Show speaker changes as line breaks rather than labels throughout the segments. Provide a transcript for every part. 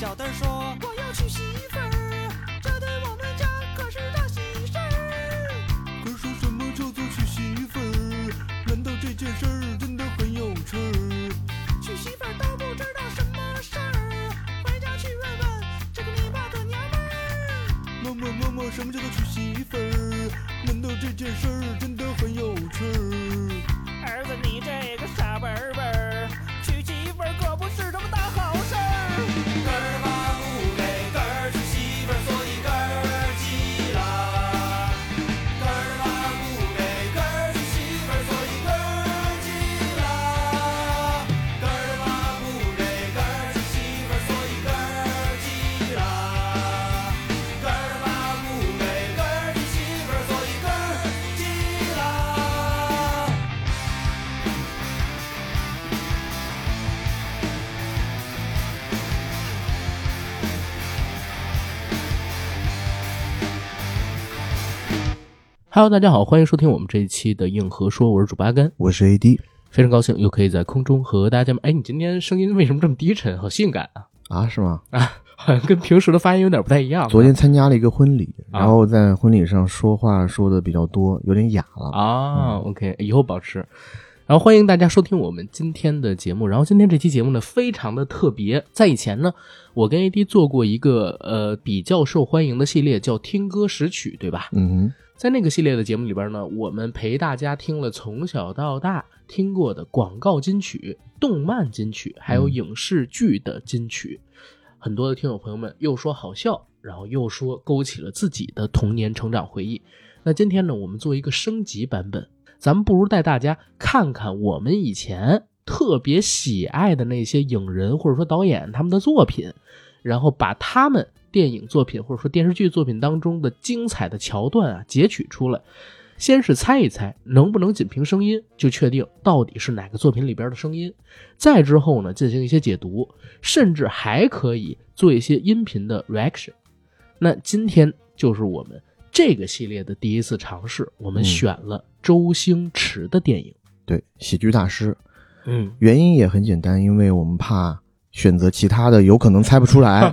小灯说
我要娶媳妇儿，这对我们家可是大喜事儿。：“
可是什么叫做娶媳妇儿？难道这件事儿真的很有趣儿？”
娶媳妇儿都不知道什么事儿，回家去问问这个你爸的娘们儿。
么么么么，什么叫做娶媳妇儿？难道这件事儿真的很有趣儿？
儿子，你这个傻笨笨儿，娶媳妇儿可不是什么大好事儿。
根儿妈不给根儿娶媳妇儿，所以根儿急了。根儿妈不给根儿娶媳妇儿，所以根儿急了。根儿妈不给根儿娶媳妇儿，所以根儿急了。根儿妈不给根儿娶媳妇儿，所以根儿急了。
Hello，大家好，欢迎收听我们这一期的硬核说，我是主八甘，
我是 AD
非常高兴又可以在空中和大家见面。哎，你今天声音为什么这么低沉，好性感啊？
啊，是吗？
好像跟平时的发音有点不太一样。
昨天参加了一个婚礼，
啊
然后在婚礼上说话说的比较多，有点哑了。
啊、o k 以后保持。然后欢迎大家收听我们今天的节目。然后今天这期节目呢，非常的特别。在以前呢，我跟 AD 做过一个呃比较受欢迎的系列，叫“听歌识曲”，对吧？
嗯
在那个系列的节目里边呢，我们陪大家听了从小到大听过的广告金曲、动漫金曲，还有影视剧的金曲。很多的听友朋友们又说好笑，然后又说勾起了自己的童年成长回忆。那今天呢，我们做一个升级版本，咱们不如带大家看看我们以前特别喜爱的那些影人或者说导演他们的作品，然后把他们电影作品或者说电视剧作品当中的精彩的桥段啊截取出来，先是猜一猜能不能仅凭声音就确定到底是哪个作品里边的声音，再之后呢进行一些解读，甚至还可以做一些音频的 reaction。那今天就是我们这个系列的第一次尝试，我们
嗯
选了周星驰的电影。
哼，对，喜剧大师。
嗯，
原因也很简单，因为我们怕选择其他的有可能猜不出 来，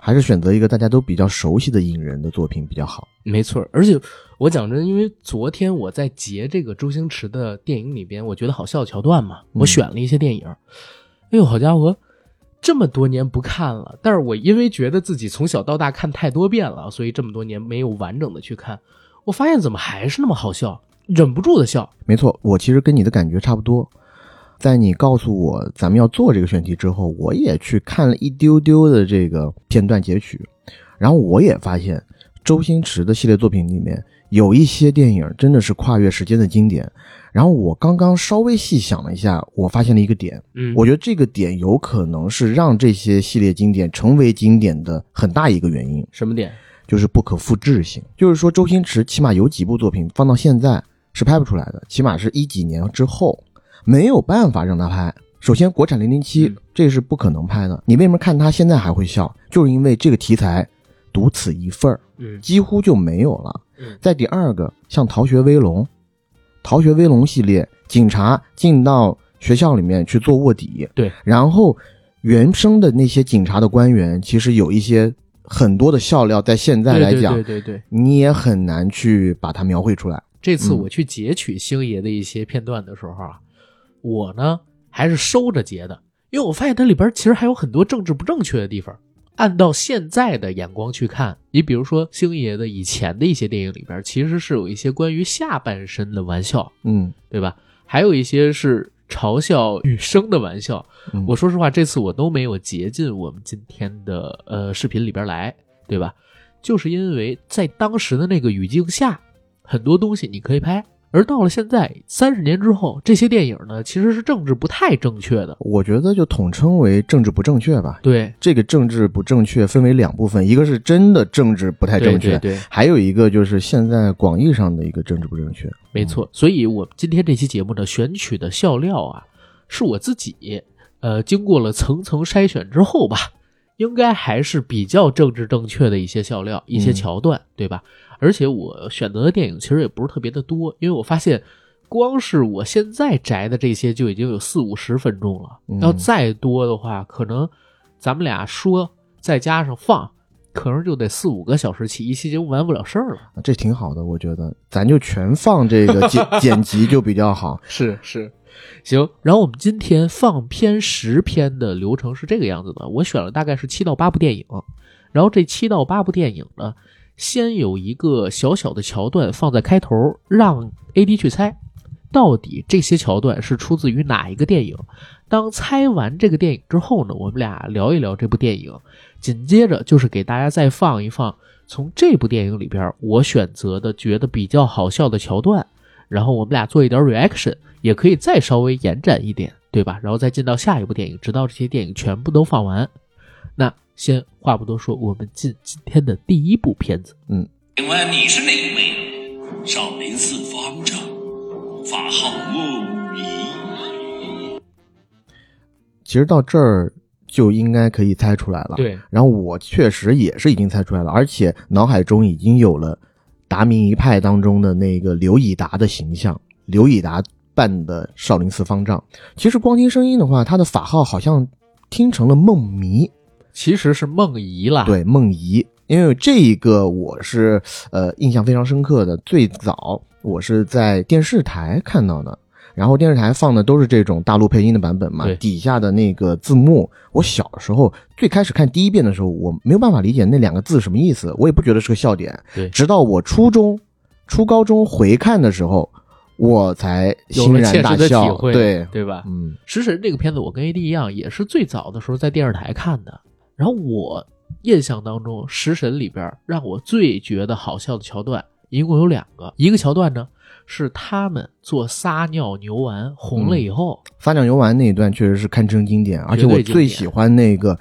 还是选择一个大家都比较熟悉的影人的作品比较好。
没错儿，而且我讲真，因为昨天我在截这个周星驰的电影里边，我觉得好笑的桥段嘛，我选了一些电影。哎呦，好家伙，这么多年不看了，但是我因为觉得自己从小到大看太多遍了，所以这么多年没有完整的去看，我发现怎么还是那么好笑，忍不住的笑。
没错，我其实跟你的感觉差不多。在你告诉我咱们要做这个选题之后，我也去看了一丢丢的这个片段截取，然后我也发现周星驰的系列作品里面有一些电影真的是跨越时间的经典。然后我刚刚稍微细想了一下，我发现了一个点，
嗯
我觉得这个点有可能是让这些系列经典成为经典的很大一个原因。
什么点？
就是不可复制性。就是说，周星驰起码有几部作品放到现在是拍不出来的，起码是一几年之后没有办法让他拍。首先，国产《零零七
嗯》
这是不可能拍的。你为什么看他现在还会笑？就是因为这个题材独此一份儿，
嗯
几乎就没有了
嗯。
再第二个，像《逃学威龙》，《逃学威龙》系列，警察进到学校里面去做卧底，
对，
然后原生的那些警察的官员，其实有一些很多的笑料，在现在来讲，
对对对对对，
你也很难去把它描绘出来。
这次
嗯
我去截取星爷的一些片段的时候啊，我呢还是收着截的，因为我发现它里边其实还有很多政治不正确的地方。按到现在的眼光去看，你比如说星爷的以前的一些电影里边，其实是有一些关于下半身的玩笑，
嗯，
对吧？还有一些是嘲笑女生的玩笑。
嗯
我说实话，这次我都没有截进我们今天的呃视频里边来，对吧？就是因为在当时的那个语境下，很多东西你可以拍，而到了现在三十年之后，这些电影呢其实是政治不太正确的。
我觉得就统称为政治不正确吧。
对，
这个政治不正确分为两部分，一个是真的政治不太正确，
对对对
还有一个就是现在广义上的一个政治不正确。
没错。所以我今天这期节目呢，选取的笑料啊，是我自己呃经过了层层筛选之后吧，应该还是比较政治正确的一些笑料、一些桥段，对吧？而且我选择的电影其实也不是特别的多，因为我发现。光是我现在摘的这些就已经有四五十分钟了，
嗯
要再多的话，可能咱们俩说再加上放，可能就得四五个小时起，一期节目完不了事儿了。
啊这挺好的，我觉得咱就全放这个 剪剪辑就比较好。
是是，啊行。然后我们今天放片十篇的流程是这个样子的，我选了大概是七到八部电影，然后这七到八部电影呢，先有一个小小的桥段放在开头，让 AD 去猜。到底这些桥段是出自于哪一个电影？当猜完这个电影之后呢，我们俩聊一聊这部电影。紧接着就是给大家再放一放从这部电影里边我选择的觉得比较好笑的桥段，然后我们俩做一点 reaction，也可以再稍微延展一点，对吧？然后再进到下一部电影，直到这些电影全部都放完。那先话不多说，我们进今天的第一部片子。
请问你是哪一位？少林寺方丈，法号木仪。
其实到这儿就应该可以猜出来了。，
对，
然后我确实也是已经猜出来了，而且脑海中已经有了达明一派当中的那个刘以达的形象，刘以达扮的少林寺方丈。其实光听声音的话，他的法号好像听成了梦迷，
其实是梦遗啦。，
对梦怡，因为这一个我是呃印象非常深刻的，最早我是在电视台看到的。然后电视台放的都是这种大陆配音的版本嘛
对，
底下的那个字幕，我小时候最开始看第一遍的时候，我没有办法理解那两个字什么意思，我也不觉得是个笑点
对。
直到我初中、初高中回看的时候，我才
有
欣
了
然
切
大
实的体
笑。
会，
对，
对吧？
嗯，
食神这个片子，我跟 AD 一样，也是最早的时候在电视台看的。然后我印象当中，食神里边让我最觉得好笑的桥段，一共有两个。一个桥段呢是他们做撒尿牛丸红
嗯
了以后，
撒尿游玩那一段确实是堪称经典，而且我
绝对经
最
典
喜欢那个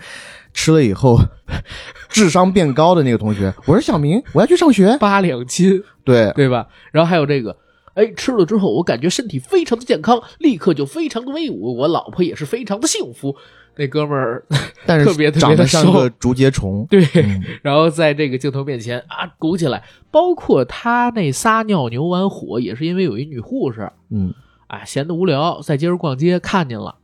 吃了以后 智商变高的那个同学。我是小明，我要去上学。
八两金，
对，
对吧？然后还有这个。哎，吃了之后我感觉身体非常的健康，立刻就非常的威武，我老婆也是非常的幸福。那哥们儿
但是
特别特别
长得
的
像
瘦
个竹节虫。
对，
嗯
然后在这个镜头面前啊鼓起来，包括他那撒尿牛丸火也是因为有一女护士
嗯，
啊闲得无聊，在街上逛街看见了，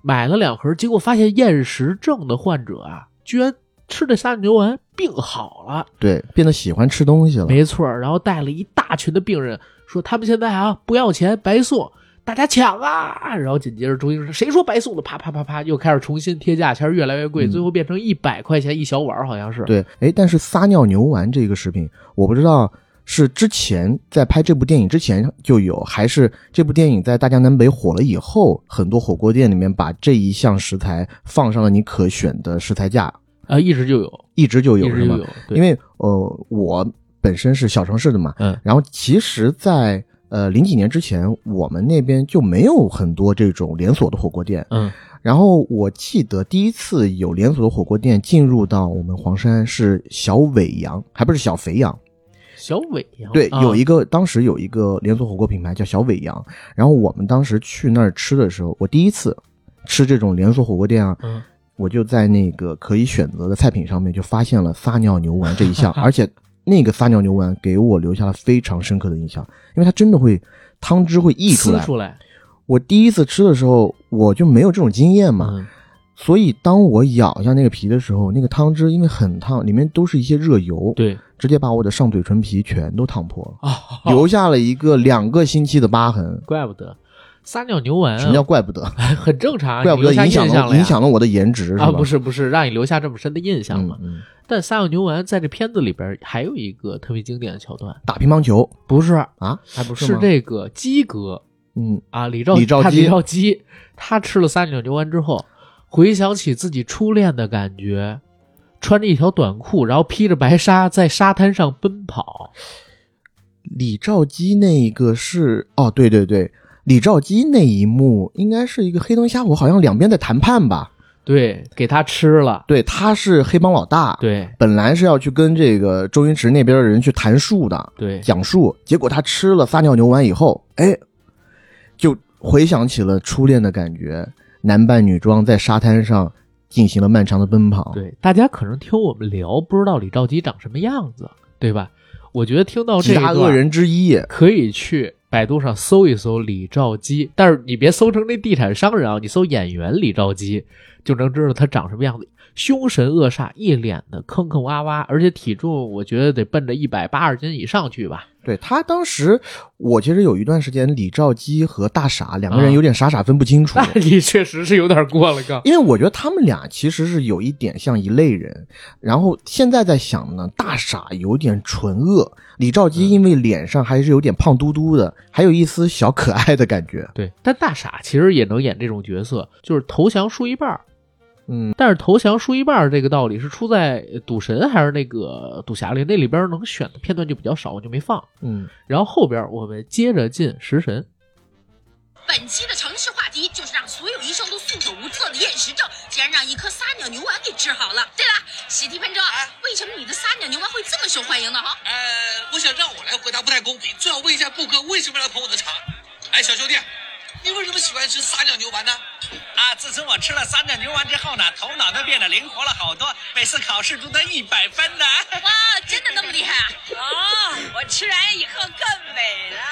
买了两盒，结果发现厌食症的患者啊，居然吃这撒尿牛丸病好了，
对，变得喜欢吃东西了。
没错儿，然后带了一大群的病人，说他们现在啊不要钱白送。大家抢啊！然后紧接着周星驰谁说白送的？啪啪啪啪，又开始重新贴价钱，越来越贵，
嗯
最后变成一百块钱一小碗儿，好像是。
对，哎，但是撒尿牛丸这个视频，我不知道是之前在拍这部电影之前就有，还是这部电影在大江南北火了以后，很多火锅店里面把这一项食材放上了你可选的食材架，
啊，一直就有，
一直就有，
一直
是
就
吗
有。对
因为呃，我本身是小城市的嘛，
嗯
然后其实在，呃零几年之前，我们那边就没有很多这种连锁的火锅店。
嗯，
然后我记得第一次有连锁的火锅店进入到我们黄山是小尾羊，还不是小肥羊。
小伟呀，
对，
啊
有一个当时有一个连锁火锅品牌叫小尾羊，然后我们当时去那儿吃的时候，我第一次吃这种连锁火锅店啊，
嗯
我就在那个可以选择的菜品上面就发现了撒尿牛丸这一项，而且那个撒尿牛丸给我留下了非常深刻的印象，因为它真的会汤汁会溢出
撕
来。
出来，
我第一次吃的时候我就没有这种经验嘛，
嗯，
所以当我咬下那个皮的时候，那个汤汁因为很烫，里面都是一些热油，
对
直接把我的上嘴唇皮全都烫破了。
啊，
留下了一个两个星期的疤痕。
怪不得撒尿牛丸啊，
什么叫怪不得？
很正常 啊，
怪不得
你留下
影响
印象
了
了呀
影响了我的颜值是吧？
啊，不，是不是，让你留下这么深的印象
嗯
嘛。
嗯，
但撒尿牛丸在这片子里边还有一个特别经典的桥段，
打乒乓球
不是，
啊，还不
是
吗？
这个鸡哥
嗯，
啊，李兆
李兆
他
基
李兆基，他吃了撒尿牛丸之后，回想起自己初恋的感觉。穿着一条短裤，然后披着白纱在沙滩上奔跑，
李兆基那一个是哦，对对对，李兆基那一幕应该是一个黑灯瞎火，好像两边在谈判吧？
对，给他吃了，
对，他是黑帮老大，，
对
本来是要去跟这个周星驰那边的人去谈数的，
对，
讲述，结果他吃了撒尿牛丸以后，哎，就回想起了初恋的感觉，男扮女装在沙滩上进行了漫长的奔跑。，
对，大家可能听我们聊，不知道李兆基长什么样子，对吧？我觉得听到这
几
一
大
段
恶人之一。
可以去百度上搜一搜李兆基，但是你别搜成那地产商人啊，你搜演员李兆基，就能知道他长什么样子。凶神恶煞，一脸的坑坑洼洼，而且体重我觉得得奔着一百八十斤以上去吧。
对他当时，我其实有一段时间，李兆基和大傻两
啊
个人有点傻傻分不 清楚。
那你确实是有点过了个。
因为我觉得他们俩其实是有一点像一类人，然后现在在想呢，大傻有点纯恶，李兆基因为脸上还是有点胖嘟嘟的，还有一丝小可爱的感觉。
对，但大傻其实也能演这种角色，就是投降输一半儿
嗯，
但是投降输一半儿这个道理是出在呃赌神还是那个赌侠里？那里边能选的片段就比较少，我就没放。
嗯，
然后后边我们接着进食神，
本期的城市话题就是让所有医生都束手无策的厌食症，竟然让一颗撒尿牛丸给治好了。对了，史蒂芬周，为什么你的撒尿牛丸会这么受欢迎呢？哈，
哎呃，我想让我来回答不太公平，最好问一下顾客为什么来捧我的场。哎，小兄弟，你为什么喜欢吃撒尿牛丸呢？
啊，自从我吃了三顿牛丸之后呢，头脑都变得灵活了好多，每次考试都得一百分呢。
哇，真的那么厉害啊？哦，我吃完以后更美了。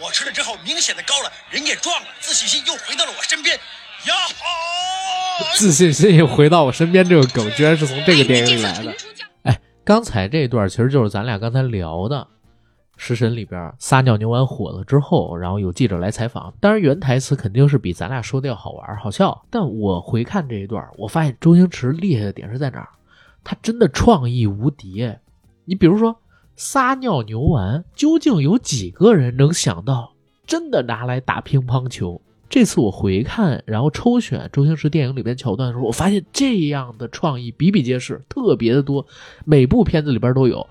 我吃了之后明显的高了，人也壮了，自信心又回到了我身边。呀吼！
自信心又回到我身边这个梗，居然是从这个电影里
哎
来
你这
的
次腾。出教
刚才这段其实就是咱俩刚才聊的，《食神》里边撒尿牛丸火了之后，然后有记者来采访，当然原台词肯定是比咱俩说的要好玩好笑。但我回看这一段，我发现周星驰厉害的点是在哪儿？他真的创意无敌。哎你比如说撒尿牛丸，究竟有几个人能想到真的拿来打乒乓球？这次我回看，然后抽选周星驰电影里边桥段的时候，我发现这样的创意比比皆是，特别的多，每部片子里边都有。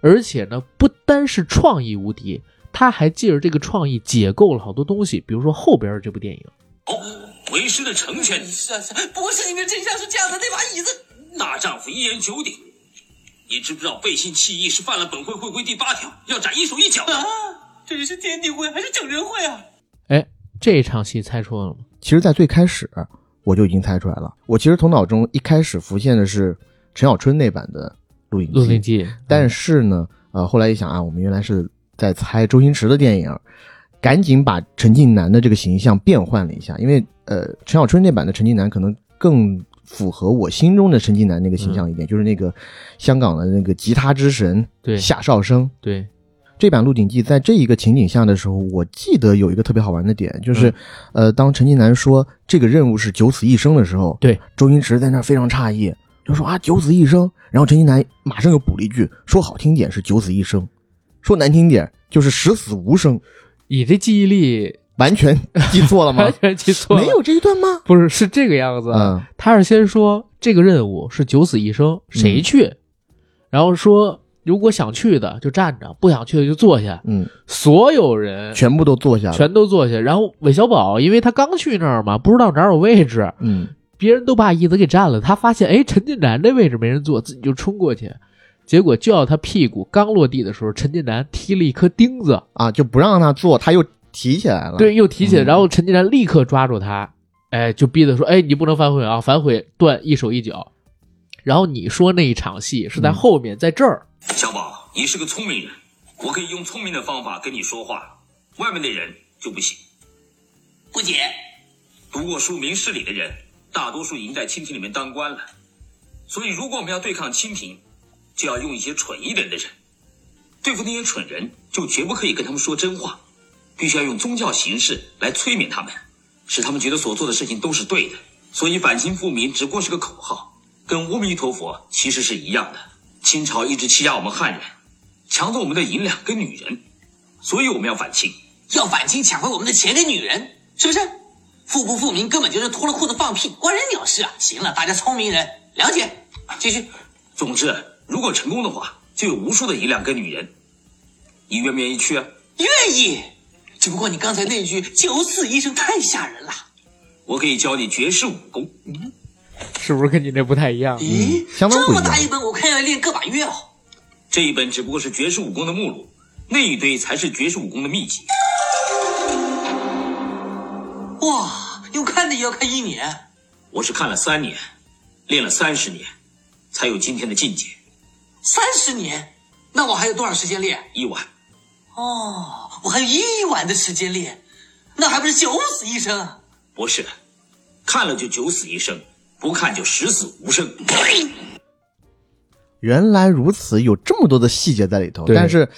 而且呢，不单是创意无敌，他还借着这个创意解构了好多东西，比如说后边的这部电影。
为师的成全你，
是啊，是啊不是你们真相是这样的，那把椅子。
大丈夫一言九鼎。你知不知道背信弃义是犯了本会会规第八条，要斩一手一脚的。
啊这是天地会还是整人会啊？
哎，这场戏猜出来了吗？
其实，在最开始我就已经猜出来了，我其实头脑中一开始浮现的是陈小春那版的录影
《鹿鼎记》，
但是呢，呃，后来一想啊，我们原来是在猜周星驰的电影，赶紧把陈近南的这个形象变换了一下，因为呃，陈小春那版的陈近南可能更符合我心中的陈近南那个形象一点，就是那个香港的那个吉他之神
对
夏绍生。
对，
这版《鹿鼎记》在这一个情景下的时候，我记得有一个特别好玩的点，就是，
嗯
呃，当陈近南说这个任务是九死一生的时候，
对，
周星驰在那儿非常诧异，就说啊九死一生，然后陈近南马上又补了一句，说好听点是九死一生，说难听点就是十死无生，
你这记忆力
完全记错了吗
完？全记错了，
没有哎这一段吗？
不是，是这个样子。
嗯
啊他是先说这个任务是九死一生，谁去？
嗯
然后说如果想去的就站着，不想去的就坐下。
嗯，
所有人
全部都坐下了，
全都坐下。然后韦小宝因为他刚去那儿嘛，不知道哪儿有位置，
嗯，
别人都把椅子给占了，他发现哎陈近南这位置没人坐，自己就冲过去。结果就要他屁股刚落地的时候，陈近南踢了一颗钉子，
啊就不让他坐，他又提起来了，嗯
对，，又提起来，然后陈近南立刻抓住他，哎，就逼他说，哎，你不能反悔啊，反悔断一手一脚。然后你说那一场戏
嗯
是在后面，在这儿，
小宝，你是个聪明人，我可以用聪明的方法跟你说话，外面的人就不行。
不解，
读过书、明事理的人，大多数已经在清廷里面当官了。所以，如果我们要对抗清廷，就要用一些蠢一点的人。对付那些蠢人，就绝不可以跟他们说真话，必须要用宗教形式来催眠他们，使他们觉得所做的事情都是对的。所以，反清复明只不过是个口号，跟阿弥陀佛其实是一样的。清朝一直欺压我们汉人，抢走我们的银两跟女人，所以我们要反清。
要反清抢回我们的钱跟女人，是不是？富不富民根本就是脱了裤子放屁，关人鸟事啊！行了，大家聪明人了解，啊继续。
总之，如果成功的话，就有无数的银两跟女人。你愿不愿意去啊？
愿意，只不过你刚才那句“九死一生”太吓人了。
我可以教你绝世武功。
是不是跟你这不太一样？
咦、
嗯相当
这
不一
么
样
大一本，我看要练个把月哦。
这一本只不过是绝世武功的目录，那一堆才是绝世武功的秘籍。
哇，用看的也要看一年。
我是看了三年，练了三十年，才有今天的境界。
三十年，那我还有多少时间练？
一晚，
哦
哦，我还有一晚的时间练，那还不是九死一生啊？
博士，看了就九死一生，不看就十死 无生。
原来如此，有这么多的细节在里头。
对
但是，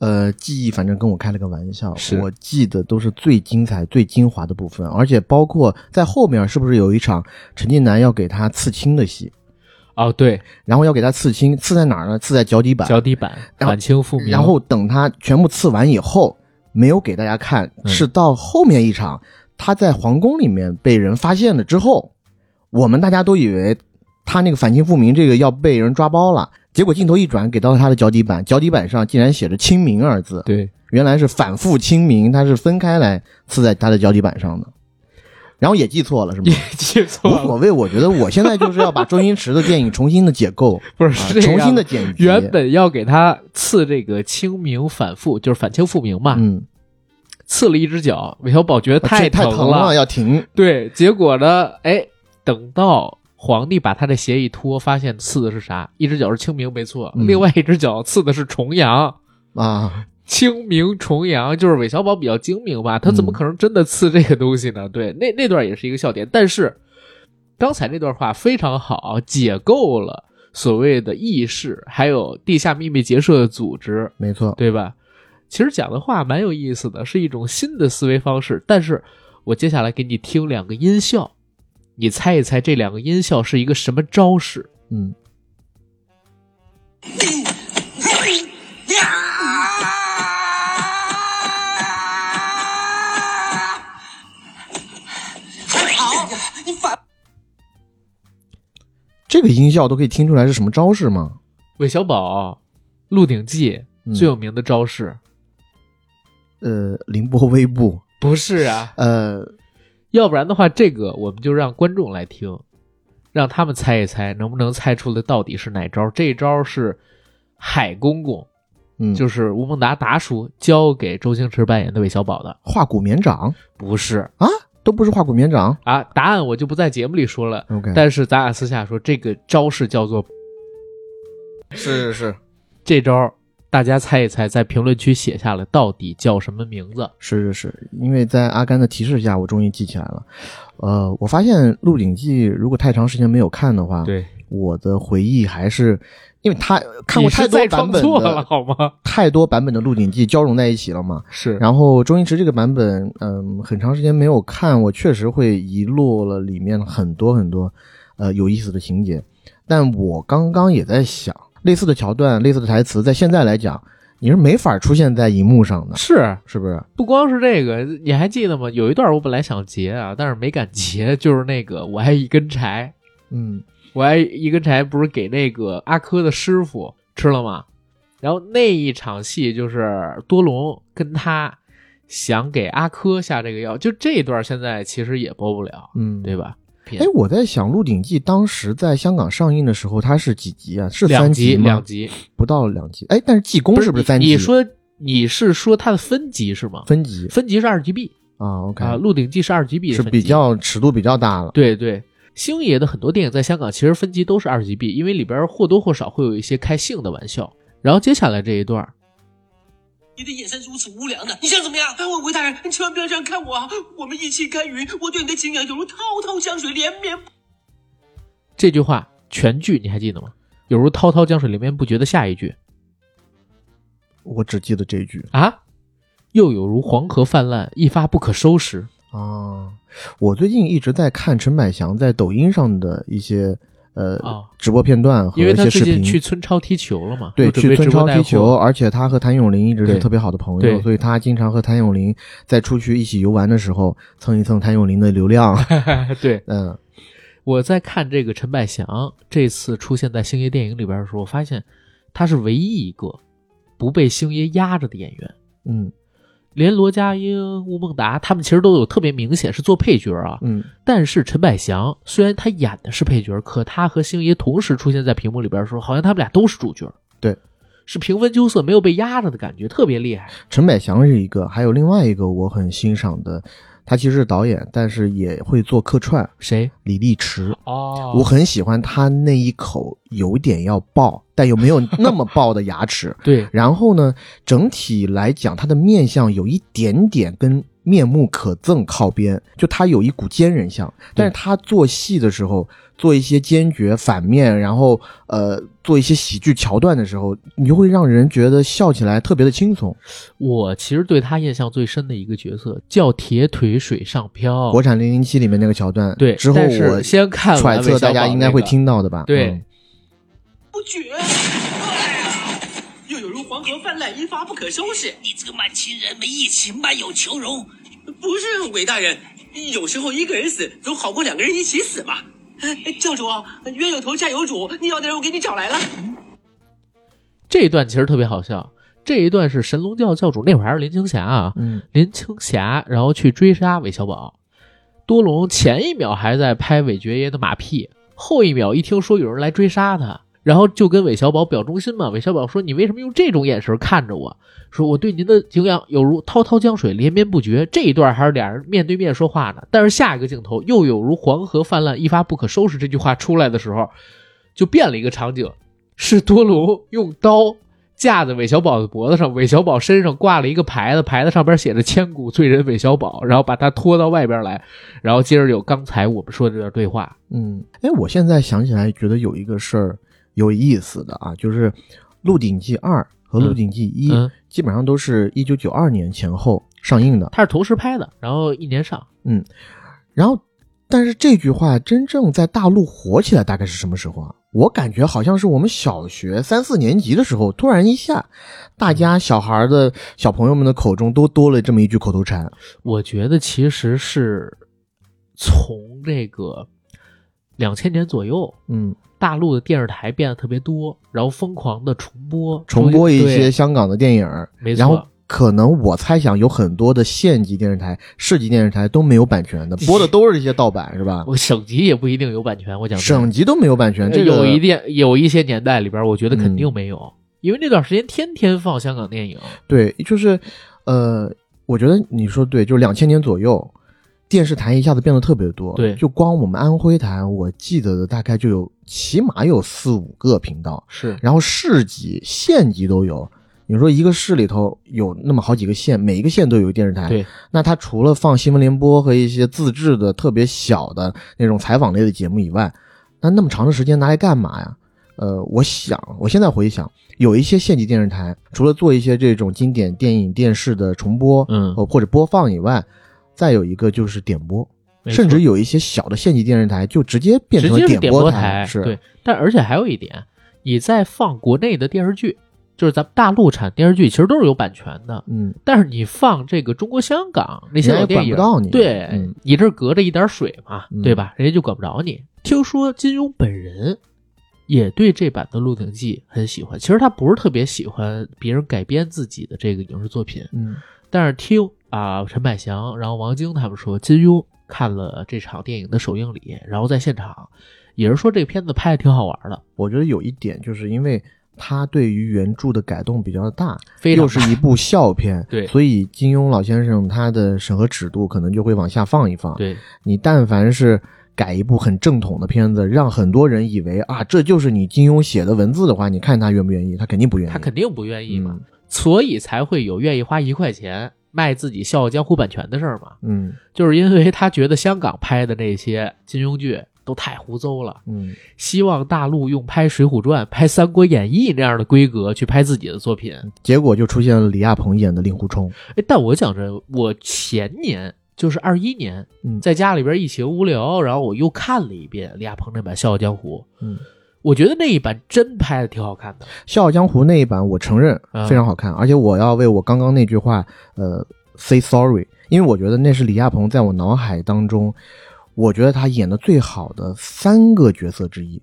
呃，记忆反正跟我开了个玩笑
是，
我记得都是最精彩、最精华的部分，而且包括在后面是不是有一场陈近南要给他刺青的戏，
哦，对，
然后要给他刺青，刺在哪儿呢？刺在脚底板，
脚底板
然后
晚清复明，
然后等他全部刺完以后，没有给大家看，
嗯
是到后面一场他在皇宫里面被人发现了之后，我们大家都以为他那个反清复明这个要被人抓包了，结果镜头一转，给到了他的脚底板，脚底板上竟然写着“清明”二字，
对，
原来是反复清明，它是分开来刺在他的脚底板上的，然后也记错了是吗
你？记
无
错
所
了，
谓，我觉得我现在就是要把周星驰的电影重新的解构，
不是
啊
是这
重
样
新的剪辑，
原本要给他刺这个清明反复，就是反清复明嘛，
嗯，啊
刺了一只脚，韦小宝觉得
这太
疼
疼了，要停。
对，结果呢，哎，等到皇帝把他的鞋一脱，发现刺的是啥？一只脚是清明，没错，
嗯
另外一只脚刺的是重阳。
啊，
清明重阳就是韦小宝比较精明吧，他怎
嗯
么可能真的刺这个东西呢？对，那那段也是一个笑点，但是刚才那段话非常好，解构了所谓的意识，还有地下秘密结社的组织，
没错，
对吧？其实讲的话蛮有意思的，是一种新的思维方式。但是我接下来给你听两个音效，你猜一猜这两个音效是一个什么招式？
嗯，
嗯
你反
这个音效都可以听出来是什么招式吗？
韦小宝，《鹿鼎记
嗯》
最有名的招式、
呃，凌波微步，
不是啊？
呃，
要不然的话，这个我们就让观众来听，让他们猜一猜，能不能猜出来到底是哪招？这招是海公公，
嗯，
就是是吴孟达达叔交给周星驰扮演的韦小宝的，
画骨绵掌
不是
啊，都不是画骨绵掌。
啊？答案我就不在节目里说了。
OK，
但是咱俩私下说，这个招式叫做
是是是
这招，大家猜一猜，在评论区写下了到底叫什么名字？
是是是，因为在阿甘的提示下，我终于记起来了。呃，我发现《鹿鼎记》如果太长时间没有看的话，
对，
我的回忆还是因为他看过太多
你是在
版
创
本
作了
的，
好吗？
太多版本的《鹿鼎记》交融在一起了嘛。
是
然后周星驰这个版本，嗯，很长时间没有看，我确实会遗落了里面很多很多，呃，有意思的情节。但我刚刚也在想，类似的桥段、类似的台词，在现在来讲，你是没法出现在荧幕上的，
是，
是不是？
不光是这个，你还记得吗？有一段我本来想截啊，但是没敢截，就是那个我爱一根柴，
嗯，
我爱一根柴，不是给那个阿珂的师傅吃了吗？然后那一场戏就是多隆跟他想给阿珂下这个药，就这一段现在其实也播不了，
嗯
对吧？哎
哎，我在想，《鹿鼎记》当时在香港上映的时候，它是几集啊？是
两
三
集，
吗？
两集，
不到两集。哎，但是《济公》是不是三集？
你你说你是说它的分级是吗？
分级
分级是二级 B
啊？OK，
啊，《鹿鼎记》是二级 B 的
是
分级
比较尺度比较大了。
对对。星爷的很多电影在香港其实分级都是二级 B，因为里边或多或少会有一些开性的玩笑。然后接下来这一段，
你的眼神如此无良的，你想怎么样？哎，我维大人，你千万不要这样看我啊！我们一起甘于，我对你的敬仰犹如滔滔江水连绵。
这句话全剧你还记得吗？有如滔滔江水连绵不绝的下一句
我只记得这一句。
啊，又有如黄河泛滥一发不可收拾。
啊，我最近一直在看陈百祥在抖音上的一些呃、
哦
直播片段嗯和
因为
一
他
些
最
视
近
频。
去村超踢球了嘛，
对，
又准
去
备
村
直播
超
带
踢
货
球，，而且他和谭咏麟一直
对
是特别好的朋
对
友，所以他经常和谭咏麟在出去一起游玩的时候蹭一蹭谭咏麟的流量。
对，
嗯，
我在看这个陈百祥这次出现在星爷电影里边的时候，我发现他是唯一一个不被星爷压着的演员。
嗯
连罗家英、吴孟达他们其实都有特别明显是做配角啊，
嗯，
但是陈百祥虽然他演的是配角，可他和星爷同时出现在屏幕里边的时候，好像他们俩都是主角。
对，
是平分秋色，没有被压着的感觉，特别厉害。
陈百祥是一个，还有另外一个我很欣赏的，他其实是导演，但是也会做客串。
谁？
李立池，
哦
我很喜欢他那一口有点要爆，但又没有那么爆的牙齿。
对
然后呢，整体来讲，它的面相有一点点跟面目可憎靠边，就他有一股坚韧相，但是他做戏的时候做一些坚决反面，然后呃做一些喜剧桥段的时候，你就会让人觉得笑起来特别的轻松。
我其实对他印象最深的一个角色叫铁腿水上漂，
国产零零七里面那个桥段，
对
之后
但是
我
先看完
揣
韦
测
小
大家
宝
应该
那
会
个
听到的吧？
对
嗯
不绝，哎呀，又有如黄河泛滥，一发不可收拾。你这个慢亲人们一起慢有求荣。不是韦大人，有时候一个人死总好过两个人一起死嘛。哎教主啊，冤有头债有主，你要的人我给你找来了。
这一段其实特别好笑。这一段是神龙教教主那会儿还是林青霞啊，
嗯，
林青霞然后去追杀韦小宝，多隆前一秒还在拍韦爵爷的马屁，后一秒一听说有人来追杀他，然后就跟韦小宝表忠心嘛。韦小宝说：“你为什么用这种眼神看着我？”说：“我对您的敬仰有如滔滔江水连绵不绝。”这一段还是俩人面对面说话呢，但是下一个镜头又有如黄河泛滥，一发不可收拾。这句话出来的时候，就变了一个场景，是多隆用刀架在韦小宝的脖子上，韦小宝身上挂了一个牌子，牌子上边写着“千古罪人韦小宝”，然后把他拖到外边来，然后接着有刚才我们说的这段对话。
嗯，哎，我现在想起来觉得有一个事儿有意思的啊，就是《鹿鼎记二》和《鹿鼎记一》
嗯嗯
基本上都是一九九二年前后上映的。
他是同时拍的，然后一年上，
嗯然后，但是这句话真正在大陆火起来大概是什么时候啊？我感觉好像是我们小学三四年级的时候，突然一下，大家小孩儿的小朋友们的口中都多了这么一句口头禅。
我觉得其实是从这个两千年左右，
嗯，
大陆的电视台变得特别多，然后疯狂的重播，
重播一些
对
香港的电影，
没错
然后可能我猜想有很多的县级电视台、市级电视台都没有版权的，播的都是一些盗版，是吧？
我省级也不一定有版权，我讲真的
省级都没有版权，这个
呃
嗯
有一定有一些年代里边，我觉得肯定没有，因为那段时间天天放香港电影。
对，就是呃，我觉得你说对，就是两千年左右，电视台一下子变得特别多，
对
就光我们安徽台，我记得的大概就有起码有四五个频道，
是
然后市级、县级都有。你说一个市里头有那么好几个县，每一个县都有一电视台，
对，
那它除了放新闻联播和一些自制的特别小的那种采访类的节目以外，那那么长的时间拿来干嘛呀？呃，我想，我现在回想，有一些县级电视台除了做一些这种经典电影、电视的重播，
嗯
呃或者播放以外，再有一个就是点播，
没错
甚至有一些小的县级电视台就直接变
直
成
接
了
是
点
点
播
台，
是
对。但而且还有一点，你在放国内的电视剧，就是咱们大陆产电视剧，其实都是有版权的。
嗯，
但是你放这个中国香港那些
人家
老
也
电影，
管不到你
对、
嗯
你这隔着一点水嘛，
嗯
对吧？人家就管不着你。听说金庸本人也对这版的《鹿鼎记》很喜欢，其实他不是特别喜欢别人改编自己的这个影视作品，
嗯，
但是听啊、陈百祥，然后王晶他们说，金庸看了这场电影的首映礼，然后在现场也是说这片子拍的挺好玩的，
我觉得有一点就是因为他对于原著的改动比较大，
非常
又是一部笑片，
对
所以金庸老先生他的审核尺度可能就会往下放一放。，
对
你但凡是改一部很正统的片子，让很多人以为啊这就是你金庸写的文字的话，你看他愿不愿意？他肯定不愿意，
他肯定不愿意嘛。
嗯
所以才会有愿意花一块钱卖自己《笑傲江湖》版权的事儿嘛，
嗯
就是因为他觉得香港拍的那些金庸剧都太胡诌了，
嗯
希望大陆用拍《水浒传》、拍《三国演义》那样的规格去拍自己的作品。
结果就出现了李亚鹏演的令狐 冲，
哎，但我讲真，我前年就是二一年，
嗯
在家里边一闲无聊，然后我又看了一遍李亚鹏那版《笑傲江湖》，
嗯，
我觉得那一版真拍的挺好看的，
《笑傲江湖》那一版，我承认
啊
非常好看，而且我要为我刚刚那句话，呃，say sorry，因为我觉得那是李亚鹏在我脑海当中，我觉得他演的最好的三个角色之一。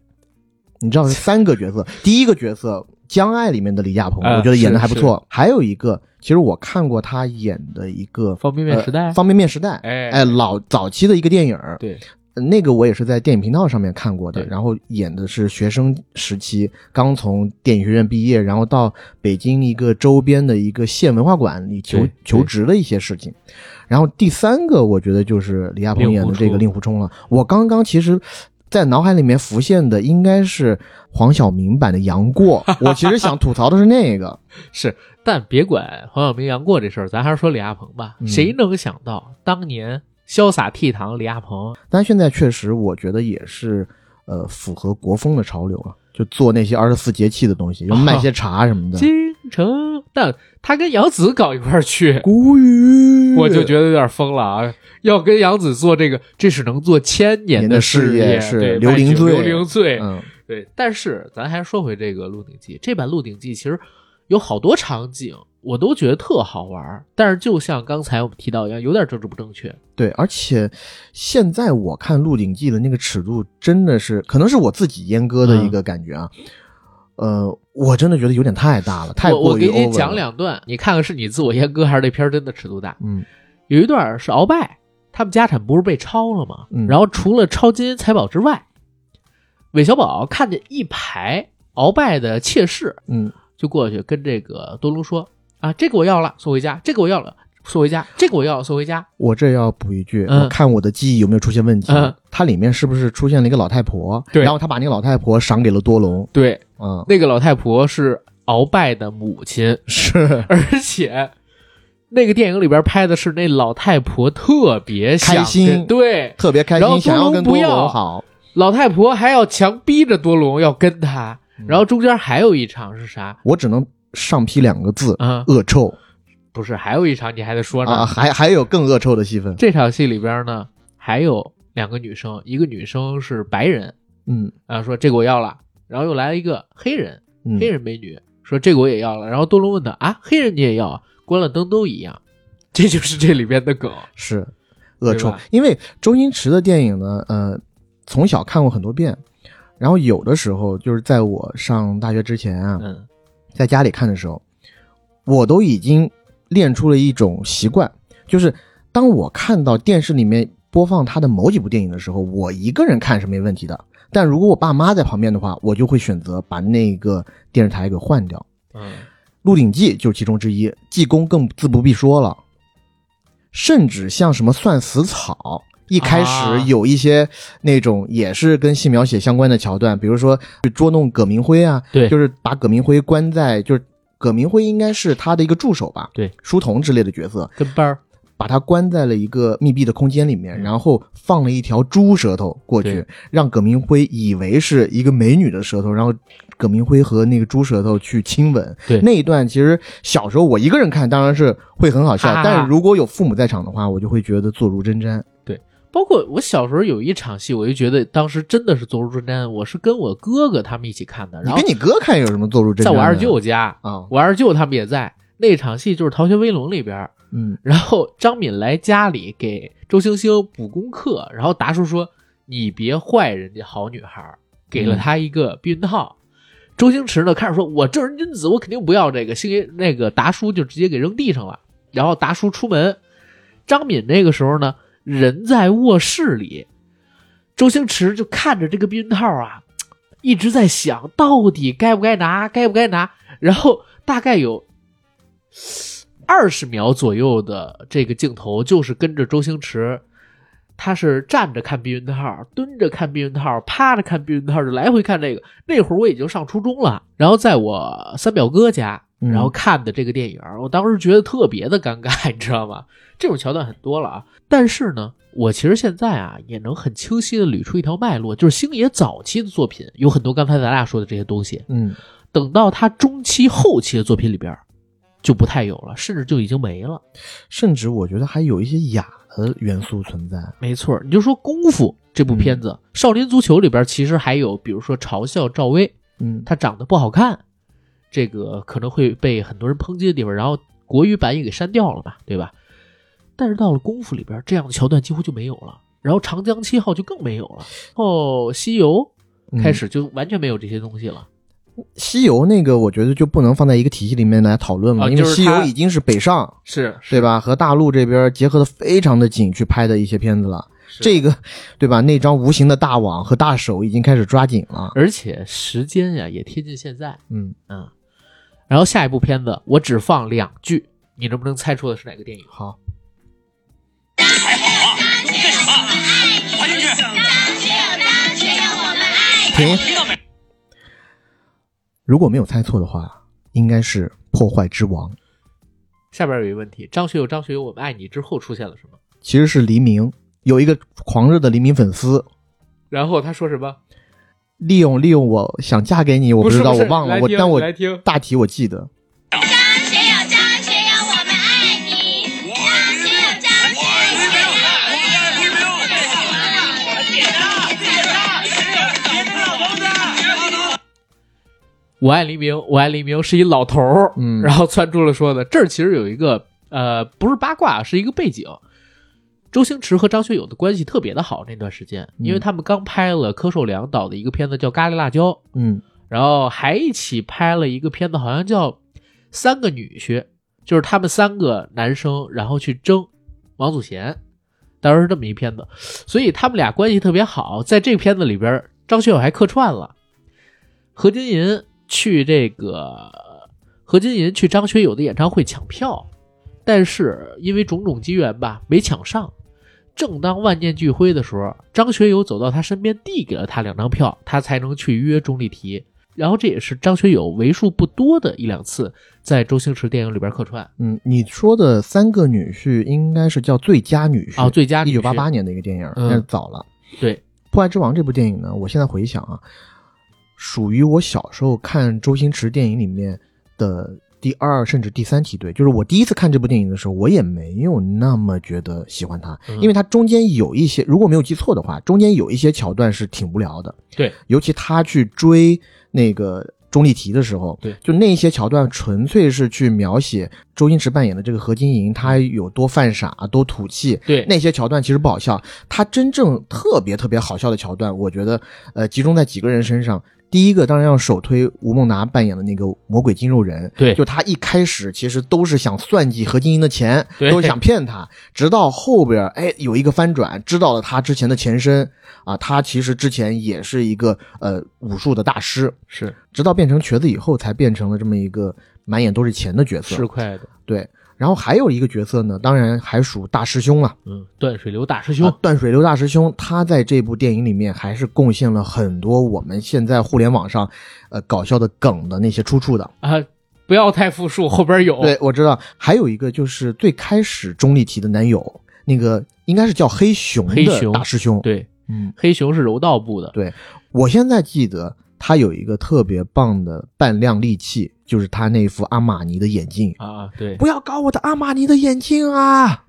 你 知道是三个角色，第一个角色《江爱》里面的李亚鹏，
啊
我觉得演的
是
还不错。还有一个，其实我看过他演的一个《
方便面时代
呃方便面时代，
哎
哎，老早期的一个电影，
对，
那个我也是在电影频道上面看过的，
对
然后演的是学生时期刚从电影学院毕业，然后到北京一个周边的一个县文化馆里求
对
求职的一些事情。然后第三个，我觉得就是李亚鹏演的这个令狐冲了。我刚刚其实。在脑海里面浮现的应该是黄晓明版的杨过。我其实想吐槽的是那个，
是，但别管黄晓明、杨过这事儿，咱还是说李亚鹏吧。
嗯
谁能想到当年潇洒倜傥李亚鹏
但现在确实我觉得也是，呃，符合国风的潮流了，就做那些二十四节气的东西，就
啊
卖些茶什么的。
京城，但他跟杨紫搞一块儿去，
古语，
我就觉得有点疯了啊！要跟杨紫做这个，这是能做千年
您的
事
事业是
对，
刘
卖
伶
酒
醉
刘伶醉，
嗯，
对。但是咱还说回这个《鹿鼎记》，这版《鹿鼎记》其实有好多场景我都觉得特好玩儿，但是就像刚才我们提到一样，有点政治不正确。
对，而且现在我看《鹿鼎记》的那个尺度真的是，可能是我自己阉割
嗯
的一个感觉啊。呃，我真的觉得有点太大了，太
我我
过于
给
over 了。
你讲两段，你看看是你自我阉割还是这片儿真的尺度大？
嗯，
有一段是鳌拜，他们家产不是被抄了吗？
嗯
然后除了抄金银财宝之外，韦小宝看见一排鳌拜的妾室，
嗯，
就过去跟这个多隆说：“啊，这个我要了，送回家；这个我要了，送回家；这个我要了，送回家。
我这要补一句，
嗯
我看我的记忆有没有出现问题？
嗯
它里面是不是出现了一个老太婆？
对
然后他把那个老太婆赏给了多隆。
对，
嗯，
那个老太婆是鳌拜的母亲，
是
而且。那个电影里边拍的是那老太婆特别想
开心
对，
特别开
然后
心，想
多
要
隆
跟
不
多
要
隆好。
老太婆还要强逼着多隆要跟他，
嗯
然后中间还有一场是啥？
我只能上批两个字：
啊，
恶臭
不是，还有一场你还得说呢。
啊！还还有更恶臭的戏份。
这场戏里边呢，还有两个女生，一个女生是白人，
嗯
啊，说这个我要了，然后又来了一个黑人，
嗯
黑人美女说这个我也要了，然后多隆问她啊，黑人你也要啊？关了灯都一样，这就是这里边的梗。
是恶
对
臭
吧，
因为周星驰的电影呢，呃，从小看过很多遍，然后有的时候就是在我上大学之前啊，
嗯
在家里看的时候，我都已经练出了一种习惯，就是当我看到电视里面播放他的某几部电影的时候，我一个人看是没问题的。但如果我爸妈在旁边的话，我就会选择把那个电视台给换掉。
嗯，
《鹿鼎记》就是其中之一，济公更自不必说了。甚至像什么算死草，一开
啊
始有一些那种也是跟性描写相关的桥段，比如说去捉弄葛明辉啊，
对
就是把葛明辉关在，就是葛明辉应该是他的一个助手吧，
对，
书童之类的角色，
跟班儿
把他关在了一个密闭的空间里面，
嗯
然后放了一条猪舌头过去
对，
让葛明辉以为是一个美女的舌头，然后葛明辉和那个猪舌头去亲吻。
对
那一段，其实小时候我一个人看，当然是会很好笑，
哈哈
但是如果有父母在场的话，我就会觉得坐如针毡。
包括我小时候有一场戏，我就觉得当时真的是坐如针毡。我是跟我哥哥他们一起看的，
你
然后
跟你哥看有什么坐如针毡
在
的？
我二舅家，
啊，
我二舅他们也在那场戏，就是《逃学威龙》里边，
嗯，
然后张敏来家里给周星星补功课，然后达叔说：“你别坏人家好女孩儿。”给了他一个避孕套。周星驰呢，开始说：“我正人君子，我肯定不要这个。”星爷那个达叔就直接给扔地上了。然后达叔出门，张敏那个时候呢，人在卧室里，周星驰就看着这个避孕套啊，一直在想到底该不该拿，该不该拿。然后大概有二十秒左右的这个镜头，就是跟着周星驰，他是站着看避孕套，蹲着看避孕套，趴着看避孕套，就来回看这个。那会儿我已经上初中了，然后在我三表哥家，
嗯
然后看的这个电影，我当时觉得特别的尴尬，你知道吗？这种桥段很多了啊。但是呢，我其实现在啊，也能很清晰的捋出一条脉络，就是星爷早期的作品有很多刚才咱俩说的这些东西，
嗯，
等到他中期后期的作品里边儿就不太有了，甚至就已经没了。
甚至我觉得还有一些雅的元素存在。嗯
没错，你就说《功夫》这部片子，少林足球》里边其实还有，比如说嘲笑赵薇，
嗯，
她长得不好看，这个可能会被很多人抨击的地方，然后国语版也给删掉了嘛，对吧？但是到了《功夫》里边，这样的桥段几乎就没有了，然后《长江七号》就更没有了，哦，《西游》
嗯
开始就完全没有这些东西了。
西游那个，我觉得就不能放在一个体系里面来讨论了，
啊
因
就
为
是
西
它
游已经是北上。
是
对吧？和大陆这边结合的非常的紧，去拍的一些片子了。这个，对吧？那张无形的大网和大手已经开始抓紧了。
而且时间呀、也贴近现在，
嗯，
嗯，然后下一部片子我只放两句，你能不能猜出的是哪个电影？
好，
哎干什么？滑进去！
当学友，当学友，
停
听到没？
如果没有猜错的话，应该是破坏之王，
下边有一个问题：张学友，张学友，我们爱你之后出现了什么？
其实是黎明，有一个狂热的黎明粉丝，
然后他说什么？
利用利用我想嫁给你，我
不是
知道，
不是
我忘了，
来
我
听
但我
来听
大体我记得。
学友，张学友，我们爱你。张学友，张学友，
我爱黎明，我爱黎明是一老头儿，
嗯
然后窜出了说的，这儿其实有一个呃，不是八卦，是一个背景。周星驰和张学友的关系特别的好那段时间，因为他们刚拍了柯受良导的一个片子叫《咖喱辣椒》，
嗯，
然后还一起拍了一个片子，好像叫《三个女婿》，就是他们三个男生然后去争王祖贤，当时是这么一片子，所以他们俩关系特别好。在这个片子里边，张学友还客串了，何金银去这个何金银去张学友的演唱会抢票，但是因为种种机缘吧，没抢上。正当万念俱灰的时候，张学友走到他身边，递给了他两张票，他才能去约钟丽缇。然后这也是张学友为数不多的一两次在周星驰电影里边客串。
嗯，你说的三个女婿应该是叫《最佳女婿》
啊最佳
一
女
九
婿
八八年的一个电影，
嗯
那是早了。
对，
《破坏之王》这部电影呢，我现在回想啊，属于我小时候看周星驰电影里面的第二甚至第三梯队。就是我第一次看这部电影的时候，我也没有那么觉得喜欢它，
嗯
因为它中间有一些，如果没有记错的话，中间有一些桥段是挺无聊的。
对，
尤其他去追那个钟丽缇的时候，
对
就那些桥段纯粹是去描写周星驰扮演的这个何金银他有多犯傻、多土气。
对
那些桥段其实不好笑，他真正特别特别好笑的桥段，我觉得呃集中在几个人身上。第一个当然要首推吴孟达扮演的那个魔鬼金肉人，
对
就他一开始其实都是想算计何金银的钱，
对
都是想骗他，直到后边哎有一个翻转，知道了他之前的前身啊，他其实之前也是一个呃武术的大师，
是
直到变成瘸子以后，才变成了这么一个满眼都是钱的角色。
是快的，
对。然后还有一个角色呢，当然还属大师兄了，
嗯，断水流大师兄
啊，断水流大师兄，他在这部电影里面还是贡献了很多我们现在互联网上，呃，搞笑的梗的那些出处的。
啊，不要太复述，后边有
对，我知道。还有一个就是最开始钟丽缇的男友，那个应该是叫黑熊
黑
的
熊
大师兄。，
对
嗯，
黑熊是柔道部的，
对我现在记得他有一个特别棒的扮靓利器，就是他那副阿玛尼的眼镜。
啊，对，
不要搞我的阿玛尼的眼镜啊！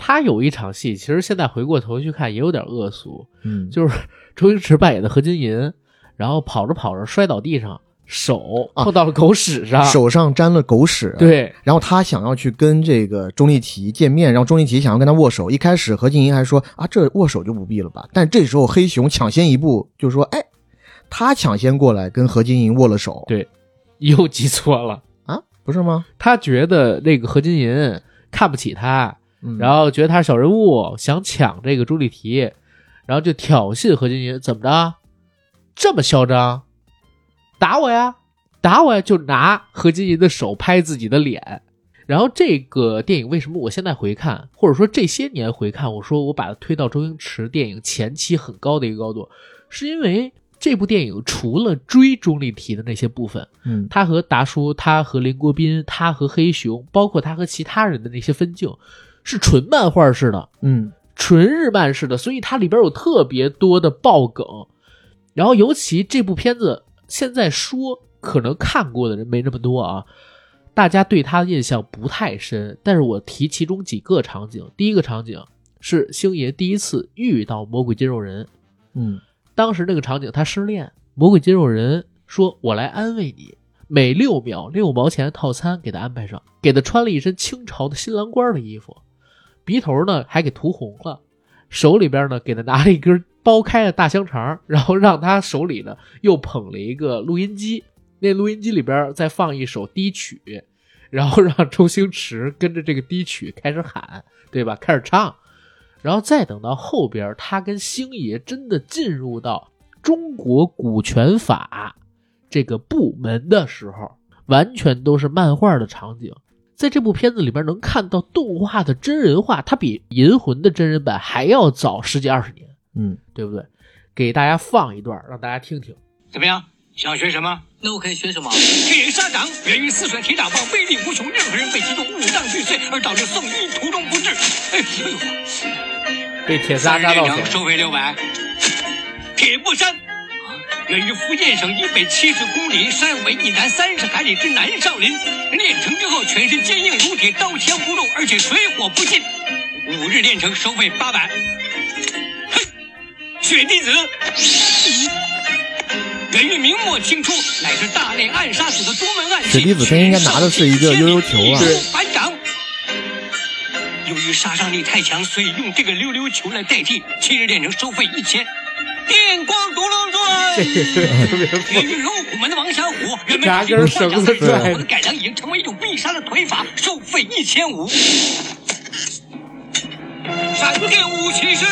他有一场戏，其实现在回过头去看也有点恶俗，
嗯，
就是周星驰扮演的何金银，然后跑着跑着摔倒地上，手碰到了狗屎上，
啊手上沾了狗屎。。
对
然后他想要去跟这个钟丽缇见面，然后钟丽缇想要跟他握手。一开始何静莹还说啊，这握手就不必了吧。但这时候黑熊抢先一步，就说哎，他抢先过来跟何静莹握了手。
对，又记错了。
啊，不是吗？
他觉得那个何金银看不起他，
嗯
然后觉得他是小人物，想抢这个朱丽缇，然后就挑衅何金银，怎么着？这么嚣张，打我呀，打我呀！就拿何金银的手拍自己的脸。然后这个电影为什么我现在回看，或者说这些年回看，我说我把它推到周星驰电影前期很高的一个高度，是因为这部电影除了追钟丽缇的那些部分，
嗯，
他和达叔，他和林国斌，他和黑熊，包括他和其他人的那些分镜，是纯漫画式的，
嗯，
纯日漫式的，所以它里边有特别多的爆梗。然后尤其这部片子现在说，可能看过的人没那么多啊，大家对他的印象不太深。但是我提其中几个场景，第一个场景是星爷第一次遇到魔鬼肌肉人，
嗯，
当时那个场景，他失恋，魔鬼肌肉人说：“我来安慰你。”每六秒六毛钱套餐给他安排上，给他穿了一身清朝的新郎官的衣服，鼻头呢还给涂红了，手里边呢给他拿了一根剥开的大香肠，然后让他手里呢又捧了一个录音机，那录音机里边再放一首低曲，然后让周星驰跟着这个低曲开始喊，对吧？开始唱，然后再等到后边，他跟星爷真的进入到中国股权法这个部门的时候，完全都是漫画的场景。在这部片子里边能看到动画的真人化，它比《银魂》的真人版还要早十几二十年，
嗯，
对不对？给大家放一段，让大家听听。
怎么样？想学什么？
那我可以学什么？
铁人杀掌源于四川铁掌帮，威力无穷，任何人被其中五脏俱碎而导致送医途中不治。哎呦，
这铁
三
砂
日
扎
内
到谁
能？收费六百。铁布衫源于福建省以北七十公里、山围以南三十海里之南少林，练成之后全身坚硬如铁，刀枪不入，而且水火不进。五日练成，收费八百。嘿，雪弟子。源于明末清初，乃是大内暗杀组的独门暗器。
雪弟子他应该拿的是一个悠悠球啊
对，哎班长。由于杀伤力太强，所以用这个溜溜球来代替。七日练成，收费一千。电光独龙
这
钻。
是特别棒
源于龙虎门的王小虎，原本
扎
只
根
是
绳
换
子
掌之后
拽
我的改良已经成为一种必杀的腿法，收费一千五。闪电五骑士，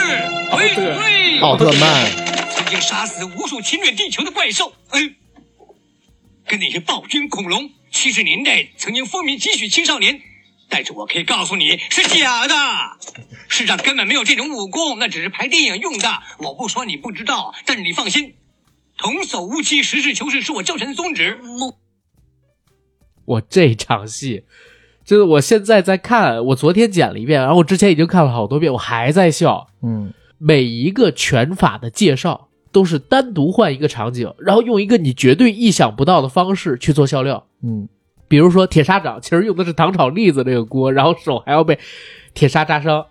奥
为
特
瑞，
奥特曼，
曾经杀死无数侵略地球的怪兽，嗯，跟那些暴君恐龙。七十年代曾经风靡几许青少年，但是我可以告诉你是假的，世上根本没有这种武功，那只是拍电影用的。我不说你不知道，但是你放心，童叟无欺，实事求是是我教学的宗旨。
我这场戏，真的，我现在在看，我昨天剪了一遍，然后我之前已经看了好多遍，我还在笑。
嗯，
每一个拳法的介绍都是单独换一个场景，然后用一个你绝对意想不到的方式去做笑料。
嗯，
比如说铁砂掌，其实用的是糖炒栗子这个锅，然后手还要被铁砂扎伤。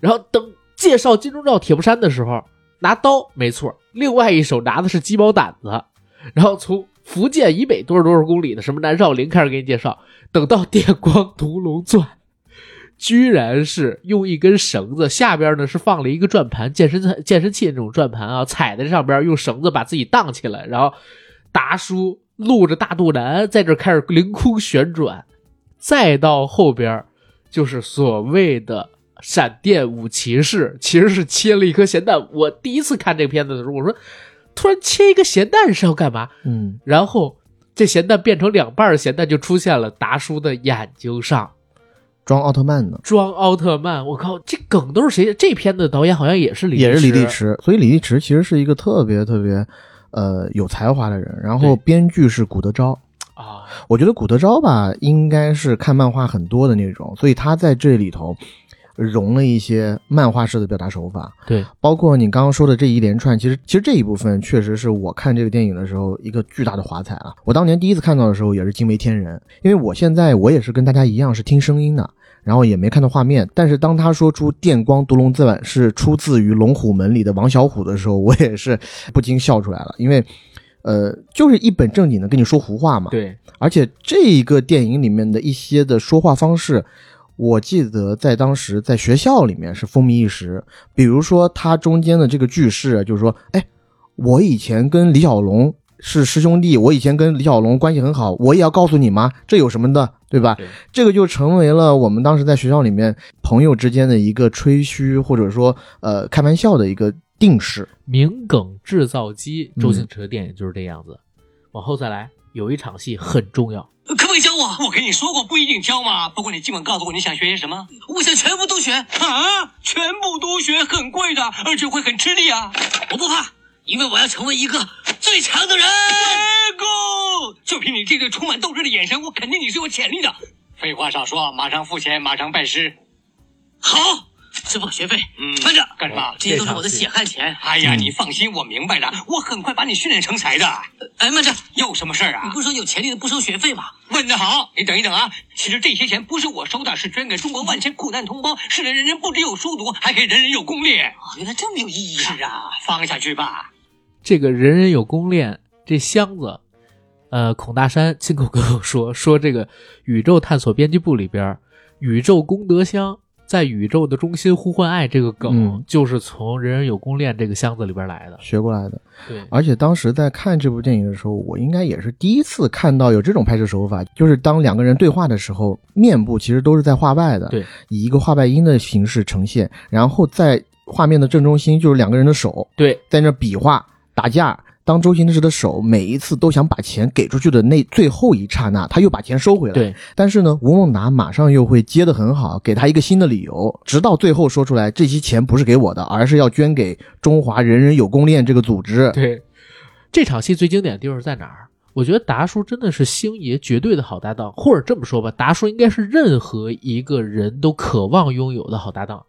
然后等介绍金钟罩铁布衫的时候，拿刀没错，另外一手拿的是鸡毛掸子。然后从福建以北多少多少公里的什么南少林开始给你介绍，等到电光独龙钻，居然是用一根绳子，下边呢是放了一个转盘，健身健身器那种转盘啊，踩在上边，用绳子把自己荡起来，然后达叔露着大肚腩在这开始凌空旋转，再到后边就是所谓的闪电五骑士，其实是切了一颗咸蛋。我第一次看这个片子的时候，我说突然切一个咸蛋是要干嘛？
嗯，
然后这咸蛋变成两半儿咸蛋就出现了达叔的眼睛上。
装奥特曼呢，
装奥特曼，我靠，这梗都是谁？这片的导演好像也是李，
也是李立。池，所以李立池其实是一个特别特别，呃，有才华的人。然后
对
编剧是古德昭，
啊，
我觉得古德昭吧，应该是看漫画很多的那种，所以他在这里头融了一些漫画式的表达手法，
对，
包括你刚刚说的这一连串，其实其实这一部分确实是我看这个电影的时候一个巨大的华彩啊！我当年第一次看到的时候也是惊为天人，因为我现在我也是跟大家一样是听声音的，然后也没看到画面。但是当他说出“电光独龙钻”是出自于《龙虎门》里的王小虎的时候，我也是不禁笑出来了，因为。呃，就是一本正经的跟你说胡话嘛，
对，
而且这一个电影里面的一些的说话方式，我记得在当时在学校里面是风靡一时。比如说他中间的这个句式，就是说，哎，我以前跟李小龙是师兄弟，我以前跟李小龙关系很好，我也要告诉你吗？这有什么的，对吧？
对
这个就成为了我们当时在学校里面朋友之间的一个吹嘘或者说呃开玩笑的一个定式。
名梗制造机，
嗯
周星驰的电影就是这样子。往后再来，有一场戏很重要，
可不可以教我？
我跟你说过不一定教嘛，不过你今晚告诉我你想学些什么
我想全部都学。
啊？全部都学很贵的，而且会很吃力啊。
我不怕，因为我要成为一个最强的人。
Go！就凭你这对充满斗志的眼神，我肯定你是有潜力的。废话少说，马上付钱，马上拜师。
好，支付学费。
嗯
班长，
干什么？
这些都是我的血汗钱。
哎呀，你放心，我明白了，我很快把你训练成才的。
哎，慢着，
有什么事儿
你
啊？
不是说有潜力的不收学费吗？
问得好，你等一等啊。其实这些钱不是我收的，是捐给中国万千苦难同胞，是人人人不只有书读，还可以人人有功练。
哦，原来这么有意义啊！
是啊，放下去吧。
这个人人有功练，这箱子，呃，孔大山亲口跟我说，说这个宇宙探索编辑部里边，宇宙功德箱在宇宙的中心呼唤爱这个梗，
嗯
就是从人人有功练这个箱子里边来的。
学过来的，
对，
而且当时在看这部电影的时候，我应该也是第一次看到有这种拍摄手法，就是当两个人对话的时候，面部其实都是在画外的，
对，
以一个画外音的形式呈现，然后在画面的正中心就是两个人的手
对，
在那比划打架。当周星驰的手每一次都想把钱给出去的那最后一刹那，他又把钱收回来。
对，
但是呢，吴孟达马上又会接得很好，给他一个新的理由，直到最后说出来，这些钱不是给我的，而是要捐给中华人人有功链这个组织。
对， 这场戏最经典的地方在哪儿？我觉得达叔真的是星爷绝对的好搭档，或者这么说吧，达叔应该是任何一个人都渴望拥有的好搭档。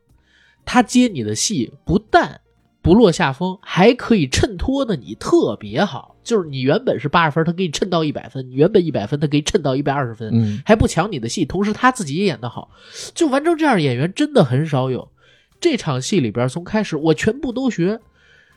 他接你的戏，不但不落下风，还可以衬托的你特别好。就是你原本是八十分，他给你衬到一百分；你原本一百分，他给你衬到一百二十分，
嗯
还不抢你的戏。同时他自己也演得好，就完成这样的演员真的很少有。这场戏里边从开始我全部都学，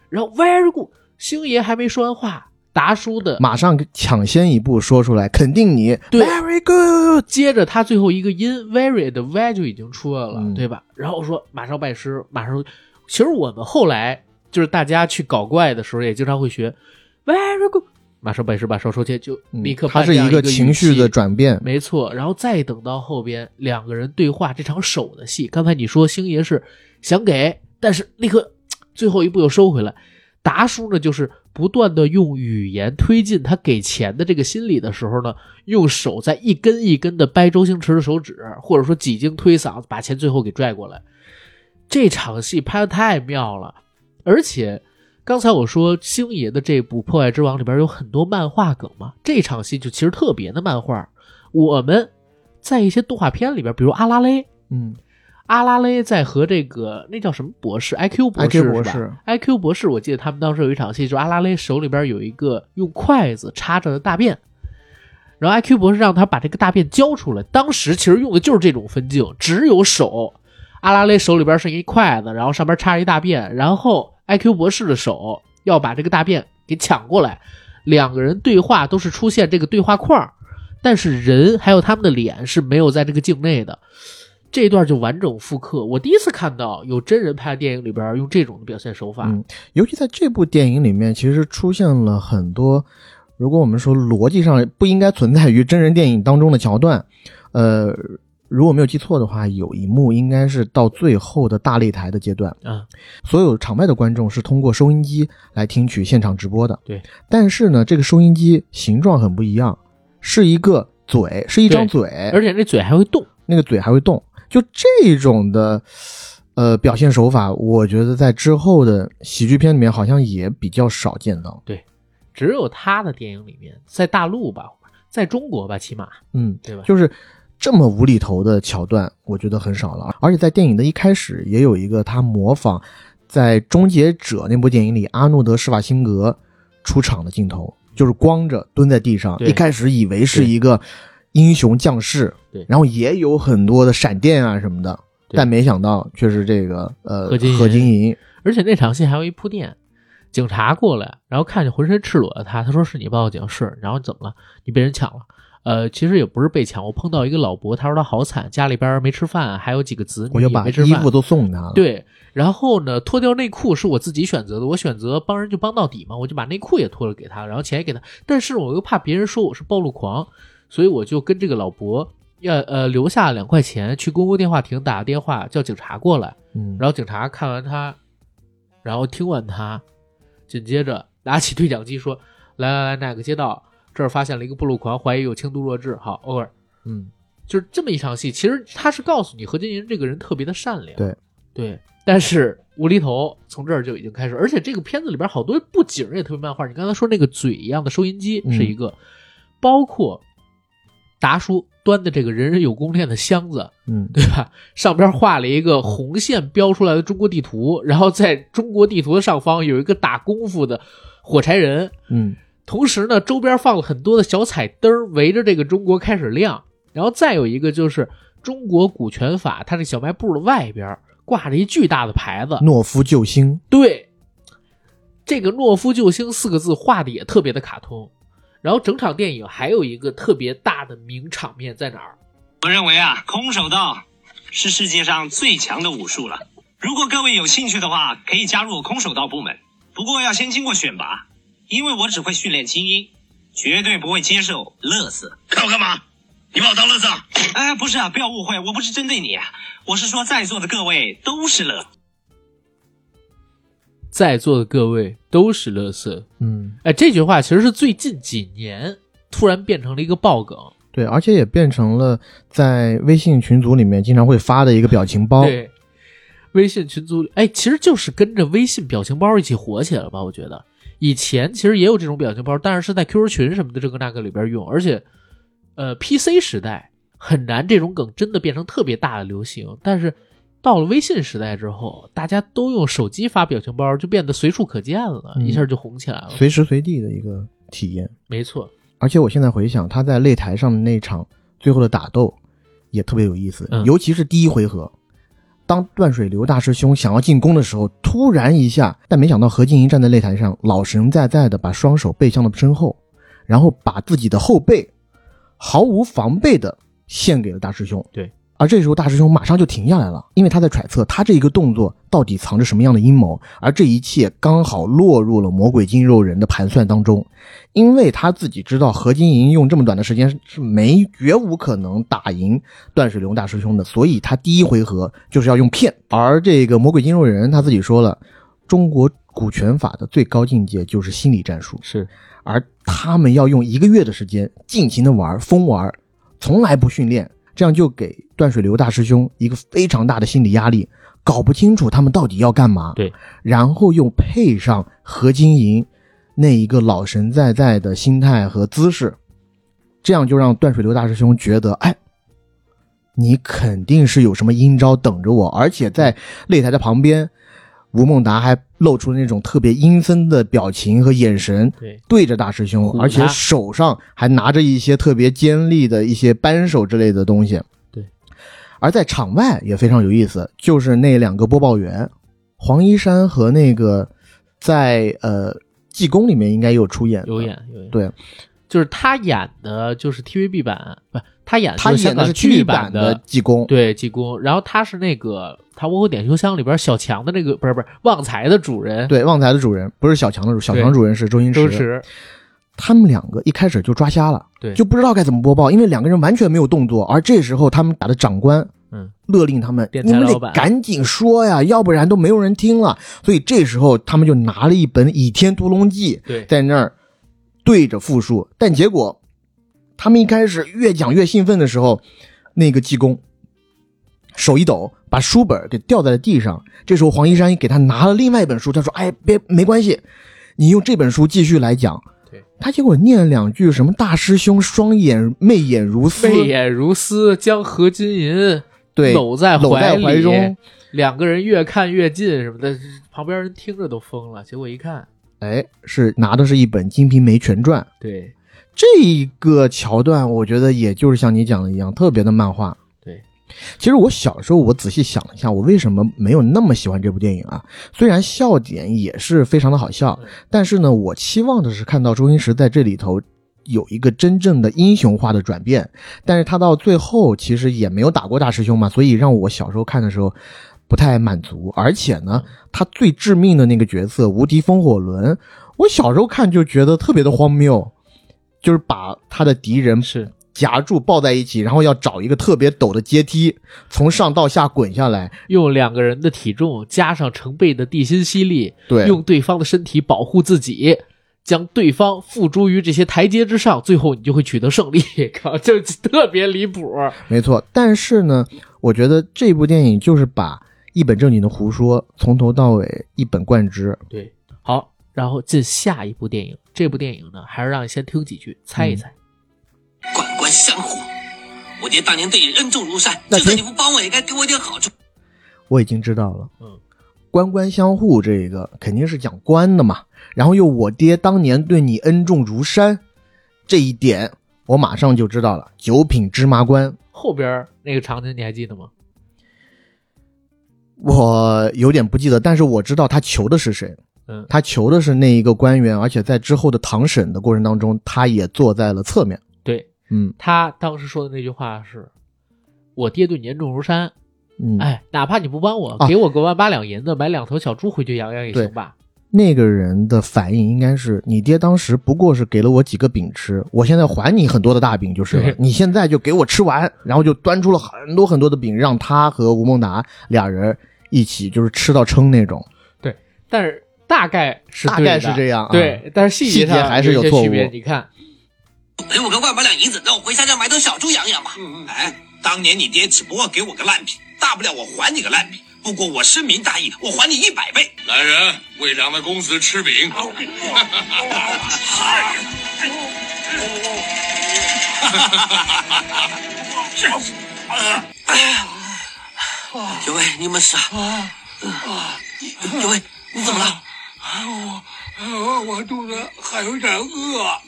然后 very good，星爷还没说完话，达叔的
马上抢先一步说出来，肯定你
对
very good。
接着他最后一个音 very 的 y 就已经出来了，
嗯
对吧？然后说马上拜师，马上。其实我们后来就是大家去搞怪的时候，也经常会学 very good，马上拜师，马上收钱，就
嗯
立刻
它
办
是
这样
一
一
个
个
情
语
绪
气
的转变，
没错，然后再等到后边两个人对话这场手的戏，刚才你说星爷是想给，但是立刻嘖最后一步又收回来。达叔呢，就是不断的用语言推进他给钱的这个心理的时候呢，用手在一根一根的掰周星驰的手指，或者说几经推搡，把钱最后给拽过来。这场戏拍的太妙了，而且刚才我说星爷的这部《破坏之王》里边有很多漫画梗嘛，这场戏就其实特别的漫画。我们在一些动画片里边，比如阿拉蕾，
嗯，
阿拉蕾在和这个那叫什么博士 IQ 博
IQ
士
博
是吧
士
IQ 博士，我记得他们当时有一场戏，就是阿拉蕾手里边有一个用筷子插着的大便，然后 IQ 博士让他把这个大便交出来。当时其实用的就是这种分镜，只有手，阿拉蕾手里边是一筷子，然后上边插着一大便，然后 IQ 博士的手要把这个大便给抢过来，两个人对话都是出现这个对话框，但是人还有他们的脸是没有在这个境内的。这一段就完整复刻，我第一次看到有真人拍的电影里边用这种的表现手法。
嗯尤其在这部电影里面，其实出现了很多，如果我们说逻辑上不应该存在于真人电影当中的桥段，呃，如果没有记错的话，有一幕应该是到最后的大擂台的阶段，
啊，
所有场外的观众是通过收音机来听取现场直播的，
对。
但是呢，这个收音机形状很不一样，是一个嘴，是一张嘴，
而且那嘴还会动，
那个嘴还会动。就这种的，呃，表现手法，我觉得在之后的喜剧片里面好像也比较少见到。
只有他的电影里面，在大陆吧，在中国吧，起码
嗯，
对吧？
就是这么无厘头的桥段，我觉得很少了。啊而且在电影的一开始，也有一个他模仿在《终结者》那部电影里阿诺德·施瓦辛格出场的镜头，就是光着蹲在地上，
嗯对
一开始以为是一个英雄将士，
对
然后也有很多的闪电啊什么的。
对
但没想到却是这个呃
合金银
合金银，
而且那场戏还有一铺垫，警察过来，然后看见浑身赤裸的他，他说是你报警，是，然后怎么了？你被人抢了。呃，其实也不是被抢，我碰到一个老伯，他说他好惨，家里边没吃饭，还有几个子女
我就把
没吃
衣
饭
服。都送给他了。，
对，然后呢，脱掉内裤是我自己选择的，我选择帮人就帮到底嘛，我就把内裤也脱了给他，然后钱也给他，但是我又怕别人说我是暴露狂，所以我就跟这个老伯要呃留下两块钱去公共电话亭打个电话叫警察过来。
嗯，
然后警察看完他，然后听完他，紧接着拿起对讲机说：“来来来，哪个街道这儿发现了一个暴露狂，怀疑有轻度弱智。好，over。”
嗯，
就是这么一场戏。其实他是告诉你何金银这个人特别的善良，
对
对，但是无厘头从这儿就已经开始，而且这个片子里边好多布景也特别漫画。你刚才说那个嘴一样的收音机
嗯
是一个，包括达叔端的这个人人有功链的箱子，
嗯，
对吧？上边画了一个红线标出来的中国地图，然后在中国地图的上方有一个打功夫的火柴人，
嗯，
同时呢，周边放了很多的小彩灯儿，围着这个中国开始亮。然后再有一个就是中国股权法，它这小卖部的外边儿挂着一巨大的牌子，
懦夫救星，
对，这个“懦夫救星”四个字画的也特别的卡通。然后整场电影还有一个特别大的名场面在哪儿？
我认为啊，空手道是世界上最强的武术了。如果各位有兴趣的话，可以加入我空手道部门，不过要先经过选拔，因为我只会训练精英，绝对不会接受乐色。看我干嘛？你把我当乐色？哎，不是啊，不要误会，我不是针对你啊，我是说在座的各位都是乐。
在座的各位都是乐色。
嗯，
哎，这句话其实是最近几年突然变成了一个爆梗。
对，而且也变成了在微信群组里面经常会发的一个表情包。
对，微信群组里，哎，其实就是跟着微信表情包一起火起来了吧？我觉得以前其实也有这种表情包，但是是在 QQ 群什么的这个那个里边用，而且呃 PC 时代很难这种梗真的变成特别大的流行，但是。到了微信时代之后，大家都用手机发表情包，就变得随处可见了，
嗯
一下就红起来了。
随时随地的一个体验。
没错，
而且我现在回想，他在擂台上的那场最后的打斗也特别有意思，
嗯
尤其是第一回合，当断水流大师兄想要进攻的时候，突然一下，但没想到何静怡站在擂台上，老神在在的把双手背向了身后，然后把自己的后背毫无防备的献给了大师兄。
对。
而这时候，大师兄马上就停下来了，因为他在揣测他这一个动作到底藏着什么样的阴谋，而这一切刚好落入了魔鬼筋肉人的盘算当中。因为他自己知道何金银用这么短的时间是没绝无可能打赢断水流大师兄的，所以他第一回合就是要用骗。而这个魔鬼金肉人他自己说了，中国股权法的最高境界就是心理战术，
是
而他们要用一个月的时间尽情的玩疯玩，从来不训练，这样就给断水流大师兄一个非常大的心理压力，搞不清楚他们到底要干嘛。
对，
然后又配上何金银那一个老神在在的心态和姿势，这样就让断水流大师兄觉得，哎，你肯定是有什么阴招等着我，而且在擂台的旁边。吴孟达还露出了那种特别阴森的表情和眼神，
对
对着大师兄
唬，他
而且手上还拿着一些特别尖利的一些扳手之类的东西。
对，
而在场外也非常有意思，就是那两个播报员，黄一山和那个在呃济公里面应该有出演的，
有演有演，
对，
就是他演的，就是 TVB 版，不，他演的
他演的是
是呃剧
剧版
的
济公，
对，济公，然后他是那个《唐伯虎点秋香》里边小强的那个，不是不是旺财的主人
对旺财的主人不是小强的主，小强主人是周星
周
驰，
驰，
他们两个一开始就抓瞎了，
对
就不知道该怎么播报，因为两个人完全没有动作，而这时候他们打的长官
嗯，
勒令他们，
电
你
台
们
老
得
板
赶紧说呀，要不然都没有人听了。所以这时候他们就拿了一本《倚天屠龙记》
对，
在那儿对着复述，但结果他们一开始越讲越兴奋的时候，那个济公手一抖，把书本给掉在了地上。这时候黄一山给他拿了另外一本书，他说：“哎，别没关系，你用这本书继续来讲。”
对，
他结果念了两句什么“大师兄双眼媚眼如丝”，
媚眼如丝，将何金银
对
搂在
搂在
怀
怀
里
中，
两个人越看越近什么的，旁边人听着都疯了。结果一看，
哎，是拿的是一本《金瓶梅全传》。
对
这个桥段，我觉得也就是像你讲的一样，特别的漫画。
对，
其实我小时候我仔细想了一下，我为什么没有那么喜欢这部电影啊？虽然笑点也是非常的好笑，但是呢，我期望的是看到周星驰在这里头有一个真正的英雄化的转变，但是他到最后其实也没有打过大师兄嘛，所以让我小时候看的时候不太满足。而且呢，他最致命的那个角色无敌风火轮，我小时候看就觉得特别的荒谬，就是把他的敌人
是
夹住抱在一起，然后要找一个特别陡的阶梯，从上到下滚下来。
用两个人的体重加上成倍的地心吸力，
对，
用对方的身体保护自己。将对方付诸于这些台阶之上，最后你就会取得胜利。 靠，这特别离谱。
没错。但是呢，我觉得这部电影就是把一本正经的胡说从头到尾一本贯之。
对，好，然后进下一部电影。这部电影呢，还是让你先听几句，猜
嗯
一猜。
管管香火，我爹当年对你恩重如山，
那
就算
行
你不帮我，也该给我点好处。
我已经知道了，
嗯，
官官相护这个肯定是讲官的嘛。然后又我爹当年对你恩重如山，这一点我马上就知道了。九品芝麻官，
后边儿那个场景你还记得吗？
我有点不记得，但是我知道他求的是谁。
嗯
他求的是那一个官员，而且在之后的堂审的过程当中，他也坐在了侧面。
对
嗯
他当时说的那句话是：“我爹对你恩重如山，
嗯，
哎，哪怕你不帮我，
啊
给我个万八两银子，买两头小猪回去养养也
对
行吧。
那个人的反应应该是：你爹当时不过是给了我几个饼吃，我现在还你很多的大饼就是了
对。
你现在就给我吃完，然后就端出了很多很多的饼，让他和吴孟达俩人一起就是吃到撑那种。”
但是大概是
大
对
概
的
是这样啊
对，但是细
细节
上
还是有
有一些
错
区
误
别。你看，
赔我个万把两银子，让我回家乡买头小猪养养吧。
哎，当年你爹只不过给我个烂笔，大不了我还你个烂笔。不过我深明大义，我还你一百倍。哦
来人，为两位公子吃饼。
九位，你们
啊
傻。
啊
九位，你怎么了？
我肚子还有点饿。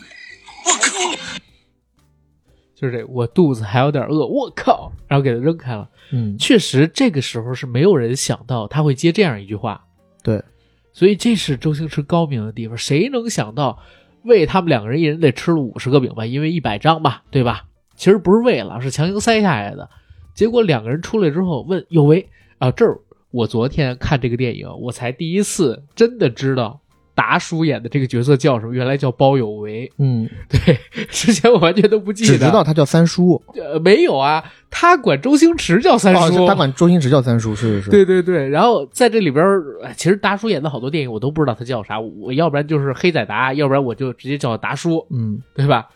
就是这，我肚子还有点饿，我靠，然后给他扔开了。
嗯，
确实，这个时候是没有人想到他会接这样一句话，
对，
所以这是周星驰高明的地方。谁能想到，喂他们两个人一人得吃了五十个饼吧？因为一百张吧，对吧？其实不是喂了，是强行塞下来的。结果两个人出来之后问有为啊，这儿我昨天看这个电影，我才第一次真的知道达叔演的这个角色叫什么，原来叫包有为。
嗯，
对，之前我完全都不记
只
得，
知道他叫三叔，
呃没有啊，他管周星驰叫三
哦，
叔，
是他管周星驰叫三叔，是是是，
对对对，然后在这里边儿，哎其实达叔演的好多电影我都不知道他叫啥，我要不然就是黑仔达，要不然我就直接叫他达叔，
嗯，
对吧？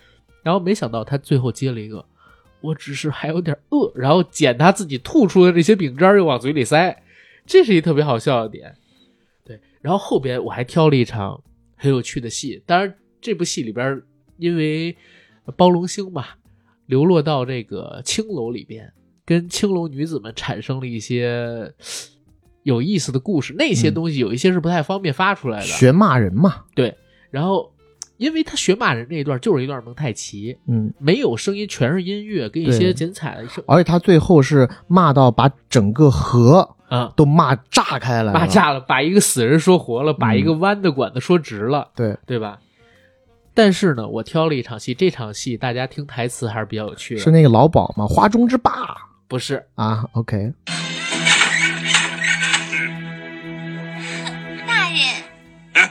然后没想到他最后接了一个，我只是还有点饿，然后捡他自己吐出的这些饼渣儿又往嘴里塞，这是一特别好笑的点。对，然后后边我还挑了一场很有趣的戏，当然这部戏里边儿因为包龙星嘛，流落到这个青楼里边，跟青楼女子们产生了一些嘶有意思的故事。那些东西有一些是不太方便发出来的。
嗯学骂人嘛，
然后，因为他学骂人那一段就是一段蒙太奇，
嗯，
没有声音，全是音乐跟一
对
些剪彩的声
而且他最后是骂到把整个河
啊。
都骂炸开来了，
骂架了，把一个死人说活了，把一个弯的管子说直了，
对，
对吧？但是呢，我挑了一场戏，这场戏大家听台词还是比较有趣的，
是那个老鸨嘛，花中之霸
不是？
啊，OK，
大人，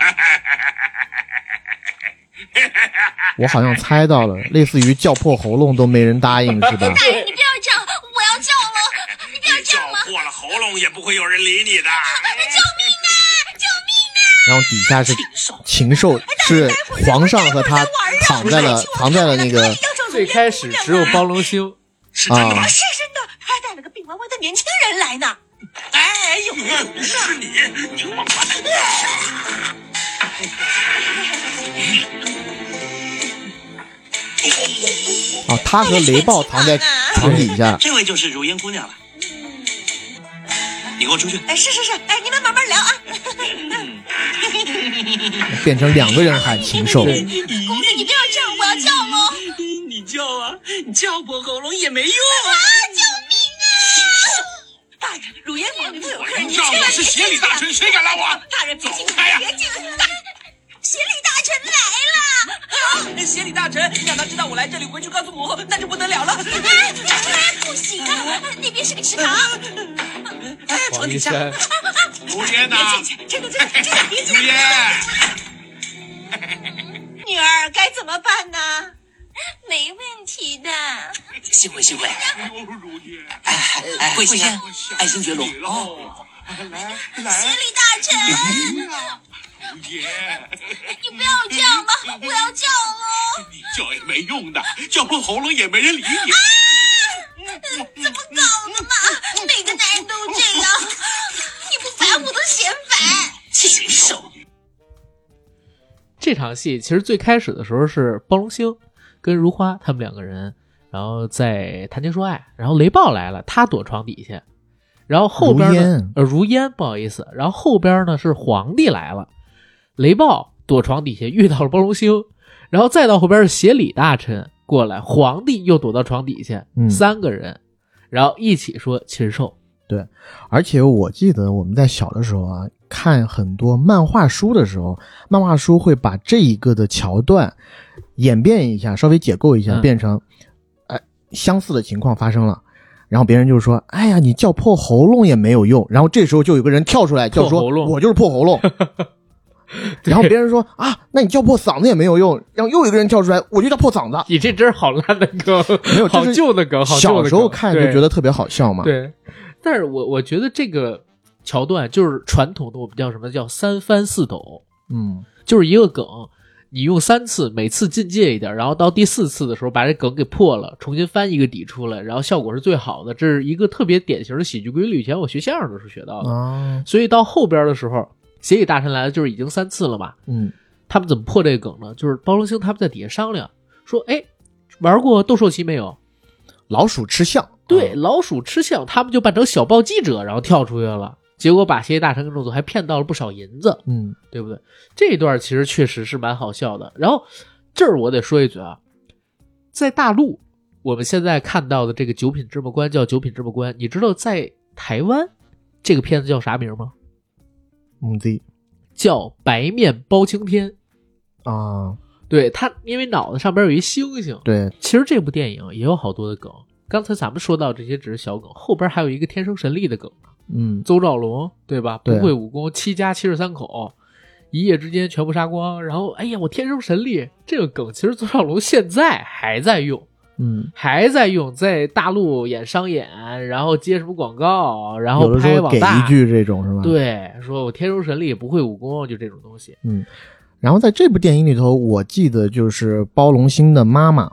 我好像猜到了，类似于叫破喉咙都没人答应是吧？
大人，你不要叫，我要叫了，你不要叫了，
破了喉咙也不会有人理你的。
救命啊！救命啊！
然后底下是禽兽，是皇上和
哎
他躺在了躺在了那个
要找
最开始只有包龙星，
是真的吗
啊，
是真的，还带了个病歪歪的年轻人来呢。哎呦，
是你，你忘了。
啊，他和雷暴躺在床底下，
这位就是如烟姑娘了。你给我出去！
哎，是是是，哎，你们慢慢聊啊。
嗯
变成两个人喊禽兽，
公子，你不要这样，我要 叫了。
你叫啊，你叫破喉咙也没用啊！
大人，乳烟坊里头有客人，
你
您
知道
千
我
万
是
别
协
进
理
去
大
啊。
臣，谁敢拉我？
大人，别进去，
走开呀
别进去。协理大臣来了。啊
哎协理大臣，让他知道我来这里，回去告诉母后，那就不得了了。
哎
不行啊，那边是个池塘。
哎，床
王
底
一
下，
山，
如烟呐，
哎
真的真的真的别进
如烟，
女儿该怎么办呢？没问题的。
幸会幸会，
如烟，
哎，贵姓啊？爱新觉罗。
你喽，
协理大臣，
如烟，
你不要这样吧，我要叫了。
你叫也没用的，叫破喉咙也没人理你。
啊这不搞的吗？每个男人都这样，你不烦我都嫌烦。禽兽！
这场戏其实最开始的时候是包龙星跟如花他们两个人，然后在谈情说爱，然后雷暴来了，他躲床底下，然后后边
如
呢
烟，
呃，如烟，不好意思，然后后边呢是皇帝来了，雷暴躲床底下遇到了包龙星，然后再到后边是协理大臣过来，皇帝又躲到床底下，
嗯
三个人，然后一起说禽兽，
而且我记得我们在小的时候啊，看很多漫画书的时候，漫画书会把这一个的桥段演变一下，稍微解构一下，
嗯
变成，哎，相似的情况发生了。然后别人就说：“哎呀，你叫破喉咙也没有用。”然后这时候就有个人跳出来叫
破
说
喉：“咙
我就是破喉 咙。”然后别人说：“啊，那你叫破嗓子也没有用。”然后又有一个人跳出来：“我就叫破嗓子。
你这真是好烂的梗，
没有这
好
是
旧的梗，好旧的
小
梗
时候看就
对
觉得特别好笑嘛。
对，但是我我觉得这个桥段，就是传统的我们叫什么叫三翻四抖，
嗯，
就是一个梗，你用三次，每次进阶一点，然后到第四次的时候把这梗给破了，重新翻一个底出来，然后效果是最好的。这是一个特别典型的喜剧规律，以前我学相声的时候学到的。
啊，
所以到后边的时候，写给大神来了就是已经三次了嘛，
嗯
他们怎么破这个梗呢？就是包龙星他们在底下商量说，哎，玩过斗兽棋没有？
老鼠吃象，啊
对，老鼠吃象，他们就扮成小报记者，然后跳出去了。结果把邪界大神跟众佐还骗到了不少银子，
嗯，
对不对？这一段其实确实是蛮好笑的。然后这儿我得说一句啊，在大陆，我们现在看到的这个九品芝麻官叫九品芝麻官，你知道在台湾这个片子叫啥名吗？
母鸡
叫白面包青天。
啊，
对他，它因为脑子上边有一星星。
对，
其实这部电影也有好多的梗。刚才咱们说到这些只是小梗，后边还有一个天生神力的梗，
嗯
邹兆龙对吧？
对
不会武功，七家七十三口，一夜之间全部杀光。然后，哎呀，我天生神力这个梗，其实邹兆龙现在还在用，
嗯，
还在用，在大陆演商演，然后接什么广告，然后
有的时
拍
候
网
给
大
一。句这种是吧？。
对，说我天生神力，不会武功，就这种东西。
然后在这部电影里头，我记得就是包龙星的妈妈，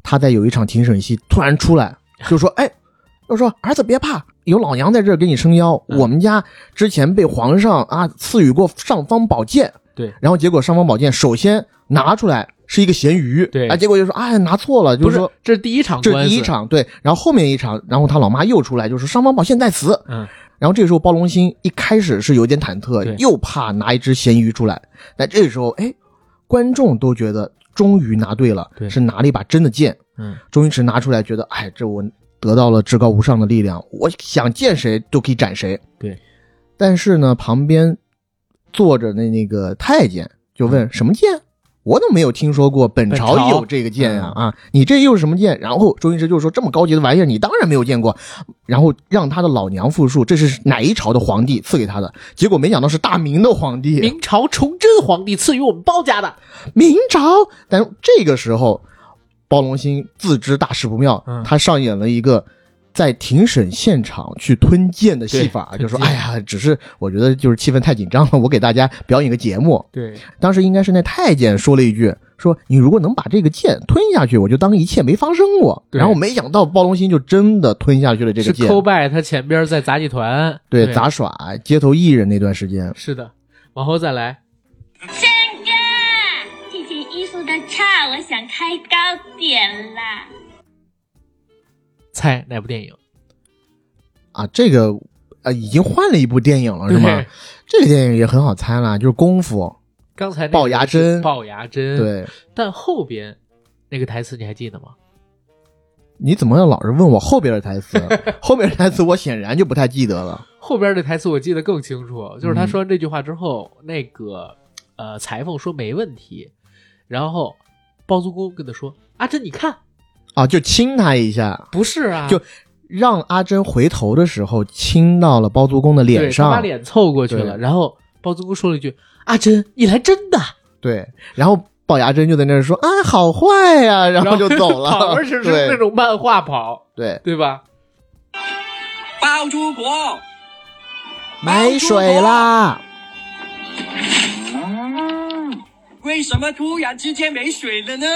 她在有一场庭审戏突然出来，就说：“哎，就说儿子别怕，有老娘在这儿给你撑腰。
嗯
我们家之前被皇上啊赐予过尚方宝剑，
对
然后结果尚方宝剑首先拿出来是一个咸鱼，
对
啊，结果就说哎拿错了，就
不
是
是
说。”，
这是第一场
这
官
是
司，
第一场对，然后后面一场，然后他老妈又出来，就说尚方宝剑在此。
嗯，
然后这个时候包龙星一开始是有点忐
对
忑，又怕拿一只咸鱼出来，但这时候哎，观众都觉得终于拿对了，
对
是拿了一把真的剑，
嗯，
终于是拿出来，觉得哎，这我得到了至高无上的力量，我想见谁都可以斩谁。
对，
但是呢，旁边坐着的那个太监就问、什么剑？我怎么没有听说过本
本
朝
朝
有这个剑呀、
嗯
啊？你这又是什么剑？然后周星驰就说：“这么高级的玩意儿，你当然没有见过。”然后让他的老娘复述这是哪一朝的皇帝赐给他的，结果没想到是大明的皇帝，
明朝崇祯皇帝赐予我们包家的。
明朝。但这个时候，包龙星自知大事不妙，
嗯
他上演了一个在庭审现场去吞剑的戏
对
法，
吞
就说：“
剑
哎呀，只是我觉得就是气氛太紧张了，我给大家表演个节目。
对，”
当时应该是那太监说了一句。说你如果能把这个剑吞下去，我就当一切没发生过。
对
然后没想到包龙星就真的吞下去了这个
是
剑，
抠拜他前边在杂技团
对杂耍街头艺人那段时间，
是的，往后再来。
三哥，这件衣服的差，我想开高点啦。
猜哪部电影？
啊，这个啊已经换了一部电影了是吗
对？
这个电影也很好猜啦，就是《功夫》。
刚才那个
龅牙
是
针
龅牙针。，
对，
但后边那个台词你还记得吗？
你怎么老是问我后边的台 词？后边的台词我显然就不太记得了。
后边这台词我记得更清楚，就是
嗯
他说完这句话之后，那个呃裁缝说没问题，然后包租公跟他说：“阿珍，你看，
啊，就亲他一下，
不是啊，
就让阿珍回头的时候亲到了包租公的
对
脸
他把
上，
脸凑过去了。”
对
然后包租公说了一句：“阿珍，你来真的。”
对，然后龅牙珍就在那儿说啊，好坏呀、 然后就走 了
跑，而且是那
对
种漫画跑，
对，
对吧？
包租婆，
买水啦，
为什么突然之间没水了呢？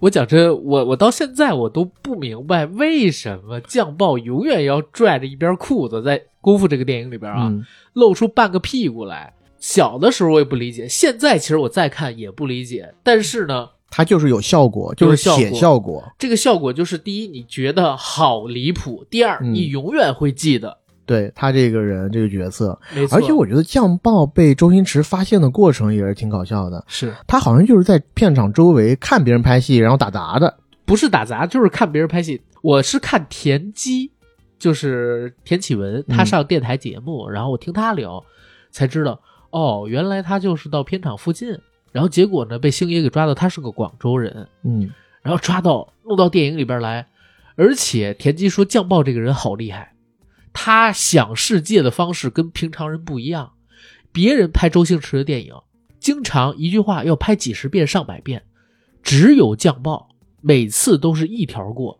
我讲真，我我到现在我都不明白为什么酱爆永远要拽着一边裤子，在《功夫》这个电影里边啊，
嗯，
露出半个屁股来。小的时候我也不理解，现在其实我再看也不理解。但是呢，
它就是有效果，就
有
是
效
写
果
效果，
这个效果就是：第一，你觉得好离谱；第二，
嗯
你永远会记得。
对他这个人这个角色，
没错，
而且我觉得酱爆被周星驰发现的过程也是挺搞笑的。
是
他好像就是在片场周围看别人拍戏，然后打杂的。
不是打杂，就是看别人拍戏。我是看田鸡，就是田启文，他上电台节目，然后我听他聊，才知道哦，原来他就是到片场附近，然后结果呢被星爷给抓到，他是个广州人，
嗯，
然后抓到弄到电影里边来，而且田鸡说酱爆这个人好厉害，他想世界的方式跟平常人不一样，别人拍周星驰的电影，经常一句话要拍几十遍上百遍，只有酱爆每次都是一条过，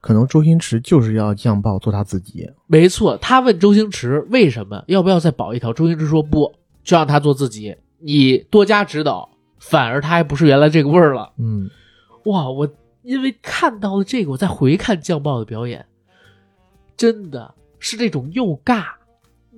可能周星驰就是要酱爆做他自己。
没错，他问周星驰为什么要不要再保一条，周星驰说不，就让他做自己，你多加指导，反而他还不是原来这个味儿了。
嗯，
哇，我因为看到了这个，我再回看酱爆的表演，真的是这种又尬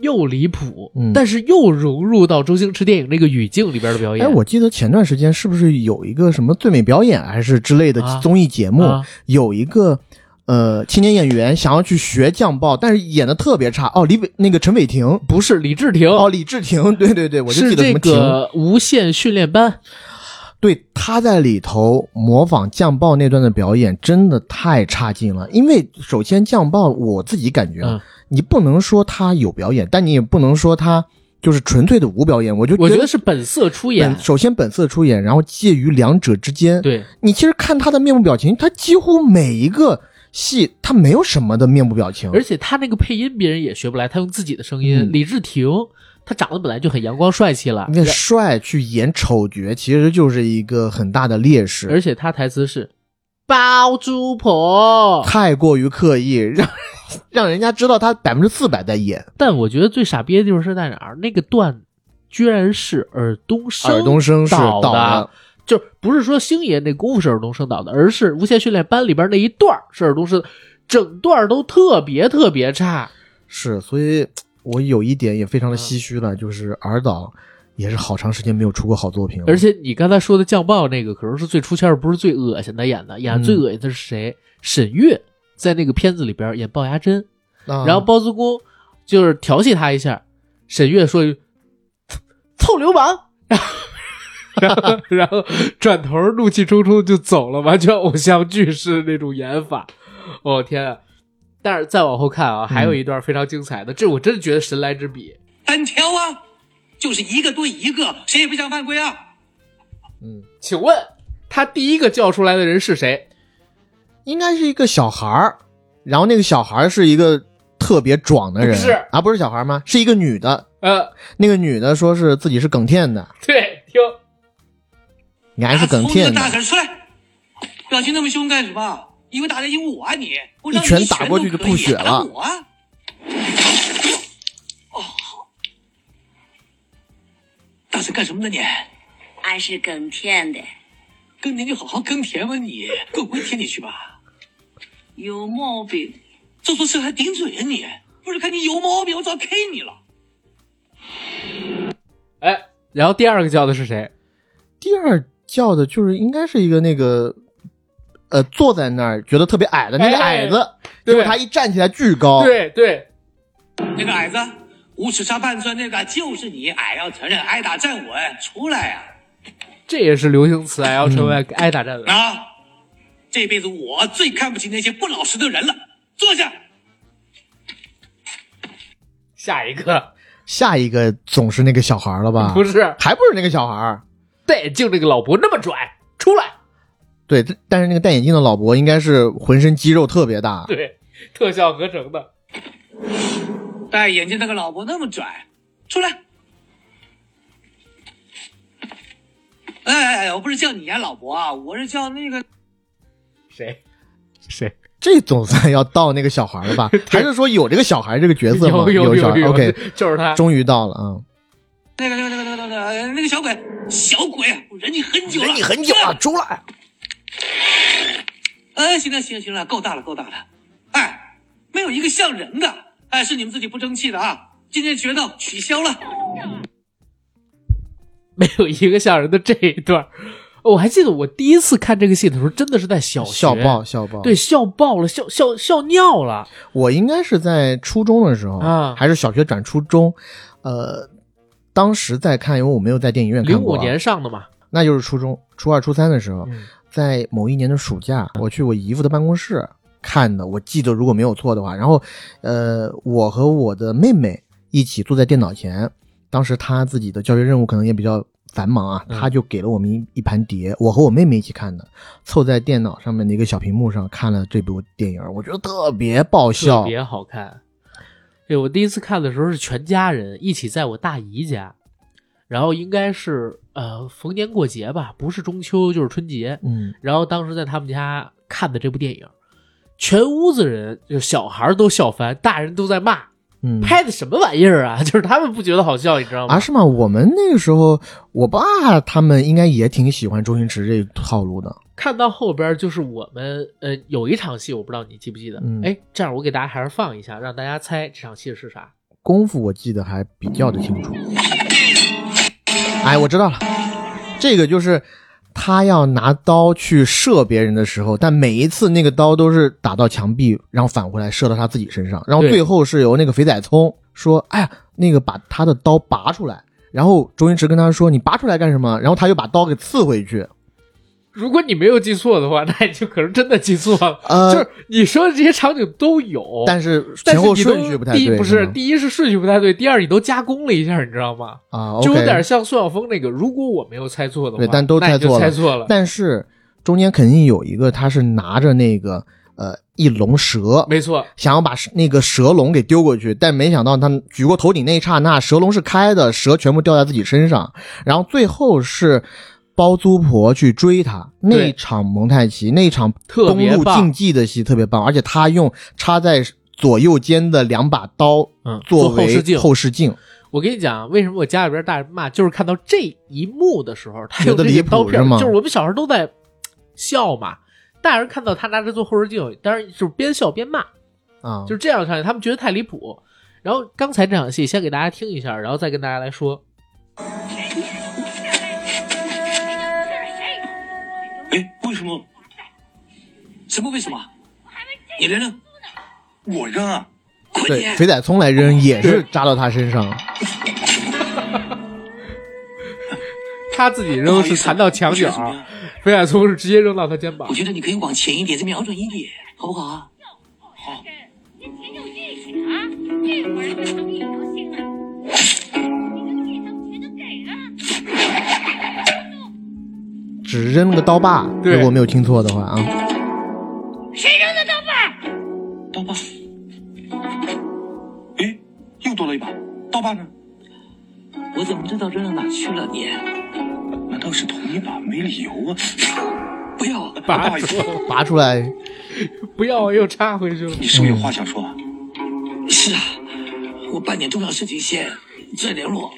又离谱，
嗯
但是又融入到周星驰电影那个语境里边的表演。
哎，我记得前段时间是不是有一个什么最美表演还是之类的
啊
综艺节目，
啊
有一个呃青年演员想要去学酱爆，但是演的特别差。哦，李伟那个陈伟霆。
不是李治廷，
哦，李治廷， 对对对，我就是记得什
这
么廷，
个无限训练班，
对，他在里头模仿酱爆那段的表演真的太差劲了。因为首先酱爆我自己感觉，
嗯
啊，你不能说他有表演，但你也不能说他就是纯粹的无表演。我就
我觉
觉
得是本色出演
本，首先本色出演，然后介于两者之间。，
对。
你其实看他的面部表情，他几乎每一个戏他没有什么的面部表情，
而且他那个配音别人也学不来，他用自己的声音。
嗯
李治廷他长得本来就很阳光帅气了，
那帅去演丑角，其实就是一个很大的劣势。
而且他台词是“包租婆
太过于刻 意，让让人家知道他百分之四百在演”，
但我觉得最傻逼的地方是在哪儿？那个段居然是尔冬升
尔冬升是
导
导的，
就不是说星爷那功夫是尔冬升导的，而是《无限训练班》里边那一段儿是尔冬升，整段儿都特别特别差。
啊是，所以我有一点也非
嗯
常的唏嘘了，就是尔导也是好长时间没有出过好作品了，
而且你刚才说的酱爆那个，可能是最出圈儿，不是最恶心的演的，演
嗯
最恶心的是谁？沈月在那个片子里边演龅牙珍，
啊
然后包租公就是调戏他一下，沈月说一句“臭流氓”， 然后然后转头怒气冲冲就走了，完全偶像剧式的那种演法。我、天啊！但是再往后看啊，还有一段非常精彩的，这我真觉得神来之笔。
单挑啊，就是一个对一个，谁也不想犯规啊。
请问他第一个叫出来的人是谁？
应该是一个小孩儿，然后那个小孩儿是一个特别壮的人，
不是
啊，不是小孩儿吗？是一个女的，
呃，
那个女的说是自己是耿天的，
对，听
你还是耿天的
大，婶出来，表情那么凶干什么？因为打得赢我啊你！我让你
一拳
拳
打过去就吐血了
都可以打我啊哦，大婶干什么呢你？
俺是耕田的，
耕田就好好耕田吧你，滚回田里去吧。
有毛病。
做错事还顶嘴啊你！不是看你有毛病，我早 K 你了。
哎，然后第二个叫的是谁？
第二叫的就是应该是一个那个，呃，坐在那儿觉得特别矮的那个
哎
矮子，
对
结果他一站起来巨高，
对对，
那个矮子，五尺差半寸那个就是你，矮要承认，挨打站稳，出来呀、
这也是流行词，还哎要成
嗯
为挨打站稳。
啊，这辈子我最看不起那些不老实的人了。坐下，
下一个
下一个总是那个小孩儿了吧？
不，是
啊还不是那个小孩儿。
戴眼镜那个老伯那么拽，出来，
对，但但是那个戴眼镜的老伯应该是浑身肌肉特别大，
对，特效合成的。
戴眼镜那个老伯那么拽，出来。哎哎哎，我不是叫你呀、老伯啊，我是叫那个
谁？谁？
这总算要到那个小孩儿了 吧？还是说有这个小孩儿这个角色吗？
有有
小孩儿
有
OK，
就是他。
终于到了啊！
那个那个那个那个那个呃那个小鬼，小鬼，我忍你很久了，
忍你很久了，出来！
哎，行了行了行了，够大了够大了，哎，没有一个像人的，哎，是你们自己不争气的啊！今天决斗取消了。
没有一个像人的这一段儿，我还记得我第一次看这个戏的时候，真的是在小学
笑爆，笑爆！
对，，笑爆了，笑笑笑尿了。
我应该是在初中的时候
啊
还是小学转初中，呃，当时在看，因为我没有在电影院看
零
过
五
啊，
年上的嘛，
那就是初中初二、初三的时候，
嗯
在某一年的暑假，我去我姨父的办公室看的，我记得如果没有错的话。然后，呃，我和我的妹妹一起坐在电脑前，当时她自己的教学任务可能也比较繁忙啊，
嗯
她就给了我们一一盘碟，我和我妹妹一起看的，凑在电脑上面的一个小屏幕上看了这部电影，我觉得特别爆
特
笑。
别好看。对，我第一次看的时候是全家人一起在我大姨家，然后应该是呃逢年过节吧，不是中秋就是春节，
嗯，
然后当时在他们家看的这部电影，全屋子人，就小孩儿都笑翻，大人都在骂，
嗯，
拍的什么玩意儿啊？ 就是他们不觉得好笑，你知道吗？
啊，是吗？我们那个时候，我爸他们应该也挺喜欢周星驰这套路的。
看到后边就是我们呃有一场戏，我不知道你记不记得？
嗯
哎，这样我给大家还是放一下，让大家猜这场戏是啥。
功夫我记得还比较的清楚。哎，我知道了，这个就是他要拿刀去射别人的时候，但每一次那个刀都是打到墙壁，然后返回来射到他自己身上，然后
对
最后是由那个肥仔聪说：“哎呀，那个把他的刀拔出来。”然后周星驰跟他说：“你拔出来干什么？”然后他又把刀给刺回去。
如果你没有记错的话，那你就可能真的记错了。
呃
就是你说的这些场景都有，
但是
但
前
是
后
你都
顺序不太
第一
对，
不
可
是
能
第一是顺序不太对，第二你都加工了一下，你知道吗？
啊，
就有
OK
点像宋晓峰那个，如果我没有猜错的话，
对，但都
那你
猜
就
错了，
猜错了，
但是中间肯定有一个，他是拿着那个呃一笼蛇，
没错，
想要把蛇那个蛇笼给丢过去，但没想到他举过头顶那一刹那，蛇笼是开的，蛇全部掉在自己身上。然后最后是包租婆去追他，那一场蒙太奇，那一场
特
东
别
路
棒
竞技的戏特别棒，而且他用插在左右肩的两把刀
嗯
作
做后视
为
镜
后视镜，
我跟你讲，为什么我家里边大人骂，就是看到这一幕的时候，他用
觉得
这
离
个刀
谱
片
是吗
就是我们小时候都在嘖笑嘛，大人看到他拿着做后视镜，当然就是边笑边骂，
啊，
就是这样的场景，他们觉得太离谱。然后刚才这场戏，先给大家听一下，然后再跟大家来说。
哎，为什么？什么为什么？你来扔，我扔啊！快
对
点，
肥仔聪来扔也是扎到他身上。
他自己扔是弹到墙角
不好意思我觉得怎么样，
飞海聪是直接扔到他肩膀
我。觉得你可以往前一点，再瞄准一点，好不好啊？
啊
只扔了个刀把，
对
如果没有听错的话啊，
刀疤。哎，又多了一把，刀疤呢？我怎么知道扔到哪去了你？难道是同一把？没理由啊！不要，不
拔
好意
出
思，
来，
拔出来，
不要又插回去了。
你是不是有话想说啊？
嗯
是啊，我办点重要事情先，再联络。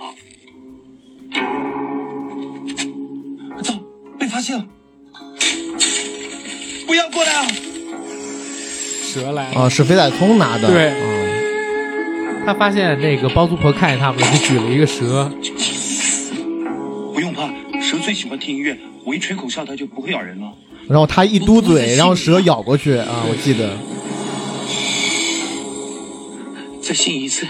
走，被发现了！不要过来啊！
蛇来了，
啊，是肥仔聪拿的，
对
啊，
他发现那个包租婆看见他们了，就举了一个蛇。
不用怕，蛇最喜欢听音乐，我一吹口哨它就不会咬人了。
然后他一嘟嘴，然后蛇咬过去啊，我记得，
再信一次，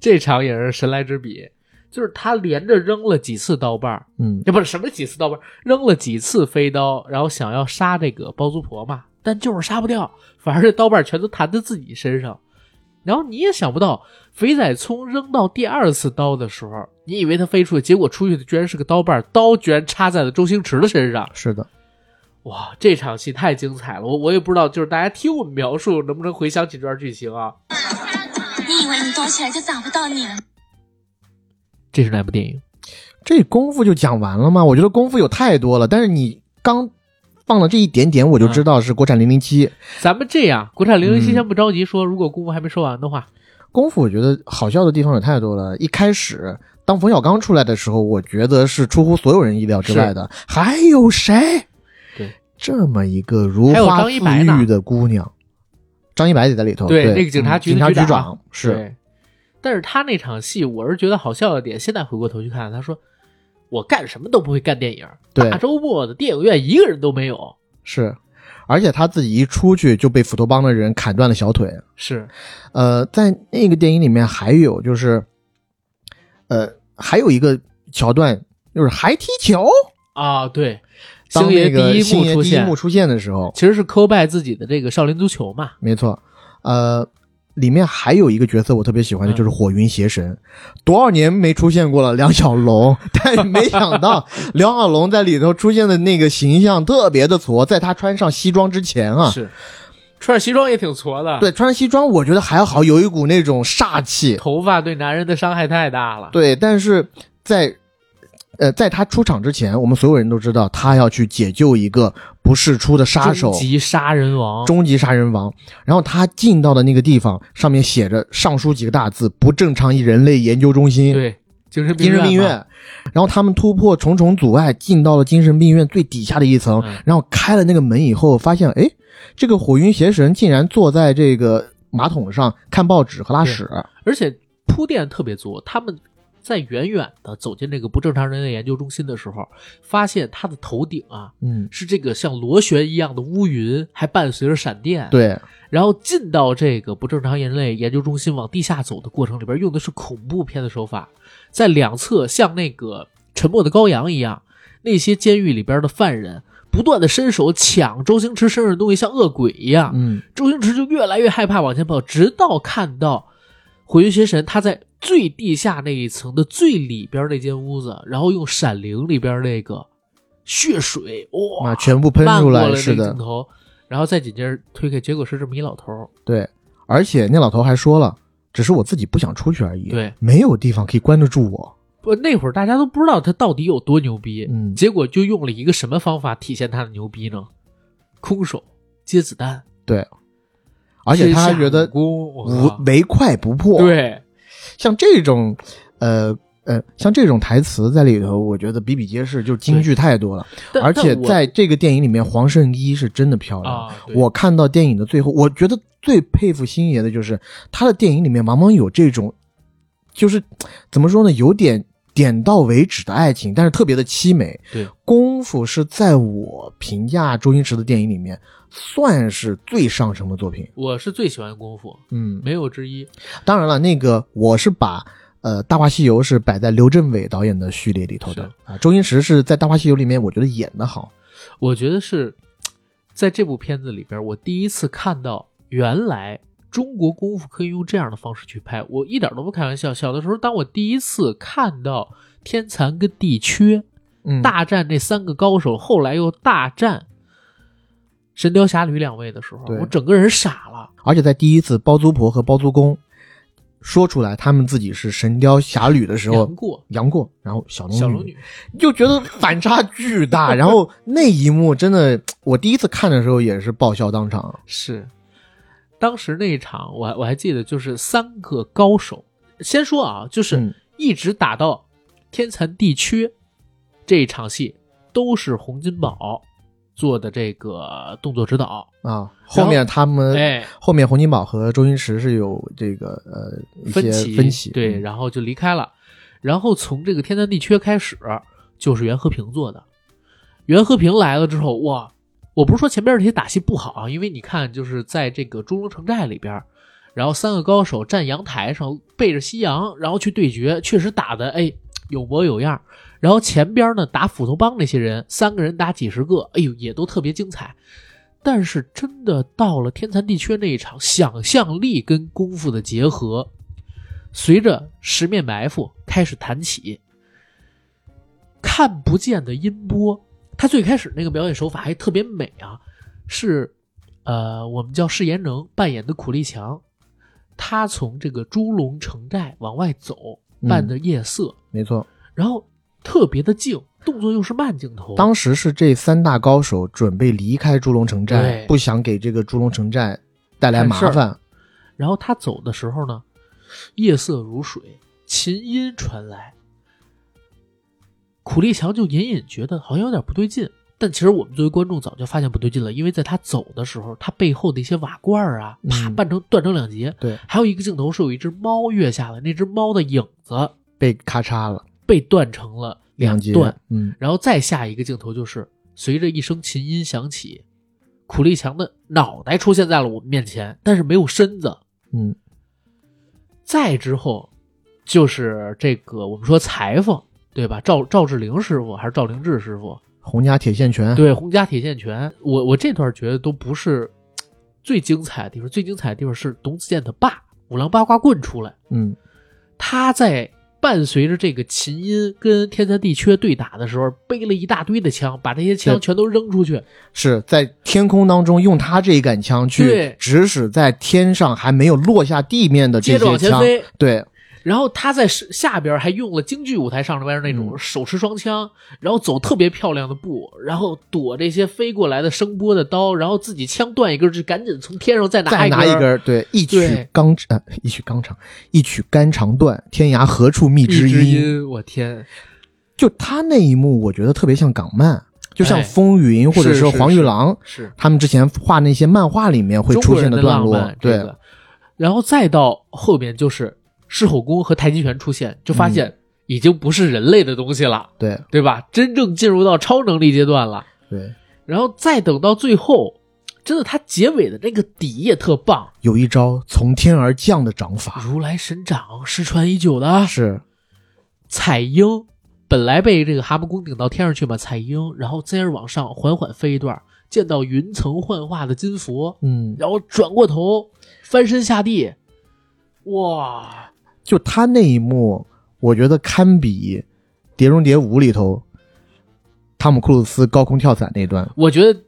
这场也是神来之笔，就是他连着扔了几次刀把儿，
嗯，
也不是什么几次刀把儿，扔了几次飞刀，然后想要杀这个包租婆嘛，但就是杀不掉，反而这刀把儿全都弹在自己身上。然后你也想不到，肥仔聪扔到第二次刀的时候，你以为他飞出去，结果出去的居然是个刀把儿，刀居然插在了周星驰的身上。
是的，
哇，这场戏太精彩了，我我也不知道，就是大家听我们描述能不能回想起这段剧情啊？
你以为你躲起来就找不到你了？
这是哪部电影？
这功夫就讲完了吗？我觉得功夫有太多了，但是你刚放了这一点点，我
啊
就知道是国产零零七
咱们这样，国产零零七
嗯
先不着急说，如果功夫还没说完的话，
功夫，我觉得好笑的地方有太多了。一开始当冯小刚出来的时候，我觉得是出乎所有人意料之外的，还有谁？
对，
这么一个如
还有
花
张一白
似
呢
玉的姑娘，张一白也在里头，
对
对，
那个警察
嗯
局的
警察
局
局
长
长是。
对。但是他那场戏，我是觉得好笑的点，现在回过头去看，他说我干什么都不会干电影，
对
大周末的电影院一个人都没有，
是，而且他自己一出去就被斧头帮的人砍断了小腿。
是
呃，在那个电影里面还有就是，呃，还有一个桥段就是还踢球，
啊，对，
哦当
星
那
爷
个
第一
星
幕
爷
出
第一
现
幕，出现的时候，
其实是 c o b a 自己的这个少林足球嘛，
没错，呃。里面还有一个角色我特别喜欢的就是火云邪神，多少年没出现过了梁小龙，但没想到梁小龙在里头出现的那个形象特别的挫，在他穿上西装之前啊，
是啊穿着西装也挺矬的，，
对，穿上西装我觉得还好，有一股那种煞气。
头发对男人的伤害太大了，
对，但是在呃，在他出场之前，我们所有人都知道他要去解救一个不世出的杀手，
终极杀人王，
终极杀人王。然后他进到的那个地方，上面写着上书几个大字：不正常人类研究中心。
对精神
精神病
嘛
院，然后他们突破重重阻碍，进到了精神病院最底下的一层，
嗯
然后开了那个门以后，发现哎，这个火云邪神竟然坐在这个马桶上看报纸和拉屎，
而且铺垫特别足。他们在远远的走进这个不正常人类研究中心的时候，发现他的头顶啊
嗯，
是这个像螺旋一样的乌云，还伴随着闪电。，
对，
然后进到这个不正常人类研究中心往地下走的过程里边，用的是恐怖片的手法，在两侧像那个沉默的羔羊一样，那些监狱里边的犯人。不断的伸手抢周星驰身上的东西，像恶鬼一样。
嗯，
周星驰就越来越害怕往前跑，直到看到火云邪神他在最地下那一层的最里边那间屋子，然后用《闪灵》里边那个血水哇
啊，全部喷
漫
出
过了
来，
那
是
个
的
镜，头，然后再紧接着推开，结果是这么一老头儿，
对，而且那老头还说了，只是我自己不想出去而已，
对，
没有地方可以关得住我，
不，那会儿大家都不知道他到底有多牛逼，
嗯
结果就用了一个什么方法体现他的牛逼呢？空手接子弹，
对，而且他还觉得
天下武功
无
我靠
唯快不破，。
啊对，
像这种，呃呃，像这种台词在里头，我觉得比比皆是，就是京剧太多了。
但
而且
但我
在这个电影里面，黄圣依是真的漂亮。
啊对
我看到电影的最后，我觉得最佩服星爷的就是他的电影里面往往有这种，就是怎么说呢，有点点到为止的爱情，但是特别的凄美。
对，
功夫是在我评价周星驰的电影里面算是最上乘的作品。
我是最喜欢功夫，
嗯，
没有之一。
当然了，那个我是把呃《大话西游》是摆在刘镇伟导演的序列里头的
是
啊。周星驰是在《大话西游》里面，我觉得演的好，
我觉得是在这部片子里边，我第一次看到原来中国功夫可以用这样的方式去拍。我一点都不开玩笑。小的时候，当我第一次看到天蚕跟地缺
嗯，
大战这三个高手，后来又大战神雕侠侣两位的时候，
对
我整个人傻了。
而且在第一次包租婆和包租公说出来他们自己是《神雕侠侣》的时候
杨，过、
杨过，然后小龙
小龙女，
嗯就觉得反差巨大。然后那一幕真的，我第一次看的时候也是爆笑当场。
是，当时那一场我还我还记得，就是三个高手。先说啊，就是
嗯
一直打到天蚕地缺这一场戏，都是洪金宝做的这个动作指导。
啊，
然后
后面他们，
哎
后面洪金宝和周星驰是有这个呃一些
分
分
歧对，
嗯
然后就离开了。然后从这个天蚕地缺开始，就是袁和平做的。袁和平来了之后，哇，我不是说前边这些打戏不好啊，因为你看，就是在这个中龙城寨里边，然后三个高手站阳台上背着夕阳，然后去对决，确实打的哎有模有样。然后前边呢打斧头帮那些人，三个人打几十个，哎呦也都特别精彩。但是真的到了天残地缺那一场，想象力跟功夫的结合，随着十面埋伏开始弹起，看不见的音波。他最开始那个表演手法还特别美啊，是呃，我们叫释延能扮演的苦力强，他从这个猪笼城寨往外走，
嗯
伴着夜色，
没错，
然后特别的静，动作又是慢镜头。
当时是这三大高手准备离开猪笼城寨，
对
不想给这个猪笼城寨带来麻
看事
烦。
然后他走的时候呢，夜色如水，琴音传来，苦力强就隐隐觉得好像有点不对劲。但其实我们作为观众早就发现不对劲了，因为在他走的时候，他背后的一些瓦罐儿啊，啪
嗯
绊成断成两截。
对，
还有一个镜头是有一只猫跃下来，那只猫的影子
被咔嚓了
被断成了
两
两
截
段。，
嗯，
然后再下一个镜头就是随着一声琴音响起，苦力强的脑袋出现在了我们面前，但是没有身子。
嗯，
再之后就是这个我们说裁缝对吧？赵赵志凌师傅还是赵灵志师傅？
洪家铁线拳，
对，洪家铁线拳。我我这段觉得都不是嘖最精彩的地方，最精彩的地方是董子健他爸五郎八卦棍出来。
嗯，
他在伴随着这个琴音跟天蚕地缺对打的时候，背了一大堆的枪，把这些枪
对
全都扔出去。
是在天空当中用他这一杆枪去
对
指使在天上还没有落下地面的这
接着
些
往前
枪
飞，
对，
然后他在是下边还用了京剧舞台上边那
嗯
种手持双枪，然后走特别漂亮的步，然后躲这些飞过来的声波的刀，然后自己枪断一根就赶紧从天上再拿
再拿
一
一根儿，对，一曲
对
钢呃，一曲钢肠，一曲肝肠断，天涯何处觅知
一
音。
只音，我天，
就他那一幕，我觉得特别像港漫，就像
哎
风云或者
是是
黄玉郎，
是
他们之前画那些漫画里面会
中
出
国
现
人的
段落。
浪漫
对、
这个然后再到后面就是狮吼功和太极拳出现，就发
嗯
现已经不是人类的东西了，
对
对吧？真正进入到超能力阶段了。
对，
然后再等到最后，真的，它结尾的那个底也特棒，
有一招从天而降的掌法，
如来神掌失传已久的
是
彩鹰，本来被这个蛤蟆功顶到天上去嘛，彩鹰，然后再而往上缓缓飞一段，见到云层幻化的金佛，
嗯，
然后转过头翻身下地，哇，
就他那一幕，我觉得堪比《碟中谍五》里头汤姆·克鲁斯高空跳伞那段
我觉得